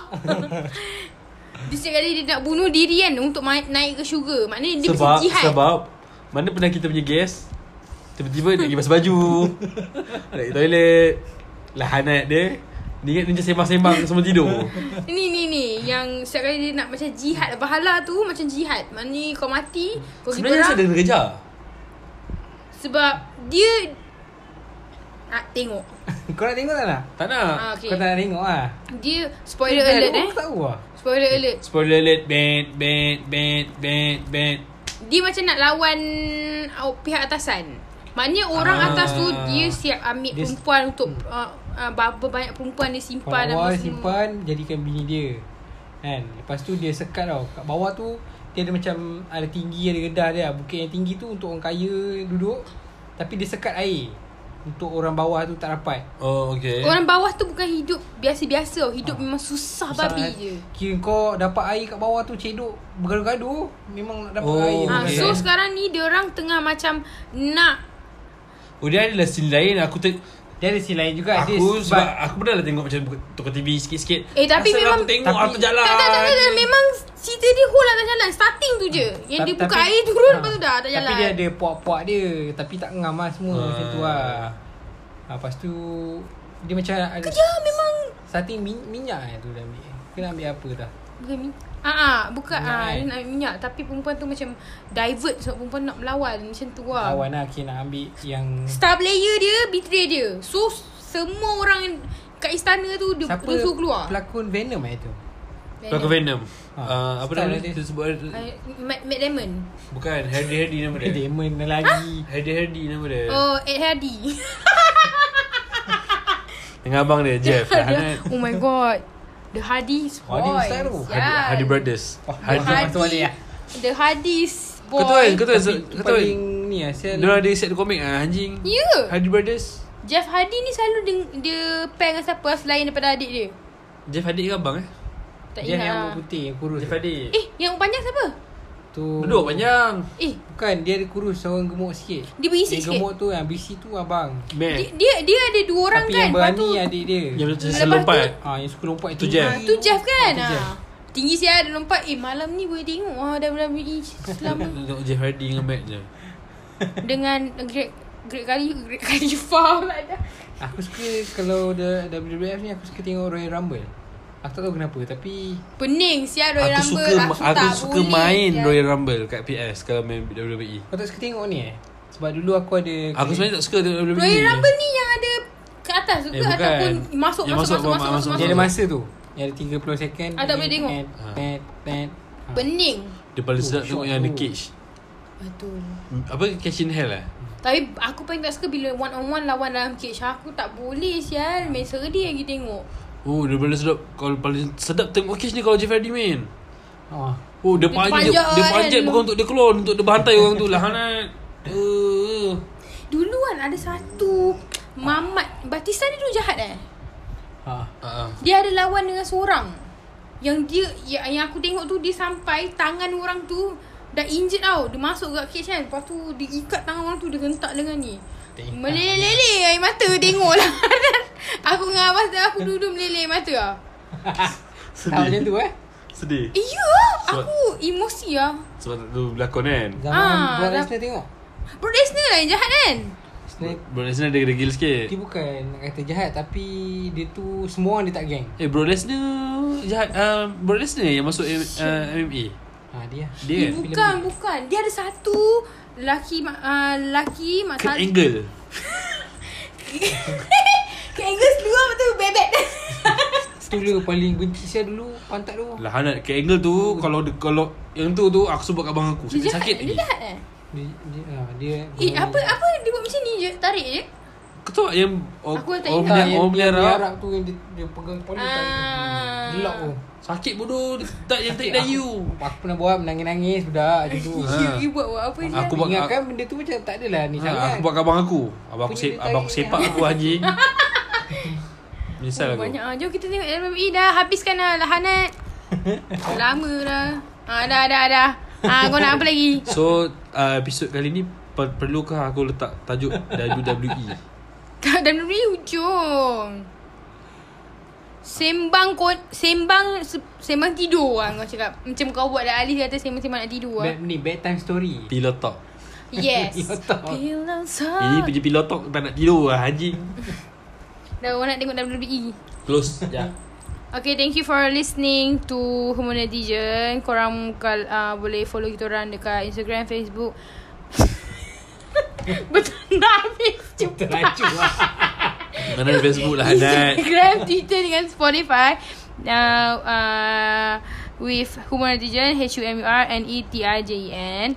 [SPEAKER 1] Dia setiap kali dia nak bunuh diri kan Untuk ma- naik ke syurga Maknanya dia
[SPEAKER 2] sebab
[SPEAKER 1] mesti jihad
[SPEAKER 2] sebab mana pernah kita punya gas tiba-tiba nak pergi basuh baju nak pergi toilet lah hanat dia dia ingat dia macam sembang-sembang semua tidur
[SPEAKER 1] Ni ni ni Yang setiap kali dia nak macam jihad Wahala tu macam jihad Maknanya kau mati Kau pergi
[SPEAKER 2] sebenarnya saya
[SPEAKER 1] perang
[SPEAKER 2] ada kerja
[SPEAKER 1] Sebab dia ah, Tengok
[SPEAKER 5] Kau nak tengok tak nak?
[SPEAKER 2] tak nak
[SPEAKER 1] ah,
[SPEAKER 5] Kau
[SPEAKER 1] okay.
[SPEAKER 5] tak nak tengok ah.
[SPEAKER 1] Dia spoiler alert eh
[SPEAKER 5] Aku tahu ah.
[SPEAKER 1] Spoiler alert
[SPEAKER 2] spoiler alert band band band band band
[SPEAKER 1] Dia macam nak lawan uh, pihak atasan. Maknanya orang
[SPEAKER 2] Ah.
[SPEAKER 1] ah, atas tu dia siap ambil
[SPEAKER 5] Dia-
[SPEAKER 1] dia perempuan untuk uh, uh, berapa banyak perempuan dia simpan
[SPEAKER 5] Pada
[SPEAKER 1] apa
[SPEAKER 5] awal
[SPEAKER 1] semua.
[SPEAKER 5] simpan Jadikan bini dia Kan Lepas tu dia sekat tau Kat bawah tu Dia ada macam Ada tinggi ada redah dia Bukit yang tinggi tu Untuk orang kaya duduk Tapi dia sekat air Untuk orang bawah tu tak dapat
[SPEAKER 2] Oh okay
[SPEAKER 1] Orang bawah tu bukan hidup biasa-biasa. tau. Hidup memang susah
[SPEAKER 5] Susah
[SPEAKER 1] babi
[SPEAKER 5] kan?
[SPEAKER 1] je.
[SPEAKER 5] Kira kau dapat air kat bawah tu Cedok bergaduh-gaduh Memang nak dapat
[SPEAKER 2] Oh,
[SPEAKER 5] air
[SPEAKER 1] Ha,
[SPEAKER 2] Okay.
[SPEAKER 1] so sekarang ni dia orang tengah macam nak
[SPEAKER 2] Oh dia adalah scene lain Aku ter
[SPEAKER 5] Dia ada sisi lain juga dia
[SPEAKER 2] Aku sebab Aku pernah lah tengok macam Tukar TV sikit-sikit
[SPEAKER 1] Eh, tapi
[SPEAKER 2] Asal
[SPEAKER 1] memang-
[SPEAKER 2] aku tengok
[SPEAKER 5] Tapi-
[SPEAKER 2] Aku lah. jalan
[SPEAKER 1] tak, tak, tak, tak, tak. Memang cerita dia whole atas jalan. Starting tu je. Yang dia buka air turun lepas tu dah atas jalan.
[SPEAKER 5] Ah. Tapi dia ada puak-puak dia Tapi tak ngam lah semua
[SPEAKER 2] Ah.
[SPEAKER 5] Macam tu lah ha, Lepas tu Dia macam ada
[SPEAKER 1] Kerja Ya, memang...
[SPEAKER 5] Starting min- minyak eh tu dia ambil Kena ambil apa dah
[SPEAKER 1] Bukan mi- Ah, ah, bukan
[SPEAKER 5] Minyak,
[SPEAKER 1] ah, dia
[SPEAKER 5] eh?
[SPEAKER 1] nak ambil minyak tapi perempuan tu macam divert sebab perempuan nak melawan macam tu lah.
[SPEAKER 5] Lawan lah Kira nak ambil yang
[SPEAKER 1] Star player dia betray dia. So semua orang kat istana tu dia Siapa rusuh keluar.
[SPEAKER 5] pelakon Venom eh tu
[SPEAKER 2] Pelakon Venom
[SPEAKER 5] Ha.
[SPEAKER 2] Ah, Apa
[SPEAKER 5] Style
[SPEAKER 2] nama dia
[SPEAKER 5] dia.
[SPEAKER 2] Dia sebut
[SPEAKER 1] Ah, Matt, Matt Damon.
[SPEAKER 2] Bukan Hardy Hardy nama
[SPEAKER 5] Eh
[SPEAKER 2] dia
[SPEAKER 5] Damon lagi
[SPEAKER 2] Hardy Hardy nama dia
[SPEAKER 1] Oh, Ed Hardy.
[SPEAKER 2] Dengan abang dia Jeff Hanat
[SPEAKER 1] oh my god. The Hardy's boys.
[SPEAKER 5] Hardy Oh, Ustaz tu.
[SPEAKER 1] Yes.
[SPEAKER 2] Hardy, Hardy Brothers
[SPEAKER 5] Oh,
[SPEAKER 2] Hardy
[SPEAKER 5] Hardy.
[SPEAKER 1] Hardy.
[SPEAKER 5] Masuk balik lah.
[SPEAKER 1] The Hardy's boy.
[SPEAKER 2] Kau tahu kan Kau tahu kan
[SPEAKER 5] Tapi
[SPEAKER 2] Kau tahu kan
[SPEAKER 5] paling ni lah Sel
[SPEAKER 2] Diorang ada set komik ah anjing
[SPEAKER 1] Ya.
[SPEAKER 2] Hardy Brothers
[SPEAKER 1] Jeff Hardy ni selalu dia, dia pair dengan siapa selain daripada adik dia.
[SPEAKER 2] Jeff Hardy ke abang eh?
[SPEAKER 1] Tak
[SPEAKER 5] Dia yang
[SPEAKER 1] ingat. lah.
[SPEAKER 5] rambut putih Yang kurus
[SPEAKER 2] Jeff Hardy
[SPEAKER 1] Eh, yang umur panjang siapa?
[SPEAKER 5] tu
[SPEAKER 2] Duduk panjang
[SPEAKER 1] Eh,
[SPEAKER 5] Bukan dia ada kurus Orang gemuk sikit
[SPEAKER 1] dia berisi
[SPEAKER 5] Yang
[SPEAKER 1] sikit.
[SPEAKER 5] gemuk tu yang BC tu abang
[SPEAKER 1] Dia,
[SPEAKER 2] Meh
[SPEAKER 1] dia dia ada dua orang
[SPEAKER 5] Tapi
[SPEAKER 1] kan.
[SPEAKER 5] yang
[SPEAKER 1] Lepas
[SPEAKER 5] berani
[SPEAKER 1] tu-
[SPEAKER 5] adik dia
[SPEAKER 2] Yang macam
[SPEAKER 1] Lepas
[SPEAKER 2] saya
[SPEAKER 1] tu-
[SPEAKER 2] lompat
[SPEAKER 5] Ah, yang suka lompat
[SPEAKER 2] Tu Jeff.
[SPEAKER 1] Tu Jeff kan?
[SPEAKER 5] Ah, tu Jeff.
[SPEAKER 1] Ha. Tinggi siya dia lompat. Eh, malam ni boleh tengok ah WWE selama
[SPEAKER 2] Tengok Jeff Hardy dengan Matt je
[SPEAKER 1] dengan Greg Greg kali Greg Khalifa pula dah.
[SPEAKER 5] Aku suka kalau the WWF ni aku suka tengok Royal Rumble. Aku tak tahu kenapa tapi
[SPEAKER 1] Pening siya Royal
[SPEAKER 2] Aku
[SPEAKER 1] Rumble.
[SPEAKER 2] suka aku
[SPEAKER 1] tak
[SPEAKER 2] suka
[SPEAKER 1] boleh,
[SPEAKER 2] main
[SPEAKER 1] sial.
[SPEAKER 2] Royal Rumble kat PS kalau main WWE.
[SPEAKER 5] kau tak suka tengok ni eh. Sebab dulu aku ada
[SPEAKER 2] Aku sebenarnya tak suka tengok E. WWE.
[SPEAKER 1] Royal Rumble ni yang ada ke atas juga
[SPEAKER 2] Eh, bukan.
[SPEAKER 1] ataupun masuk
[SPEAKER 2] Yang
[SPEAKER 1] masuk
[SPEAKER 2] masuk,
[SPEAKER 1] masuk masuk
[SPEAKER 2] masuk,
[SPEAKER 1] masuk.
[SPEAKER 5] dia ada
[SPEAKER 1] masuk.
[SPEAKER 5] masa tu. Yang ada 30 second.
[SPEAKER 1] Ah, tak boleh tengok.
[SPEAKER 2] Ah.
[SPEAKER 5] Tet tet.
[SPEAKER 1] Pening.
[SPEAKER 2] Dia paling
[SPEAKER 5] Oh,
[SPEAKER 2] sedap tengok
[SPEAKER 5] shot
[SPEAKER 2] yang The
[SPEAKER 5] tu.
[SPEAKER 2] Cage.
[SPEAKER 1] Betul.
[SPEAKER 2] Apa Cage in Hell eh?
[SPEAKER 1] Tapi aku paling tak suka bila one on one lawan dalam cage. Aku tak boleh sial. Main sedih lagi tengok.
[SPEAKER 2] Oh, dia paling sedap. Kalau paling sedap tengok Cage ni kalau Jeff Hardy main.
[SPEAKER 5] Oh.
[SPEAKER 2] Oh, dia
[SPEAKER 1] Dia
[SPEAKER 2] panjat,
[SPEAKER 1] panjat,
[SPEAKER 2] dia panjat
[SPEAKER 1] kan?
[SPEAKER 2] bukan untuk dia keluar, untuk dia bantai orang tu lah hanat. Eh.
[SPEAKER 1] Dulu kan ada satu Mamat Batista ni dulu jahat eh
[SPEAKER 5] Ha.
[SPEAKER 2] Ah.
[SPEAKER 1] Dia ada lawan dengan seorang Yang dia ya- Yang aku tengok tu Dia sampai Tangan orang tu Dah injured tau Dia masuk kat cage kan Lepas tu Dia ikat tangan orang tu Dia gentak dengan ni
[SPEAKER 5] Tengok.
[SPEAKER 1] Meleleh air mata Tengok lah Aku dengan Abbas dah Aku duduk meleleh mata lah
[SPEAKER 5] Tak macam tu eh.
[SPEAKER 2] Sedih.
[SPEAKER 1] Eh ya lah.
[SPEAKER 2] Sebab-
[SPEAKER 1] Aku emosi lah
[SPEAKER 2] Sebab tak tahu berlakon kan.
[SPEAKER 5] Zaman
[SPEAKER 1] Ah,
[SPEAKER 5] ah, Brock
[SPEAKER 1] dah-
[SPEAKER 5] Lesnar tengok.
[SPEAKER 1] Brock Lesnar lah yang jahat kan
[SPEAKER 5] Lesnar
[SPEAKER 2] Bro Lesnar dia degil
[SPEAKER 5] dia
[SPEAKER 2] sikit.
[SPEAKER 5] bukan nak kata jahat tapi dia tu semua orang dia tak geng.
[SPEAKER 2] Eh, Bro Lesnar jahat. Uh, Bro Lesnar yang masuk uh, MMA.
[SPEAKER 5] Ha dia.
[SPEAKER 1] eh,
[SPEAKER 2] Dia kan?
[SPEAKER 1] Bukan bukan Dia ada satu Lelaki ma- uh, Lelaki Mat
[SPEAKER 2] Kurt
[SPEAKER 1] Sal-
[SPEAKER 2] Angle.
[SPEAKER 1] Kat Angus keluar betul bebek.
[SPEAKER 5] Tu lah paling benci saya dulu pantat tu.
[SPEAKER 2] Lah Hanat ke angle tu kalau de, kalau yang tu tu aku sebut kat abang aku sakit sakit
[SPEAKER 1] Dia
[SPEAKER 2] lagi.
[SPEAKER 1] jahat eh.
[SPEAKER 5] Dia, dia, ha, dia
[SPEAKER 1] Eh apa apa dia buat macam ni je tarik je.
[SPEAKER 2] Kau tahu tak yang or-
[SPEAKER 1] Aku tak
[SPEAKER 2] orang
[SPEAKER 1] ingat.
[SPEAKER 2] punya orang
[SPEAKER 5] yang Ha, dia,
[SPEAKER 2] punya
[SPEAKER 5] dia
[SPEAKER 2] Arab
[SPEAKER 5] Arab tu yang dia, dia pegang poli tak
[SPEAKER 1] Ah.
[SPEAKER 5] gelap tu.
[SPEAKER 2] sakit bodoh dia tak yang
[SPEAKER 5] Sakit
[SPEAKER 2] tak
[SPEAKER 5] aku- Ha.
[SPEAKER 2] you.
[SPEAKER 5] Aku pernah buat menangis-nangis budak macam tu.
[SPEAKER 2] Ha.
[SPEAKER 1] You, you buat buat apa dia?
[SPEAKER 2] Aku
[SPEAKER 5] Aku
[SPEAKER 2] buat-
[SPEAKER 5] ingatkan benda tu macam tak adalah ni
[SPEAKER 2] Ha,
[SPEAKER 5] sangat.
[SPEAKER 2] aku buat kat abang aku. Abang aku
[SPEAKER 5] Punya
[SPEAKER 2] sep,
[SPEAKER 5] dia
[SPEAKER 2] abang aku
[SPEAKER 5] tarik
[SPEAKER 2] sepak
[SPEAKER 5] dia.
[SPEAKER 2] aku anjing. Menyesal
[SPEAKER 1] Oh, ya.
[SPEAKER 2] aku.
[SPEAKER 1] banyak ah. Jom kita tengok LMI dah habiskan dah lahanat. Lama dah. Ah dah dah dah. Ah kau nak apa lagi?
[SPEAKER 2] So uh, episod kali ni per- perlukah aku letak tajuk E? WWE?
[SPEAKER 1] Tak dan ni hujung. Sembang kau sembang se- sembang tidur ah kau cakap. Macam kau buat dah Ali kata sembang-sembang nak tidur ah.
[SPEAKER 5] Bad, ni bedtime story.
[SPEAKER 2] Pillow talk.
[SPEAKER 1] Yes.
[SPEAKER 5] Pillow talk.
[SPEAKER 1] Pillow talk.
[SPEAKER 2] Ini punya pillow talk tak nak tidur lah anjing.
[SPEAKER 1] Dah orang nak tengok E. WWE.
[SPEAKER 2] Close. Ya.
[SPEAKER 1] Okay, thank you for listening to Homo Netizen. Korang kal, uh, boleh follow kita orang dekat Instagram, Facebook. Betul dah habis cepat.
[SPEAKER 5] Teraju lah.
[SPEAKER 2] Mana Facebook lah Hanat.
[SPEAKER 1] Instagram, Twitter dengan Spotify. Now, uh, with Homo Netizen, E H-U-M-U-R-N-E-T-I-J-E-N.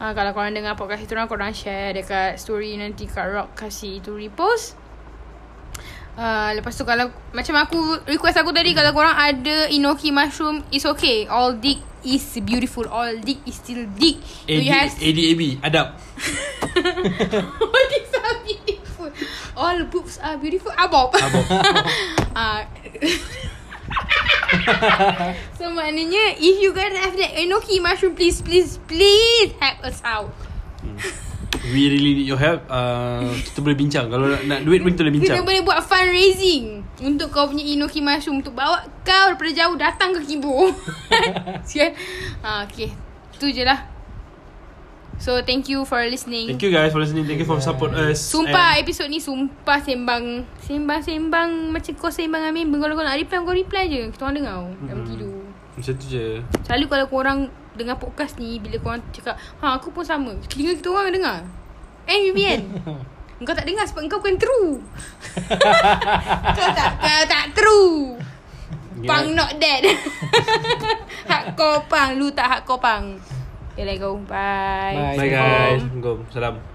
[SPEAKER 1] Uh, kalau korang dengar podcast kita orang, korang share dekat story nanti kat Rock kasih itu repost. Uh, lepas tu kalau Macam aku Request aku tadi Kalau korang ada Inoki mushroom It's okay All dick is beautiful All dick is still dick Do
[SPEAKER 2] AD,
[SPEAKER 1] you have
[SPEAKER 2] ADAB. Adab.
[SPEAKER 1] All dicks are beautiful All boobs are beautiful. Abob. Abob. ah. so maknanya if you guys have that enoki mushroom please please please help us out.
[SPEAKER 2] We really need your help uh, Kita boleh bincang Kalau nak, nak duit pun kita boleh bincang
[SPEAKER 1] Kita boleh buat fundraising untuk kau punya enoki mushroom untuk bawa kau daripada jauh datang ke Kibo. Sial. ah okay. Tu je lah. So thank you for listening.
[SPEAKER 2] Thank you guys for listening Thank you for support us
[SPEAKER 1] Sumpah
[SPEAKER 2] And
[SPEAKER 1] episod ni Sumpah sembang Sembang-sembang Macam kau sembang Amin Kalau kau nak reply Kau reply je Kita orang dengar mm-hmm. Dalam tidur
[SPEAKER 2] Macam tu je
[SPEAKER 1] Selalu kalau korang Dengar podcast ni Bila korang cakap Ha aku pun sama Telinga kita orang dengar Eh maybe kan Engkau tak dengar Sebab engkau bukan true Kau tak Kau tak true Pang not dead Hardcore pang Lu tak hardcore pang Okay let go Bye
[SPEAKER 5] Bye.
[SPEAKER 2] Bye guys Assalamualaikum Salam